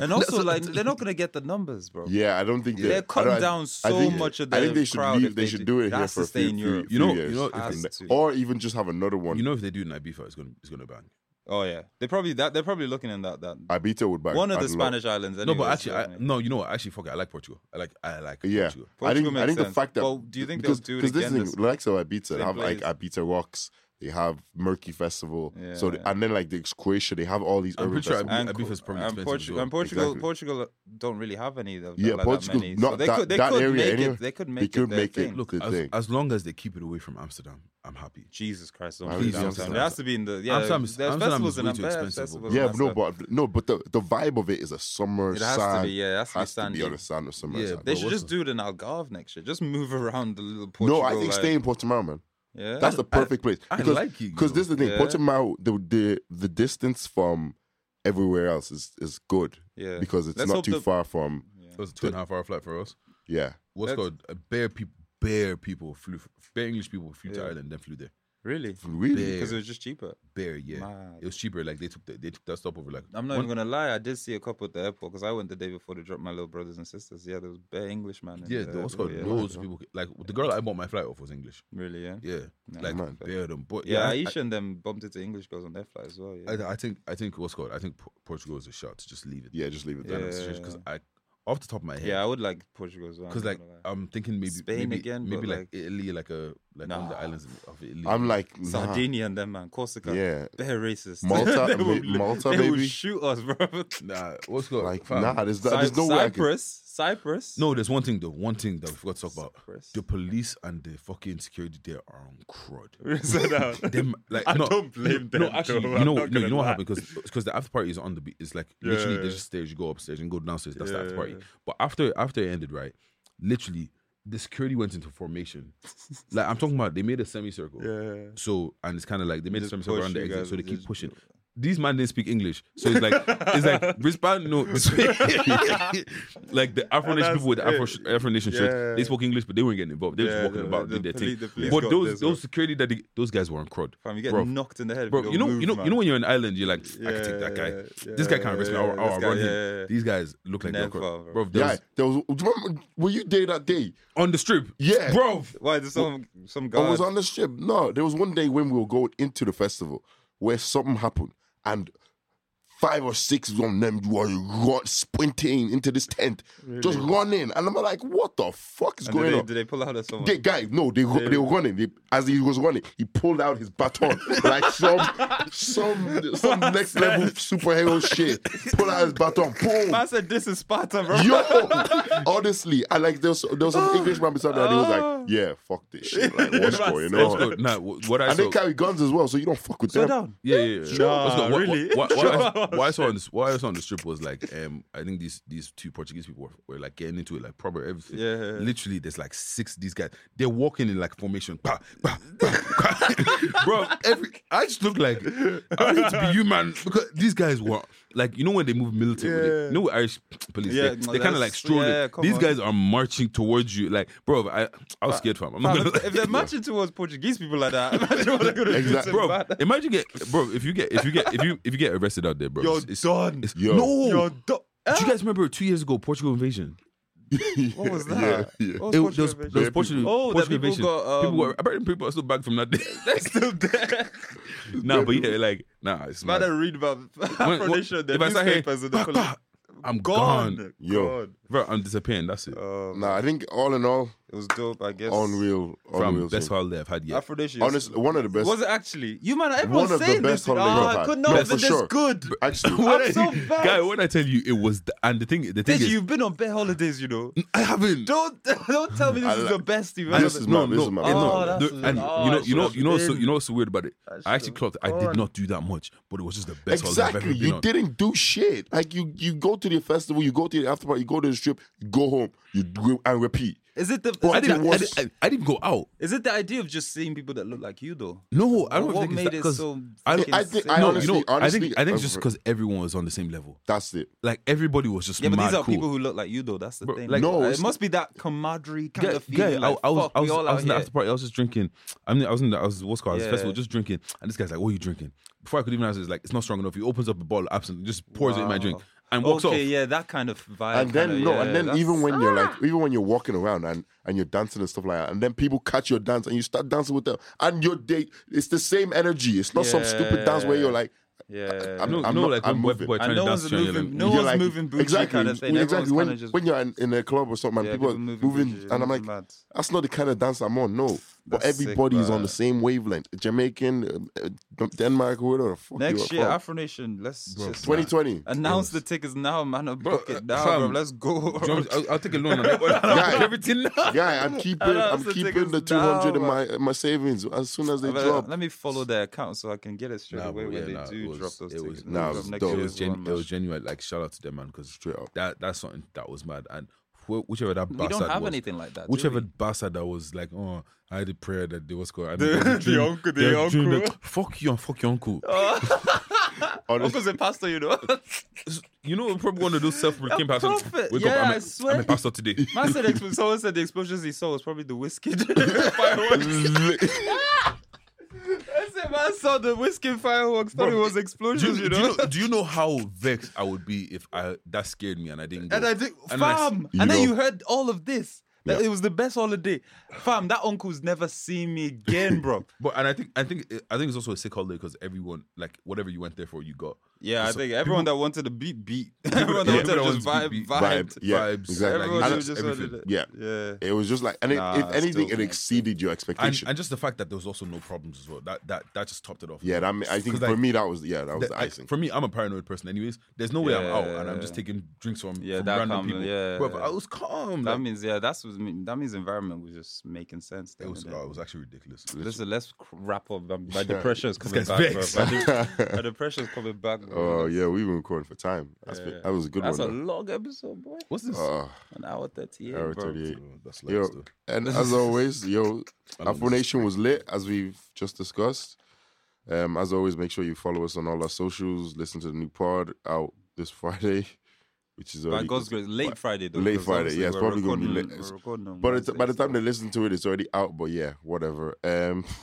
and also, like, they're not gonna get the numbers, bro.
Yeah, I don't think
They're
that- I don't-
cutting
I-
down
I
so
think-
much of
I
the
think they should
crowd
leave.
if
They
they
should
do-
do it here
That's
for a
to stay
few,
in
few-
Europe.
few
You know-
years.
you know,
if they- Has to.
or even just have another one.
You know, if they do it in Ibiza, it's gonna it's gonna bang.
Oh yeah, they probably that they're probably looking in that that
Ibiza would back
one of the
I'd love-
Spanish islands.
No,
Anyways,
but actually, I,
isn't it?
no. You know what? Actually, fuck it. I like Portugal. I like I like
Yeah,
Portugal.
I think
Portugal
I
makes
think the
sense.
fact that
Well, do you think
because,
they'll do it
because
again
This
this-
thing, like so Ibiza, they
same
have like
place?
Ibiza rocks. They have Murky Festival. So
Yeah.
the- and then like the Croatia, they have all these
I'm
urban
pretty sure
festivals.
Ibiza
And, Co-
is probably
and
expensive as
Portugal,
well.
and Portugal,
Exactly.
Portugal don't really have any of them.
Yeah,
like
Portugal-
that many.
not
so they
that-
could, they
that
could
area
make
anyway.
it. They could
They
make it.
could
their
make it.
thing.
Look,
the
as,
thing.
as long as they keep it away from Amsterdam, I'm happy.
Jesus Christ! Don't
Why
do
would
that,
you
Amsterdam.
do
It
that?
has to be in the yeah.
Amsterdam is-
there's
Amsterdam
festivals
is
in
way too
Amsterdam,
expensive,
festivals
yeah,
in
no,
Amsterdam.
but no, but the, the vibe of it is a summer
It has to
sand.
be, yeah, it has to be sandy.
on a sand or summer
Yeah,
sand.
they
But
should
what's
just do it in Algarve next year. Just move around the little Portugal.
no, I think
like,
stay in Portimao, man.
Yeah,
That's the perfect place.
I
because,
like it, you
Because
know.
this is the thing,
Yeah.
Portimao, the, the the distance from everywhere else is is good
yeah.
because it's
Let's
not
hope
too
the-
far from
It was a two and a half hour flight for us.
yeah.
What's
That's-
called uh, bare people, bare people flew, bare English people flew to
Yeah.
Ireland, then flew there.
Really?
Really?
Because it
Bare,
was just cheaper.
bare, yeah.
Mad.
It was cheaper. Like they took the, they took that stopover. Like
I'm not
one-
even gonna lie. I did see a couple at the airport because I went the day before to drop my little brothers and sisters. Yeah, there was bare Englishman. in
Yeah,
the
the, what's
airport,
called
yeah.
loads of people. Like the girl I bought my flight off was English.
Really? Yeah.
Yeah,
Nah,
like
man.
bare them. But
Yeah,
I-
Aisha and them bumped into English girls on their flight as well. Yeah.
I, I think I think what's called I think Por- Portugal is a shot to just leave it.
Yeah, just leave it there.
Yeah.
because I off the top of my head,
yeah, I would like Portugal as well. I'm
because
not
like
gonna lie.
I'm thinking maybe
Spain
maybe,
again,
maybe
but,
like,
like-
Italy, like a like
Nah.
on the islands of Italy.
I'm like,
uh,
nah.
Sardinia and them, man. Corsica.
Yeah.
They're racist.
Malta,
They will-
ma- Malta,
they will
baby?
shoot us, bro.
nah, what's going
like,
fam.
nah, there's,
Cy-
there's no way I can.
Cyprus. Cyprus.
No, there's one thing though. One thing that we forgot to talk about.
Cyprus.
The police and the fucking security there are on crud.
Sit down.
Them like
I
no,
don't blame
No,
them,
actually,
though.
you
I'm
know, no,
not
you
gonna
know what
lie.
happened because because the after party is on the beat. It's like
Yeah,
literally
yeah.
there's just stairs. You go upstairs and go downstairs. That's the after
Yeah,
party.
yeah.
But after after it ended, right? Literally, the security went into formation. like I'm talking about, they made a semicircle.
Yeah.
So and it's kind of like they made a
Just
semicircle
push,
around the
you
exit,
guys,
so they keep
just-
pushing. These man didn't speak English, so it's like it's like wristband no, this way. like the Afro Nation
that's
people with the Afro,
it.
Afro Nation
Yeah.
shirts, they spoke English, but they weren't getting involved. They were
Yeah,
just walking
the-
about,
the
did their
poli-
thing.
the police
but
got
those
this one.
those security that they, those guys were on crud.
Fam, you get
Bro.
knocked in the head. if
Bro,
don't
you know,
move,
you know, you know
man.
when you're in Ireland, you're like, I can take that guy.
Yeah,
this guy can't risk me.
yeah,
I'll,
yeah,
I'll
this
run
guy,
him.
yeah, yeah, yeah.
These guys look like they're
Never,
crud.
bro.
Bro, there
Yeah,
was-
there was. Do you remember, were you there that day?
on the strip.
Yeah.
bro.
Why? There's some some
I
Oh,
guy.
was on the ship. No, there was one day when we were going into the festival where something happened and five or six of them were run, sprinting into this tent, just running. And I'm like, what the fuck is
and
going
did, they,
on?
did they pull out of someone?
They, guy, no, they, ru- they were running. They, as he was running, he pulled out his baton like some some some next level superhero shit. Pull out his baton, boom.
Man said this is Sparta, bro.
Yo, honestly, I like there was, there was some English man beside me, and he was like, "Yeah, fuck this shit, like what's
Man
going
said-
What's
on?"
good? Nah, wh- what I
And
saw.
they carry guns as well, so you don't fuck with
Slow
them.
down.
yeah, yeah, yeah.
Nah,
What's good? What-
really?
What, what, what,
Sure.
I, what I saw on the, what I saw on the strip was like, um, I think these these two Portuguese people were, were like getting into it, like proper everything.
Yeah, yeah, yeah.
Literally, there's like six these guys. They're walking in like formation. Bah, bah, bah, bah. Bro, every I just look like I need to be you, man, because these guys were like, you know when they move military, with it? you know with Irish police,
Yeah, no,
they, they kind
that's-
of like strolling.
yeah, come
these
on.
guys are marching towards you, like, bro, I I was scared, fam. I'm not
Fam,
gonna
if, if they're marching towards Portuguese people like that, imagine what they're gonna
Exactly.
do to
bro.
Sparta.
Imagine get bro if you get if you get if you if you get arrested out there, bro.
You're
it's-
done.
it's-
Yo.
No,
You're done.
do you guys remember two years ago Portugal invasion?
Ah, What was
Yeah,
that?
yeah.
What
It-
was
there was,
Portugal
there was
invasion?
Portugal,
Oh, that
Portugal
people
invasion.
got,
people were,
um,
I bet people are still back from that day.
They're still there.
nah, but yeah, like nah, it's
Man, I
mad.
read about
When- when-
Afro-Nation, the
if I start hearing,
newspapers and the
"Bah,
poli-
bah, ah, I'm gone.
Yo.
Gone.
bro. I'm disappearing. That's it.
Um,
Nah, I think all in all,
It was dope, I guess.
unreal,
Fam,
unreal.
best
scene.
holiday I've had yet.
Afro-Nation.
Honestly, one of the best.
Was it actually? You man,
One
everyone's
of the
saying
best
this.
holidays
Ah,
I've
I
had.
couldn't
No,
have
for
been this
sure.
good.
Actually,
What?
When I-
so bad.
guy, when I tell you it was, the, and the thing, the thing
Did
is,
you've been on bear holidays, you know.
I haven't.
Don't don't tell me this
I
is
like-
the best you've
This
ever-
is
no,
mad, this
no,
is mad.
and no,
Oh, that's
the-
what-
and
oh,
you
I
know, you know,
should've
you know, so
been.
you know what's weird about it? I, actually
should've
clocked. it. I
gone.
did not do that much, but it was just the best holiday I've
Exactly.
ever been
You
on.
didn't do shit. Like you, you go to the festival, you go to the after party, you go to the strip, you go home, you do and repeat.
Is it the
Bro,
is
I
it
didn't,
the-
was-
I, didn't, I, I didn't go out.
is it the idea of just seeing people that look like you though?
No, I don't
What
think it's
made
that,
it
'cause
so
I,
fucking
I think-
sick?
I
no,
honestly-
you know, I
honestly,
think I think it's
I've-
just because everyone was on the same level.
That's it.
Like everybody was just
Yeah, but
mad
these are
cool.
people who look like you though. That's the
Bro,
thing.
like-
No,
it
it's-
must be that camaraderie kind
Guy-
of
guy,
feeling.
I,
like,
I was,
fuck,
I
we
was,
all
I was
out
in the
here.
after party. I was just drinking. I mean, I was in the, I was what's called I was
Yeah.
festival, just drinking. And this guy's like, "What are you drinking?" Before I could even answer, he's like, "It's not strong enough." He opens up a bottle of absinthe, just pours it in my drink,
Wow.
and walks
Okay,
off.
yeah, that kind of vibe.
and then
kinda,
no,
yeah,
and then
that's- Ah!
even when you're like, even when you're walking around and and you're dancing and stuff like that, and then people catch your dance and you start dancing with them, and your date, it's the same energy. It's not some stupid dance where you're like,
yeah,
I'm,
No,
I'm
no,
not,
like
I'm
when white
moving.
people are
And
trying
no
to dance
one's
to you,
moving-
like,
no
You're
one's moving bougie
exactly,
kinda thing.
When,
Everyone's
exactly, when,
kinda just-
when you're in, in a club or something,
Yeah,
and people,
people
are
moving
moving,
bougie,
and I'm
moving
like,
mad.
that's not the kind of dance I'm on. No, but
That's sick,
everybody's on
bruh.
the same wavelength. Jamaican, uh, uh, Denmark, whatever. the Fuck you
next
are
year,
from.
Afro Nation, let's just
2020.
announce the tickets now, man. and Book it now,
fam,
bro. Let's go.
Do you want me- I'll, I'll take a loan on that. one. I'll
Yeah.
take everything now.
Yeah, I'm keeping,
Announce
I'm
the
keeping
tickets
the 200 in
now,
my in my savings as soon as they
But, uh,
drop.
Let me follow their account so I can get it straight
Nah,
away
but
when
yeah,
they
nah,
do
it was-
drop those
it was-
tickets.
Nah, it
Drop
was
next
dope.
it
year's
was gen-
one,
it
man.
was genuine. Like shout out to them, man, because
Straight up.
that that's something that was mad. And wh- whichever that
We
bastard
don't have
was,
anything like that. do
whichever
we?
bastard that was like, oh, I had a prayer that they was going.
The- the uncle- the uncle. Oh.
fuck you and fuck your uncle.
Honestly,
Uncle's a pastor, you know.
You know, probably one of those self-proclaimed
A
pastors.
prophet.
Wake
Yeah,
up, I'm
I
a,
swear.
am a pastor today.
Man said expo- someone said the explosions he saw was probably the whiskey fireworks. I said man saw the whiskey fireworks, thought it was
Do you,
explosions, you
do you
know.
know, do you know how vexed I would be if I that scared me and I didn't go?
And I think
And I s-
fam,
You
and then
know-
you heard all of this. That
Yeah.
it was the best holiday, fam. That uncle's never seen me again, bro.
But and I think I think I think it's also a sick holiday because everyone like whatever you went there for you got.
Yeah, I
So
think everyone that wanted to beat beat.
Yeah,
everyone that wanted to
everyone
just
wants
vibe,
to be beat.
vibed.
Vibe, yeah,
vibes,
exactly.
Everyone
And
who just
everything.
wanted it.
Yeah.
yeah.
It was just like, and it,
Nah,
if
I
anything,
still
it
think-
exceeded your
and,
expectation.
and just the fact that there was also no problems as well. That that that just topped it off.
yeah, that ma- I think
'Cause,
for
like,
me that was yeah that was
That-
the
like,
icing.
for me, I'm a paranoid person. Anyways, there's no way I'm out and I'm just
Yeah.
taking drinks from,
Yeah,
from
that
random
calm,
people.
yeah.
Bruv, I was calm.
That
Like,
means yeah, that's what me- that means environment was just making sense.
it
then,
was
innit?
oh, it was actually ridiculous.
Listen, let's cr- wrap up. um, My depression is coming
guy's
back. bro.
vexed.
My de- my depression is coming back. bro.
Oh yeah, we've been recording for time. That's been-
Yeah.
that was a good
That's a
one.
long episode, boy.
What's this?
though. Uh,
An hour thirty-eight.
hour
bro.
38.
Oh, that's
Yo,
life, though.
and as always, yo,
love
Afro Nation was lit as we've just discussed. Um, as always, make sure you follow us on all our socials. Listen to the new pod out this Friday, which is
By
already
God's grace, late Friday though.
Late
because
Friday,
obviously
yeah, it's
we're
probably gonna be
recording-
late.
we're recording on
By the, t- by
Wednesday,
the time
so
they listen to it, it's already out. But yeah, whatever. Um,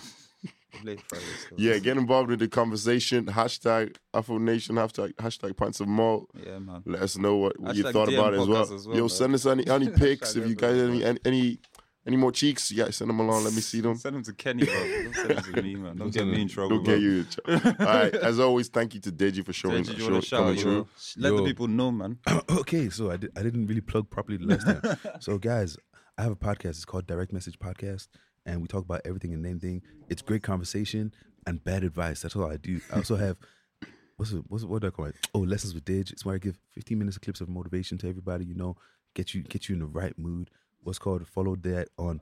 late Friday. so-
yeah, get involved in the conversation. Hashtag Afro Nation. Hashtag hashtag Pints of Malt.
yeah, man.
Let us know what, what you
Hashtag
thought
DM
about it as well.
podcast as well,
Yo,
man.
send us any any pics if you
everything
guys
as
any any any- any more cheeks. Yeah, send them along. Let me see them.
Send them to Kenny, bro. Don't send them to me, man. Don't get me in trouble.
Don't get
bro.
you. in trouble. All right. As always, thank you to Deji for showing
Deji, you
show,
wanna shout
coming
out,
through.
yo? Let the
Yo.
people know, man.
okay, so I, did, I didn't really plug properly the last time. so, guys, I have a podcast. It's called Direct Message Podcast, and we talk about everything and anything. It's great conversation and bad advice. That's all I do. I also have what's it, what's it, what do I call it? Oh, lessons with Didge. It's where I give 15 minutes of clips of motivation to everybody. You know, get you get you in the right mood. What's called follow that on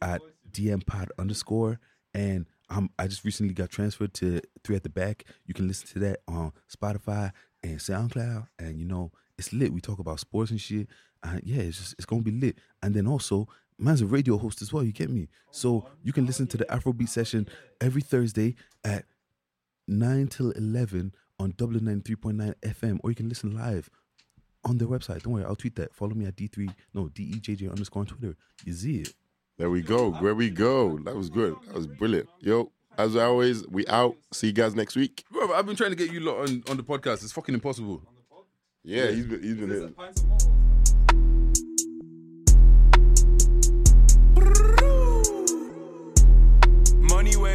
at DM Pod underscore. And um, I just recently got transferred to Three at the Back. You can listen to that on Spotify and SoundCloud. And you know, it's lit. We talk about sports and shit. And yeah, it's just it's gonna be lit. And then also, man's a radio host as well. You get me? So you can listen to the Afrobeat session every Thursday at 9 till 11 on Dublin 93.9 FM, or you can listen live on their website. Don't worry, I'll tweet that. Follow me at D3, no, DEJJ underscore on Twitter. You see it.
There we go. Where we go. That was good. That was brilliant. Yo, as always, we out. See you guys next week.
Bro, I've been trying to get you lot on, on the podcast. It's fucking impossible.
Yeah, he's been he's been hitting.
Money way.